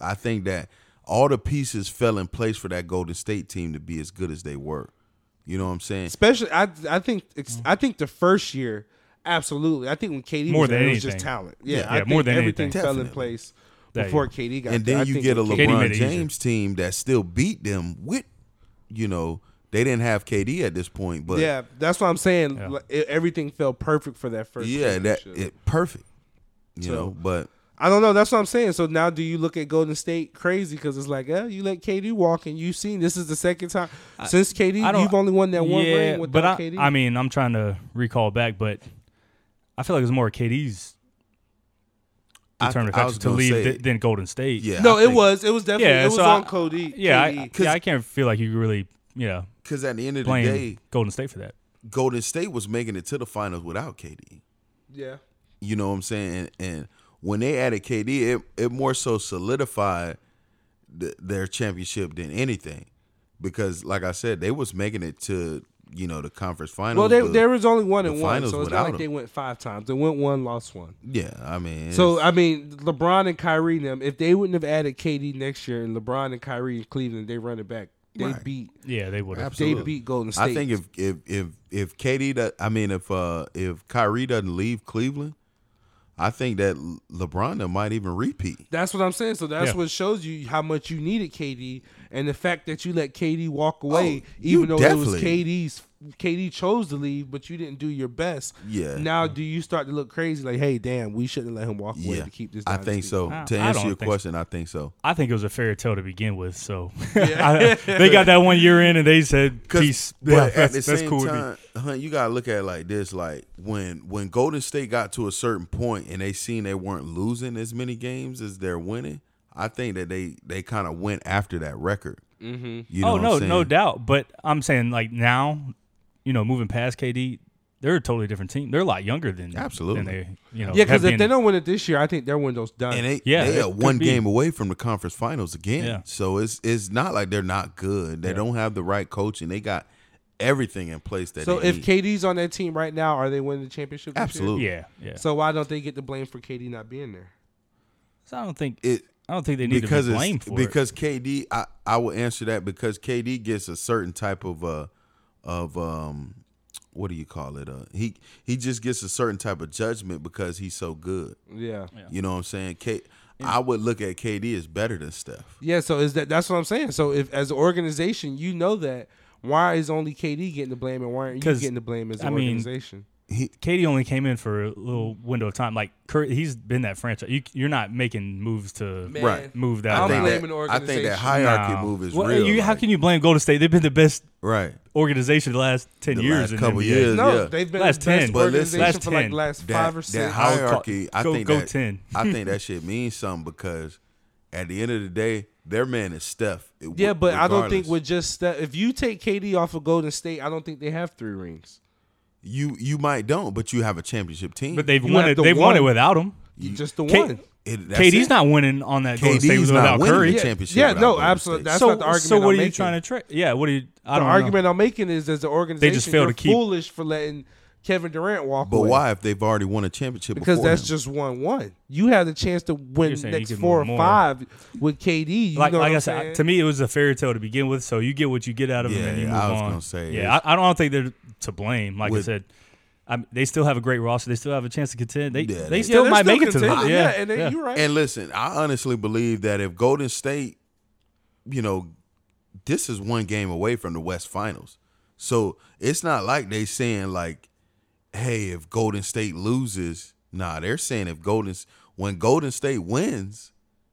Speaker 1: I think that all the pieces fell in place for that Golden State team to be as good as they were. You know what I'm saying?
Speaker 2: Especially, I I think it's I think the first year, absolutely. I think when KD
Speaker 3: Mm-hmm. More
Speaker 2: was
Speaker 3: than
Speaker 2: there, it was just
Speaker 3: anything.
Speaker 2: talent. Yeah,
Speaker 3: Yeah,
Speaker 2: I
Speaker 3: yeah, more
Speaker 2: think
Speaker 3: than
Speaker 2: everything
Speaker 3: anything.
Speaker 2: fell in
Speaker 1: Definitely.
Speaker 2: place
Speaker 3: Yeah,
Speaker 2: before
Speaker 3: yeah.
Speaker 2: KD got
Speaker 1: and
Speaker 2: there. I
Speaker 1: then you
Speaker 2: think
Speaker 1: get a
Speaker 2: when
Speaker 3: KD
Speaker 1: LeBron
Speaker 3: made it easier.
Speaker 1: James team that still beat them with, you know, they didn't have KD at this point, but yeah,
Speaker 2: Yeah, that's what I'm saying.
Speaker 3: Yeah.
Speaker 2: Like, it- everything fell perfect for that first.
Speaker 1: that
Speaker 2: championship.
Speaker 1: it perfect, you
Speaker 2: So-
Speaker 1: know. But
Speaker 2: I don't know. That's what I'm saying. So now, do you look at Golden State crazy because it's like, eh, you let KD walk, and you've seen this is the second time since KD.
Speaker 3: I don't-
Speaker 2: You've only won that one
Speaker 3: yeah,
Speaker 2: ring without
Speaker 3: but I,
Speaker 2: KD.
Speaker 3: I mean, I'm trying to recall back, but I feel like it was more KD's
Speaker 1: I-
Speaker 3: determined
Speaker 1: I
Speaker 3: factor
Speaker 1: was
Speaker 3: to
Speaker 1: gonna
Speaker 3: leave
Speaker 1: say-
Speaker 3: th- than Golden State.
Speaker 1: yeah,
Speaker 2: no, it was. It was definitely.
Speaker 3: yeah.
Speaker 2: it was
Speaker 3: so
Speaker 2: on
Speaker 3: I,
Speaker 2: Cody.
Speaker 3: Yeah, I,
Speaker 2: KD.
Speaker 3: yeah, I can't feel like you really, you know,
Speaker 1: because at the end of the
Speaker 3: blame
Speaker 1: day,
Speaker 3: Golden State for that.
Speaker 1: Golden State was making it to the finals without KD.
Speaker 2: yeah.
Speaker 1: You know what I'm saying? And, and when they added KD, it, it more so solidified th- their championship than anything, because like I said, they was making it to you know the conference finals.
Speaker 2: Well, there,
Speaker 1: but-
Speaker 2: there was only one
Speaker 1: the
Speaker 2: and one,
Speaker 1: finals
Speaker 2: so it's not
Speaker 1: without
Speaker 2: like
Speaker 1: him.
Speaker 2: they went five times. They went one, lost one.
Speaker 1: yeah, I mean,
Speaker 2: So
Speaker 1: it's-
Speaker 2: I mean, LeBron and Kyrie and them, if they wouldn't have added KD next year, and LeBron and Kyrie in Cleveland, they run it back They
Speaker 1: Right.
Speaker 2: beat
Speaker 3: Yeah, they would have.
Speaker 1: Absolutely.
Speaker 2: they beat Golden State.
Speaker 1: I think if if if if Katie, do- I mean if uh if Kyrie doesn't leave Cleveland, I think that LeBron then might even repeat.
Speaker 2: that's what I'm saying. So that's
Speaker 3: Yeah.
Speaker 2: what shows you how much you needed KD, and the fact that you let KD walk away,
Speaker 1: Oh, you
Speaker 2: even though
Speaker 1: definitely-
Speaker 2: it was KD's. KD chose to leave, but you didn't do your best.
Speaker 1: Yeah.
Speaker 2: Now, do you start to look crazy? Like, hey, damn, we shouldn't let him walk away to keep this.
Speaker 1: I think
Speaker 2: dynasty.
Speaker 1: so.
Speaker 3: I-
Speaker 1: to
Speaker 3: I
Speaker 1: answer
Speaker 3: don't
Speaker 1: your
Speaker 3: think so.
Speaker 1: question, I think so.
Speaker 3: I think it was a fair tale to begin with. So I- they got that one year in, and they said
Speaker 1: 'Cause-
Speaker 3: peace.
Speaker 1: but
Speaker 3: Well,
Speaker 1: at
Speaker 3: that's,
Speaker 1: the
Speaker 3: that's
Speaker 1: same
Speaker 3: cool with me.
Speaker 1: time, hun, you gotta look at it like this: like when when Golden State got to a certain point and they seen they weren't losing as many games as they're winning, I think that they they kind of went after that record. Mm-hmm. You know
Speaker 3: oh
Speaker 1: what I'm
Speaker 3: no,
Speaker 1: saying?
Speaker 3: no doubt. But I'm saying like now, you know, moving past KD, they're a totally different team. They're a lot younger than
Speaker 1: Absolutely.
Speaker 3: Than they, you know,
Speaker 2: Yeah, because
Speaker 3: have
Speaker 2: if
Speaker 3: been-
Speaker 2: they don't win it this year, I think their window's done.
Speaker 1: and they
Speaker 3: Uh, Yeah,
Speaker 1: they
Speaker 3: it
Speaker 1: are
Speaker 3: could
Speaker 1: one
Speaker 3: be.
Speaker 1: game away from the conference finals again.
Speaker 3: Yeah.
Speaker 1: So it's it's not like they're not good. They don't have the right coaching. They got everything in place that.
Speaker 2: so
Speaker 1: they
Speaker 2: if
Speaker 1: need.
Speaker 2: KD's on that team right now, are they winning the championship? this year?
Speaker 1: absolutely,
Speaker 3: yeah, yeah. So
Speaker 2: So why don't they get the blame for KD not being there?
Speaker 3: I don't think
Speaker 1: it
Speaker 3: I don't think they need
Speaker 1: because
Speaker 3: to be
Speaker 1: it's-
Speaker 3: blamed for it.
Speaker 1: because KD, I I will answer that because KD gets a certain type of uh of um what do you call it uh he he just gets a certain type of judgment because he's so good.
Speaker 2: Yeah. yeah.
Speaker 1: You know what I'm saying? K, I would look at KD as better than Steph.
Speaker 2: so is that that's what I'm saying. So if as an organization you know that, why is only KD getting the blame and why aren't you
Speaker 3: 'Cause,
Speaker 2: getting the blame as an
Speaker 3: I mean,
Speaker 2: organization?
Speaker 3: Katie only came in for a little window of time. Like Cur- he's been that franchise. You, you're not making moves to
Speaker 2: Man,
Speaker 1: Right.
Speaker 3: move that.
Speaker 2: I
Speaker 1: I
Speaker 2: I'm
Speaker 1: think
Speaker 3: route.
Speaker 2: blaming
Speaker 1: that,
Speaker 2: the
Speaker 1: I think that
Speaker 2: organization.
Speaker 1: hierarchy
Speaker 3: No.
Speaker 1: move is
Speaker 3: Well,
Speaker 1: real.
Speaker 3: you- how
Speaker 1: like-
Speaker 3: can you blame Golden State? They've been the best
Speaker 1: right?
Speaker 3: organization the last ten
Speaker 1: The
Speaker 3: years.
Speaker 1: last
Speaker 3: in
Speaker 1: couple
Speaker 3: NBA.
Speaker 1: years.
Speaker 2: No,
Speaker 1: yeah.
Speaker 2: they've been
Speaker 3: Last
Speaker 2: the best
Speaker 3: 10.
Speaker 1: But listen,
Speaker 2: organization
Speaker 3: Last
Speaker 2: for like
Speaker 3: 10.
Speaker 2: the last
Speaker 1: that,
Speaker 2: five or
Speaker 1: That
Speaker 2: six.
Speaker 3: I would call-
Speaker 1: hierarchy, I
Speaker 3: go-
Speaker 1: think
Speaker 3: go
Speaker 1: that,
Speaker 3: 10.
Speaker 1: I think that shit means something because at the end of the day, their man is Steph. It-
Speaker 2: yeah, but I don't think
Speaker 1: regardless.
Speaker 2: with just that, if you take KD off of Golden State, I don't think they have three rings.
Speaker 1: you you might don't, but you have a championship team.
Speaker 3: But they've
Speaker 2: You
Speaker 3: won
Speaker 2: have
Speaker 3: it.
Speaker 2: to
Speaker 3: They've won it
Speaker 2: won.
Speaker 3: without him.
Speaker 2: You just the
Speaker 3: K-
Speaker 2: one.
Speaker 1: It- that's
Speaker 3: KD's
Speaker 1: it.
Speaker 3: not winning on that Golden State
Speaker 1: KD's not
Speaker 3: without
Speaker 1: winning
Speaker 3: Curry.
Speaker 1: the championship.
Speaker 2: Yeah,
Speaker 1: without
Speaker 2: no,
Speaker 1: Golden
Speaker 2: absolutely.
Speaker 1: State.
Speaker 2: That's
Speaker 3: so,
Speaker 2: not the argument
Speaker 3: so what
Speaker 2: I'm
Speaker 3: are you
Speaker 2: making.
Speaker 3: trying to trade? Yeah, what are you? I
Speaker 2: The
Speaker 3: don't know.
Speaker 2: argument I'm making is as an organization,
Speaker 3: fail
Speaker 2: you're
Speaker 3: to keep-
Speaker 2: foolish for letting Kevin Durant walk
Speaker 1: But
Speaker 2: away.
Speaker 1: why if they've already won a championship?
Speaker 2: Because
Speaker 1: before
Speaker 2: that's
Speaker 1: him?
Speaker 2: just one one. You have the chance to win
Speaker 3: You're saying
Speaker 2: next
Speaker 3: you can
Speaker 2: four or
Speaker 3: win more.
Speaker 2: five with KD. You
Speaker 3: like,
Speaker 2: know
Speaker 3: like
Speaker 2: what
Speaker 3: I
Speaker 2: I'm
Speaker 3: said,
Speaker 2: saying?
Speaker 3: to me it was a fairy tale to begin with. So you get what you get out of
Speaker 1: Yeah,
Speaker 3: them, and you
Speaker 1: yeah,
Speaker 3: move
Speaker 1: I was
Speaker 3: on.
Speaker 1: gonna say,
Speaker 3: yeah,
Speaker 1: it's-
Speaker 3: I, I don't think they're to blame. Like I
Speaker 1: With-
Speaker 3: said, I'm, they still have a great roster. They still have a chance to contend. They
Speaker 1: Yeah,
Speaker 3: they,
Speaker 1: they- Yeah,
Speaker 3: still
Speaker 2: they're
Speaker 3: might make it to the
Speaker 2: contending.
Speaker 3: yeah,
Speaker 2: and they,
Speaker 3: yeah.
Speaker 2: you're right.
Speaker 1: And listen, I honestly believe that if Golden State, you know, this is one game away from the West Finals. So it's not like they saying like, hey, if Golden State loses, nah, they're saying if Golden when Golden State wins,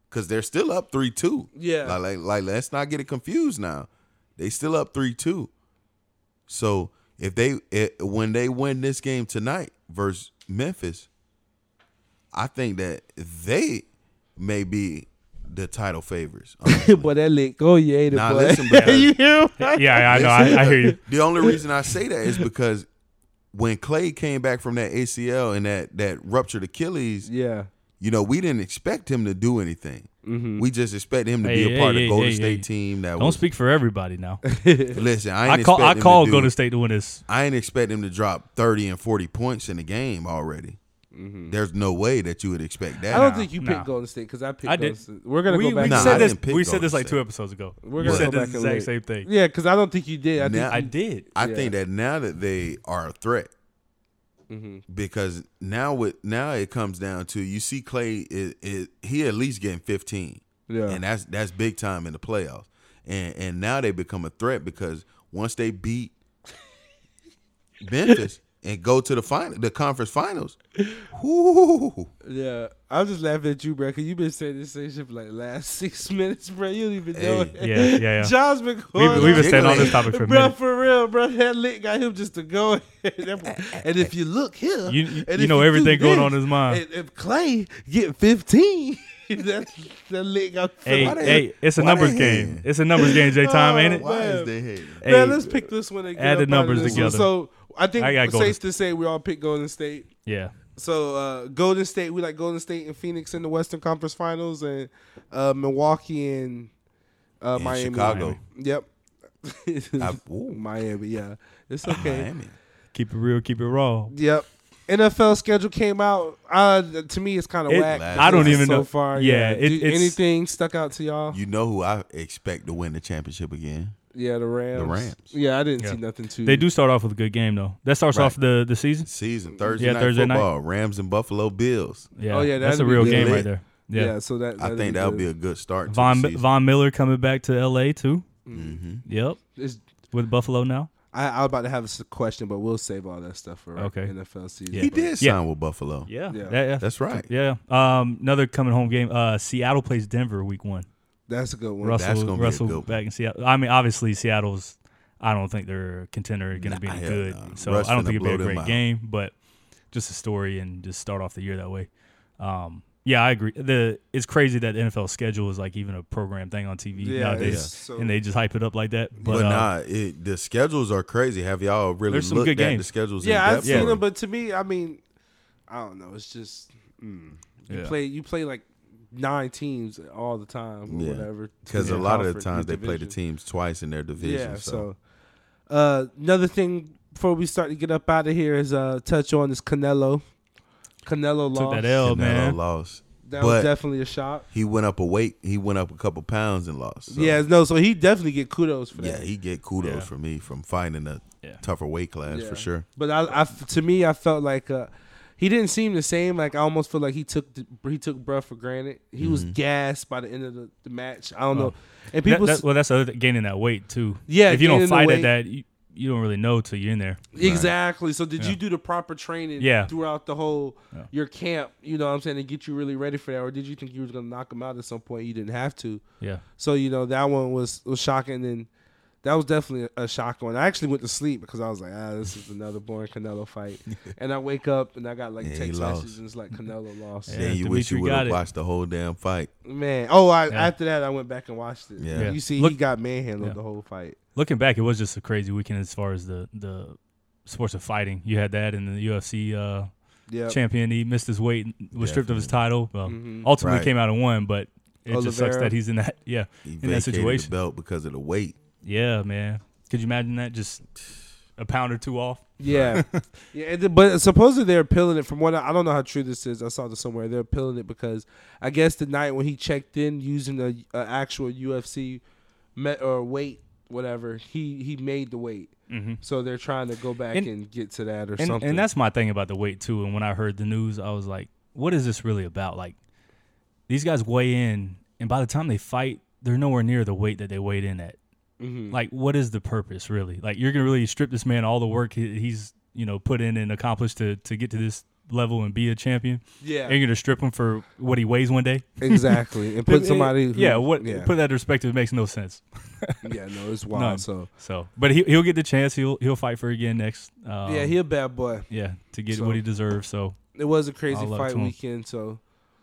Speaker 1: because they're still up three two.
Speaker 2: Yeah.
Speaker 1: Like, like like let's not get it confused now. They still up three two. So if they it, when they win this game tonight versus Memphis, I think that they may be the title favorites. Um,
Speaker 2: but that let go, you ate it,
Speaker 1: Nah,
Speaker 2: boy.
Speaker 1: listen, because-
Speaker 2: you hear? him?
Speaker 3: yeah, yeah, I know. I, I hear you.
Speaker 1: the only reason I say that is because when Clay came back from that ACL and that that ruptured Achilles,
Speaker 2: Yeah.
Speaker 1: you know, we didn't expect him to do anything. We just expected him to be
Speaker 3: Mm-hmm. Hey,
Speaker 1: a part
Speaker 3: hey,
Speaker 1: of
Speaker 3: hey,
Speaker 1: Golden
Speaker 3: hey,
Speaker 1: State
Speaker 3: hey.
Speaker 1: team that
Speaker 3: Don't
Speaker 1: was
Speaker 3: speak for everybody now.
Speaker 1: listen, I ain't
Speaker 3: I call I
Speaker 1: expect him
Speaker 3: call
Speaker 1: to do-
Speaker 3: Golden State to win this.
Speaker 1: I ain't expect him to drop 30 and 40 points in a game already.
Speaker 2: Mm-hmm.
Speaker 1: There's no way that you would expect that.
Speaker 2: I don't think you
Speaker 3: nah.
Speaker 2: picked Golden State because I picked
Speaker 3: I
Speaker 2: Golden
Speaker 3: did.
Speaker 2: State. We're gonna
Speaker 3: we
Speaker 2: go back.
Speaker 3: we
Speaker 1: Nah,
Speaker 2: and
Speaker 3: said
Speaker 1: I
Speaker 2: look.
Speaker 3: this.
Speaker 1: didn't pick
Speaker 3: We said
Speaker 1: Golden
Speaker 3: this like two
Speaker 1: State.
Speaker 3: episodes ago.
Speaker 2: We're
Speaker 3: you
Speaker 2: gonna
Speaker 3: said
Speaker 2: go
Speaker 3: the
Speaker 2: back and
Speaker 3: exact
Speaker 2: look.
Speaker 3: same thing.
Speaker 2: Yeah, because I don't think you did. I think
Speaker 1: Now-
Speaker 3: I did.
Speaker 1: I
Speaker 2: Yeah.
Speaker 1: think that now that they are a threat,
Speaker 2: Mm-hmm.
Speaker 1: because now with now it comes down to you see Clay is, is he at least getting fifteen,
Speaker 2: Yeah.
Speaker 1: and that's that's big time in the playoffs, and and now they become a threat because once they beat Memphis and go to the final the conference finals, whoo,
Speaker 2: Yeah, I'm just laughing at you, bro. Cause you've been saying this same shit for like last six minutes, bro. You don't even know
Speaker 1: Hey.
Speaker 2: it.
Speaker 3: Yeah, yeah, yeah.
Speaker 2: John's been
Speaker 3: We've,
Speaker 2: going
Speaker 3: we've been
Speaker 2: on.
Speaker 3: staying on this
Speaker 1: Jiggling.
Speaker 3: topic for a
Speaker 2: bro,
Speaker 3: minute.
Speaker 2: for real, bro. That lit got him just to go.
Speaker 1: Uh,
Speaker 2: and if you look here,
Speaker 3: You- you-
Speaker 2: and
Speaker 3: you
Speaker 2: if
Speaker 3: know
Speaker 2: do
Speaker 3: everything going on in his mind.
Speaker 2: and if Clay get 15, that that lit got.
Speaker 3: Hey,
Speaker 1: Why they-
Speaker 3: hey, it's a
Speaker 1: why they
Speaker 3: numbers
Speaker 1: hating?
Speaker 3: game. It's a numbers game, J. Time, ain't it?
Speaker 2: Why
Speaker 1: why
Speaker 2: is
Speaker 1: is
Speaker 2: they
Speaker 1: they hating?
Speaker 3: Hey,
Speaker 2: man, let's pick this one and get up
Speaker 3: add the
Speaker 2: out of
Speaker 3: numbers
Speaker 2: this one.
Speaker 3: together.
Speaker 2: So I think
Speaker 3: I got
Speaker 2: it's
Speaker 3: Golden
Speaker 2: safe to say we all pick Golden State.
Speaker 3: yeah.
Speaker 2: So uh, Golden State, we like Golden State and Phoenix in the Western Conference Finals, and uh, Milwaukee and, uh,
Speaker 1: And
Speaker 2: Miami.
Speaker 1: Chicago.
Speaker 2: Yep.
Speaker 1: I- ooh.
Speaker 2: Miami, yeah, it's okay.
Speaker 1: Miami.
Speaker 3: Keep it real, keep it raw.
Speaker 2: Yep. NFL schedule came out. Uh, to me, it's kind of
Speaker 3: It-
Speaker 2: whack.
Speaker 1: I
Speaker 3: don't
Speaker 2: It's
Speaker 3: even
Speaker 2: so
Speaker 3: know.
Speaker 2: far.
Speaker 3: Yeah,
Speaker 2: Yeah.
Speaker 3: it-
Speaker 2: Do-
Speaker 3: it's-
Speaker 2: anything stuck out to y'all?
Speaker 1: You know who I expect to win the championship again?
Speaker 2: Yeah, the Rams.
Speaker 1: Rams.
Speaker 2: Yeah, I didn't
Speaker 3: Yeah.
Speaker 2: see nothing too.
Speaker 3: They do start off with a good game though. That starts
Speaker 1: Right.
Speaker 3: off the the season.
Speaker 1: Season Thursday
Speaker 3: Yeah,
Speaker 1: night
Speaker 3: Thursday night.
Speaker 1: football. Rams and Buffalo Bills.
Speaker 3: Yeah,
Speaker 2: Oh, yeah,
Speaker 3: that's a
Speaker 2: that'd be
Speaker 3: real
Speaker 1: good.
Speaker 3: game right
Speaker 1: Lit.
Speaker 3: there.
Speaker 2: Yeah.
Speaker 3: Yeah,
Speaker 2: so that
Speaker 1: I think that would be a good start.
Speaker 3: Von
Speaker 1: to the season.
Speaker 3: Von Miller coming back to L.A. too.
Speaker 1: hmm
Speaker 3: Yep,
Speaker 2: It's,
Speaker 3: with Buffalo now.
Speaker 2: I, I was about to have a question, but we'll save all that stuff for
Speaker 3: Okay.
Speaker 2: NFL season.
Speaker 3: Yeah.
Speaker 1: He
Speaker 2: but-
Speaker 1: did sign
Speaker 3: Yeah.
Speaker 1: with Buffalo.
Speaker 3: Yeah,
Speaker 2: Yeah.
Speaker 3: yeah, yeah.
Speaker 1: That's right.
Speaker 3: yeah. Um, another coming home game. Uh, Seattle plays Denver week one.
Speaker 2: That's a good one.
Speaker 3: Russell,
Speaker 1: gonna be a
Speaker 3: Russell
Speaker 1: good one.
Speaker 3: back in Seattle. I mean, obviously Seattle's. I don't think they're a contender going to
Speaker 1: Nah,
Speaker 3: be
Speaker 1: hell
Speaker 3: good,
Speaker 1: nah.
Speaker 3: so
Speaker 1: Russ
Speaker 3: I don't
Speaker 1: finna
Speaker 3: think it'd be
Speaker 1: blow
Speaker 3: a
Speaker 1: them
Speaker 3: great
Speaker 1: out.
Speaker 3: game. But just a story and just start off the year that way. Um, yeah, I agree. The it's crazy that the NFL schedule is like even a program thing on TV
Speaker 2: Yeah,
Speaker 3: nowadays,
Speaker 2: it's so-
Speaker 3: and they just hype it up like that. But,
Speaker 1: But,
Speaker 3: uh,
Speaker 1: nah, it, the schedules are crazy. Have y'all really
Speaker 3: There's some
Speaker 1: looked
Speaker 3: good
Speaker 1: at
Speaker 3: games.
Speaker 1: the schedules?
Speaker 2: Yeah,
Speaker 1: in
Speaker 2: I've
Speaker 1: depth
Speaker 2: seen
Speaker 1: or-
Speaker 2: them, but to me, I mean, I don't know. It's just mm, you
Speaker 3: Yeah.
Speaker 2: play you play like nine teams all the time or
Speaker 1: Yeah.
Speaker 2: whatever.
Speaker 1: Because
Speaker 2: Yeah.
Speaker 1: a lot of the
Speaker 2: Conference,
Speaker 1: times they play the
Speaker 2: division.
Speaker 1: teams twice in their division.
Speaker 2: Yeah.
Speaker 1: so.
Speaker 2: So, uh, another thing before we start to get up out of here is uh touch on this Canelo. Canelo
Speaker 3: took
Speaker 2: lost.
Speaker 3: that L,
Speaker 1: Canelo
Speaker 3: man.
Speaker 1: lost.
Speaker 2: That
Speaker 1: but
Speaker 2: was definitely a shock.
Speaker 1: he went up a weight. He went up a couple pounds and lost. So,
Speaker 2: yeah, no. So he definitely get kudos for
Speaker 1: yeah.
Speaker 2: that.
Speaker 1: He get kudos
Speaker 3: Yeah.
Speaker 1: from me from finding a
Speaker 3: Yeah.
Speaker 1: tougher weight class
Speaker 2: Yeah.
Speaker 1: for sure.
Speaker 2: But I, I, to me, I felt like uh, he didn't seem the same. Like I almost feel like he took the, he took breath for granted. He was
Speaker 1: Mm-hmm.
Speaker 2: gassed by the end of the, the match. I don't know. And
Speaker 3: That-
Speaker 2: people,
Speaker 3: that- well, that's the other, gaining that weight too.
Speaker 2: Yeah,
Speaker 3: if you don't
Speaker 2: gaining the
Speaker 3: fight
Speaker 2: weight.
Speaker 3: at that, you, you don't really know till you're in there.
Speaker 2: exactly. So did you do the proper training?
Speaker 3: Yeah.
Speaker 2: Throughout the whole
Speaker 3: Yeah.
Speaker 2: your camp, you know, what I'm saying, to get you really ready for that, or did you think you was gonna knock him out at some point? You didn't have to.
Speaker 3: Yeah,
Speaker 2: So you know that one was was shocking, and that was definitely a, a shock one. I actually went to sleep because I was like, ah, this is another boring Canelo fight. and I wake up and I got like
Speaker 1: Yeah, he
Speaker 2: text
Speaker 1: lost.
Speaker 2: messages and it's like Canelo lost.
Speaker 3: Yeah,
Speaker 1: Then you wish
Speaker 3: Dimitri
Speaker 1: you would
Speaker 3: got
Speaker 1: have
Speaker 3: it.
Speaker 1: watched the whole damn fight.
Speaker 2: Man, oh, I
Speaker 3: Yeah.
Speaker 2: after that I went back and watched it.
Speaker 1: Yeah. Yeah.
Speaker 2: you see,
Speaker 3: Look-
Speaker 2: he got manhandled
Speaker 3: Yeah.
Speaker 2: the whole fight.
Speaker 3: looking back, it was just a crazy weekend as far as the the sports of fighting. You had that, and the UFC uh,
Speaker 2: Yeah,
Speaker 3: champion he missed his weight, and was stripped of his title. Well,
Speaker 2: Mhm.
Speaker 3: Ultimately,
Speaker 1: Right.
Speaker 3: came out and won, but it just sucks
Speaker 2: Oliveira.
Speaker 3: that he's in that. Yeah,
Speaker 1: He
Speaker 3: that
Speaker 1: vacated
Speaker 3: situation.
Speaker 1: the belt because of the weight.
Speaker 3: yeah, man. Could you imagine that? Just a pound or two off.
Speaker 2: yeah, yeah. and the- But supposedly they're appealing it. From what I, I don't know how true this is. I saw this somewhere. They're appealing it because I guess the night when he checked in using a, a actual UFC met or weight whatever, he he made the weight.
Speaker 3: Mm-hmm.
Speaker 2: So they're trying to go back and,
Speaker 3: And-
Speaker 2: get to that or
Speaker 3: And,
Speaker 2: something.
Speaker 3: and that's my thing about the weight too. And when I heard the news, I was like, "What is this really about?" Like, these guys weigh in, and by the time they fight, they're nowhere near the weight that they weighed in at.
Speaker 2: Mhm.
Speaker 3: like what is the purpose really like you're gonna really strip this man all the work he- he's you know put in and accomplished to to get to this level and be a champion and
Speaker 2: yeah,
Speaker 3: you're gonna strip him for what he weighs one day
Speaker 2: exactly. And put
Speaker 3: It-
Speaker 2: somebody. Who,
Speaker 3: yeah what
Speaker 2: Yeah,
Speaker 3: put that in perspective it makes no sense
Speaker 2: yeah. No, it's wild.
Speaker 3: None.
Speaker 2: So
Speaker 3: so but he, he'll get the chance he'll he'll fight for it again next um,
Speaker 2: yeah, he a bad boy.
Speaker 3: yeah to get
Speaker 2: So-
Speaker 3: what he deserves so
Speaker 2: It was a crazy
Speaker 3: All love
Speaker 2: fight
Speaker 3: to him.
Speaker 2: weekend. So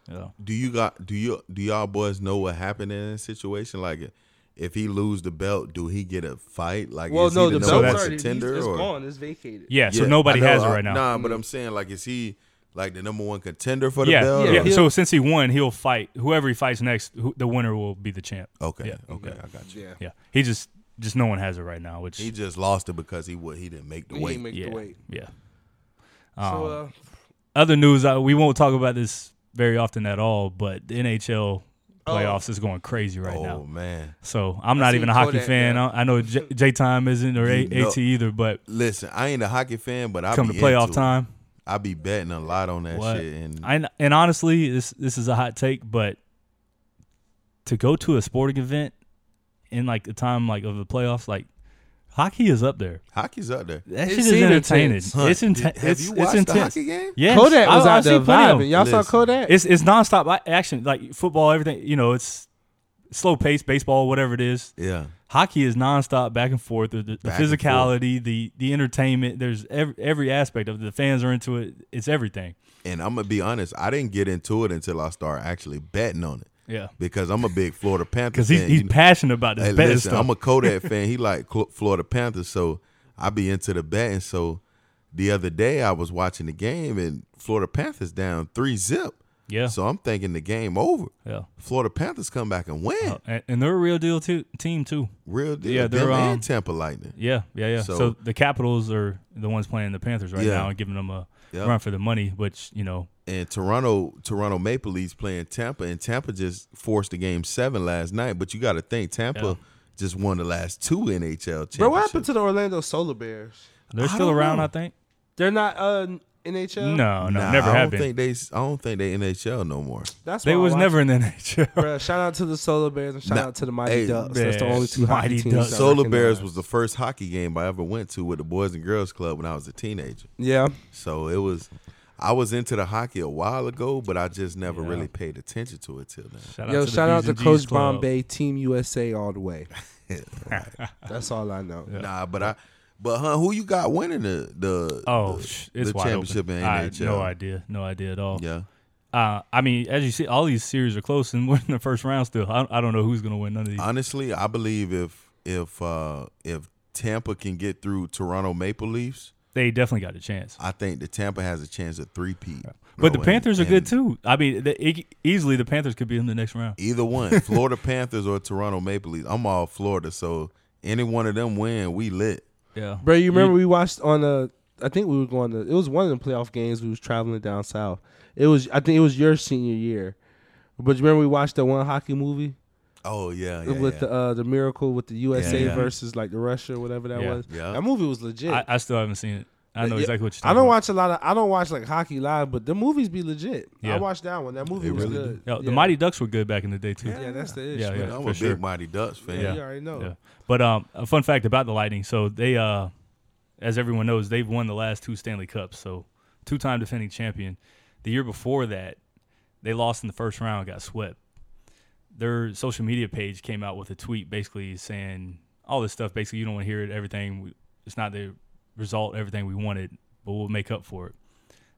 Speaker 3: you know.
Speaker 1: Do you got do you do y'all boys know what happened in this situation? Like, if he lose the belt, do he get a fight? Like,
Speaker 2: Well,
Speaker 1: is
Speaker 2: no,
Speaker 1: he
Speaker 2: the
Speaker 1: the number
Speaker 2: belt's
Speaker 1: one
Speaker 2: already
Speaker 1: contender
Speaker 2: it's
Speaker 1: or
Speaker 2: gone. It's vacated.
Speaker 3: yeah so
Speaker 1: Yeah,
Speaker 3: nobody
Speaker 1: I know,
Speaker 3: has it
Speaker 1: I-
Speaker 3: right now
Speaker 1: Nah, but I'm saying like, is he like the number one contender for the
Speaker 3: yeah,
Speaker 1: belt?
Speaker 3: yeah.
Speaker 1: or-
Speaker 3: So since he won, he'll fight whoever he fights next. Who, the winner will be the champ.
Speaker 2: Oh.
Speaker 1: Okay,
Speaker 3: Yeah.
Speaker 1: okay, I got you.
Speaker 2: Yeah.
Speaker 3: Yeah, he just just no one has it right now. Which
Speaker 1: He just lost it because he would he didn't make the
Speaker 2: He
Speaker 1: weight.
Speaker 2: didn't make
Speaker 3: yeah,
Speaker 2: the weight.
Speaker 3: yeah.
Speaker 2: So
Speaker 3: Um,
Speaker 2: uh,
Speaker 3: other news, I, we won't talk about this very often at all, but the NHL
Speaker 2: Oh.
Speaker 3: playoffs is going crazy right
Speaker 1: oh
Speaker 3: now.
Speaker 1: man,
Speaker 3: So I'm
Speaker 2: I
Speaker 3: not
Speaker 2: see
Speaker 3: even a hockey
Speaker 2: Kodak,
Speaker 3: fan.
Speaker 2: yeah.
Speaker 3: I, I know J, J Time isn't or
Speaker 1: You
Speaker 3: a-
Speaker 1: know-
Speaker 3: AT either, but
Speaker 1: listen, I ain't a hockey fan, but I
Speaker 3: come to
Speaker 1: be
Speaker 3: playoff
Speaker 1: into it. Mm.
Speaker 3: time,
Speaker 1: I be betting a lot on that
Speaker 3: What?
Speaker 1: shit. And
Speaker 3: I, and honestly, this this is a hot take, but to go to a sporting event in like the time like of the playoffs, like hockey is up there.
Speaker 1: hockey's up there.
Speaker 3: That
Speaker 2: It
Speaker 3: shit is
Speaker 2: seemed
Speaker 3: entertaining.
Speaker 2: intense.
Speaker 1: Huh,
Speaker 3: It's
Speaker 1: did-
Speaker 3: intense.
Speaker 1: Have
Speaker 3: It's,
Speaker 1: you
Speaker 3: it's
Speaker 1: watched the
Speaker 3: intense.
Speaker 1: hockey game?
Speaker 3: Yes,
Speaker 2: Kodak was
Speaker 3: I,
Speaker 2: out
Speaker 3: I've
Speaker 2: there
Speaker 3: seen plenty of them.
Speaker 2: vibing. Y'all saw
Speaker 1: Listen.
Speaker 2: Kodak.
Speaker 3: it's it's nonstop a- action, like football, everything. You know, it's slow pace, baseball, whatever it is.
Speaker 1: Yeah,
Speaker 3: Hockey is nonstop, back and forth. The, the
Speaker 1: Back and
Speaker 3: physicality, the the entertainment. There's every, every aspect of it. The fans are into it. It's everything.
Speaker 1: and I'm gonna be honest, I didn't get into it until I started actually betting on it
Speaker 3: Yeah,
Speaker 1: because I'm a big Florida Panthers
Speaker 3: because
Speaker 1: fan.
Speaker 3: he's, he's
Speaker 1: You-
Speaker 3: passionate about this
Speaker 1: Hey,
Speaker 3: betting
Speaker 1: listen,
Speaker 3: stuff.
Speaker 1: I'm a Kodak fan. He like Cl- Florida Panthers, so I be into the betting. So the other day I was watching the game and Florida Panthers down three zip.
Speaker 3: yeah,
Speaker 1: So I'm thinking the game over.
Speaker 3: yeah.
Speaker 1: Florida Panthers come back and win.
Speaker 3: Uh, and, and they're a real deal too, team too.
Speaker 1: Real deal.
Speaker 3: yeah, they're,
Speaker 1: Them
Speaker 3: um,
Speaker 1: and Tampa Lightning.
Speaker 3: Yeah, yeah, yeah. So,
Speaker 1: So-
Speaker 3: the Capitals are the ones playing the Panthers right
Speaker 1: Yeah.
Speaker 3: now and giving them a
Speaker 1: Yeah.
Speaker 3: run for the money, which you know,
Speaker 1: And Toronto, Toronto Maple Leafs playing Tampa, and Tampa just forced the game seven last night. But you got to think Tampa, just won the last two NHL championships.
Speaker 2: Bro, what happened to the Orlando Solar Bears?
Speaker 3: They're
Speaker 1: I
Speaker 3: still
Speaker 1: don't
Speaker 3: around,
Speaker 1: know.
Speaker 3: I think.
Speaker 2: They're not uh, NHL.
Speaker 3: No, no,
Speaker 1: Nah,
Speaker 3: never
Speaker 1: I
Speaker 3: have
Speaker 1: don't
Speaker 3: been.
Speaker 1: think they. I don't think they NHL no more.
Speaker 2: that's
Speaker 3: They
Speaker 2: why I
Speaker 3: was
Speaker 2: watch
Speaker 3: never
Speaker 2: it.
Speaker 3: in the NHL.
Speaker 2: Bruh, shout out to the Solar Bears and shout
Speaker 1: Nah,
Speaker 2: out to the Mighty
Speaker 1: hey,
Speaker 2: Ducks. That's the only two
Speaker 3: Bears,
Speaker 2: hockey
Speaker 3: Mighty
Speaker 2: teams.
Speaker 3: Ducks.
Speaker 2: I
Speaker 1: Solar Bears
Speaker 2: recognize.
Speaker 1: was the first hockey game I ever went to with the Boys and Girls Club when I was a teenager.
Speaker 2: yeah.
Speaker 1: So it was. I was into the hockey a while ago, but I just never
Speaker 3: Yeah.
Speaker 1: really paid attention to it till then.
Speaker 3: Shout
Speaker 2: Yo,
Speaker 3: the
Speaker 2: shout out
Speaker 3: Bs
Speaker 2: to
Speaker 3: and Gs
Speaker 2: Coach
Speaker 3: Club.
Speaker 2: Bombay, Team USA all the way. That's all I know.
Speaker 3: Yeah.
Speaker 1: Nah, but I. But huh, who you got winning the the
Speaker 3: Oh,
Speaker 1: the,
Speaker 3: sh- it's
Speaker 1: the
Speaker 3: wide
Speaker 1: championship
Speaker 3: open.
Speaker 1: in
Speaker 3: I-
Speaker 1: NHL?
Speaker 3: no idea, no idea at all.
Speaker 1: Yeah,
Speaker 3: Uh, I mean, as you see, all these series are close, and we're in the first round still. I, I don't know who's gonna win none of these.
Speaker 1: honestly, I believe if if uh if Tampa can get through Toronto Maple Leafs,
Speaker 3: they definitely got a chance.
Speaker 1: I think the Tampa has a chance at three peat.
Speaker 3: But the Panthers are good too. I mean, the, e- easily the Panthers could be in the next round.
Speaker 1: Either one, Florida Panthers or Toronto Maple Leafs. I'm all Florida, so any one of them win, we lit.
Speaker 3: Yeah,
Speaker 2: Bro, you remember we watched on a. I think we were going to. It was one of the playoff games. We was traveling down south. It was. I think it was your senior year. But you remember we watched that one hockey movie
Speaker 1: Oh yeah, yeah,
Speaker 2: with
Speaker 1: yeah.
Speaker 2: the uh, the miracle with the USA
Speaker 1: yeah.
Speaker 2: versus like the Russia or whatever that
Speaker 3: Yeah.
Speaker 2: was.
Speaker 1: Yeah.
Speaker 2: That movie was legit.
Speaker 3: I, I still haven't seen it. I know
Speaker 2: Yeah.
Speaker 3: exactly what you're talking
Speaker 2: I don't
Speaker 3: about.
Speaker 2: watch a lot of. I don't watch like hockey live, but the movies be legit.
Speaker 3: Yeah.
Speaker 2: I watched that one. That movie
Speaker 1: They
Speaker 2: was
Speaker 1: really
Speaker 2: good.
Speaker 3: Yo, the
Speaker 2: Yeah.
Speaker 3: Mighty Ducks were good back in the day too.
Speaker 2: Yeah, that's the issue.
Speaker 3: Yeah, yeah.
Speaker 1: I'm
Speaker 3: for
Speaker 1: a
Speaker 3: sure.
Speaker 1: big Mighty Ducks fan.
Speaker 3: Yeah.
Speaker 2: You already know.
Speaker 3: Yeah. But um, a fun fact about the Lightning. So they, uh, as everyone knows, they've won the last two Stanley Cups. So two-time defending champion. The year before that, they lost in the first round, got swept. Their social media page came out with a tweet basically saying all this stuff. Basically, you don't want to hear it. Everything we, it's not the result, everything we wanted, but we'll make up for it.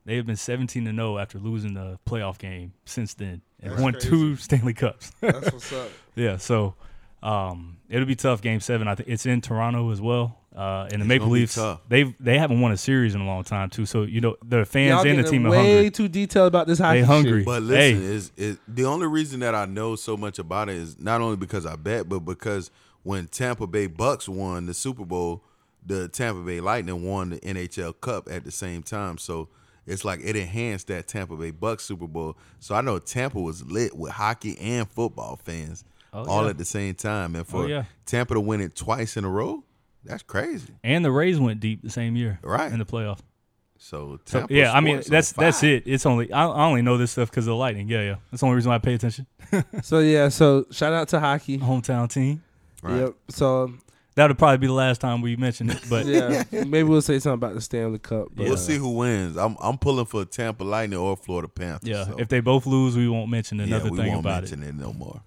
Speaker 3: They have been 17 to 0 after losing the playoff game since then and
Speaker 2: That's
Speaker 3: won
Speaker 2: crazy.
Speaker 3: two Stanley Cups.
Speaker 2: That's what's up.
Speaker 3: Yeah, so um, it'll be tough. Game seven, I think it's in Toronto as well. Uh, and the
Speaker 1: It's
Speaker 3: Maple
Speaker 1: gonna be
Speaker 3: Leafs,
Speaker 1: tough.
Speaker 3: they've they haven't won a series in a long time too. So you know the
Speaker 2: Y'all
Speaker 3: fans and
Speaker 2: getting
Speaker 3: the team are
Speaker 2: way
Speaker 3: hungry.
Speaker 2: too detailed about this hockey.
Speaker 3: They hungry.
Speaker 2: shit.
Speaker 1: But
Speaker 3: Hey.
Speaker 1: listen, is it the only reason that I know so much about it is not only because I bet, but because when Tampa Bay Bucks won the Super Bowl, the Tampa Bay Lightning won the NHL Cup at the same time. So it's like it enhanced that Tampa Bay Bucks Super Bowl. So I know Tampa was lit with hockey and football fans
Speaker 3: Oh,
Speaker 1: all
Speaker 3: yeah.
Speaker 1: at the same time. And for
Speaker 3: Oh, yeah.
Speaker 1: Tampa to win it twice in a row, that's crazy.
Speaker 3: And the Rays went deep the same year,
Speaker 1: Right.
Speaker 3: in the playoff.
Speaker 1: So
Speaker 3: So,
Speaker 1: Tampa
Speaker 3: yeah, I mean
Speaker 1: sports on
Speaker 3: that's that's
Speaker 1: fire.
Speaker 3: it. It's only I, I only know this stuff because of the Lightning. Yeah, yeah. That's the only reason why I pay attention.
Speaker 2: So yeah. So shout out to hockey.
Speaker 3: Hometown team.
Speaker 1: Right.
Speaker 2: Yep. So
Speaker 3: That'll probably be the last time we mention it. But
Speaker 2: yeah, maybe we'll say something about the Stanley Cup. But,
Speaker 1: We'll see who wins. I'm I'm pulling for Tampa Lightning or Florida Panthers.
Speaker 3: yeah,
Speaker 1: so-
Speaker 3: if they both lose, we won't mention another
Speaker 1: yeah, we
Speaker 3: thing
Speaker 1: won't
Speaker 3: about it.
Speaker 1: mention it. no more.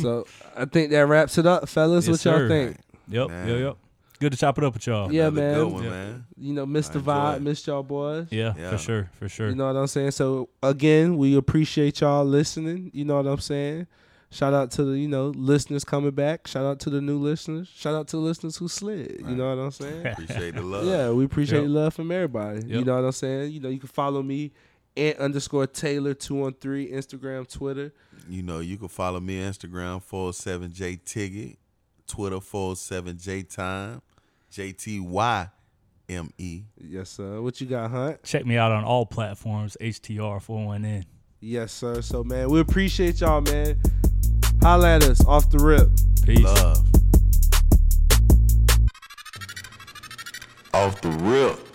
Speaker 2: So I think that wraps it up, fellas. what
Speaker 3: Yes,
Speaker 2: y'all
Speaker 3: sir.
Speaker 2: think?
Speaker 3: Yep,
Speaker 1: Man.
Speaker 3: yep, yep. Good to chop it up with y'all.
Speaker 2: Yeah,
Speaker 1: Another
Speaker 2: man.
Speaker 1: Good one,
Speaker 3: Yeah.
Speaker 1: man.
Speaker 2: You know, missed the
Speaker 1: I enjoy
Speaker 2: vibe,
Speaker 1: it.
Speaker 2: missed y'all boys.
Speaker 3: Yeah,
Speaker 1: Yeah.
Speaker 3: for sure, for sure.
Speaker 2: You know what I'm saying? So again, we appreciate y'all listening. You know what I'm saying? Shout out to the you know listeners coming back. Shout out to the new listeners. Shout out to the listeners who slid. You
Speaker 1: Right.
Speaker 2: know what I'm saying?
Speaker 1: Appreciate the love.
Speaker 2: yeah, we appreciate
Speaker 3: Uh, Yep.
Speaker 2: love from everybody. You
Speaker 3: Yep.
Speaker 2: know what I'm saying? You know you can follow me at underscore Taylor two one three Instagram Twitter.
Speaker 1: You know, you can follow me Instagram 47J Ticket, Twitter 47J Time, JTYME.
Speaker 2: Yes sir. What you got, Hunt?
Speaker 3: Check me out on all platforms, HTR41N.
Speaker 2: Yes sir. So man, we appreciate y'all, man. Holla at us off the rip.
Speaker 3: Peace.
Speaker 1: Love. Off the rip.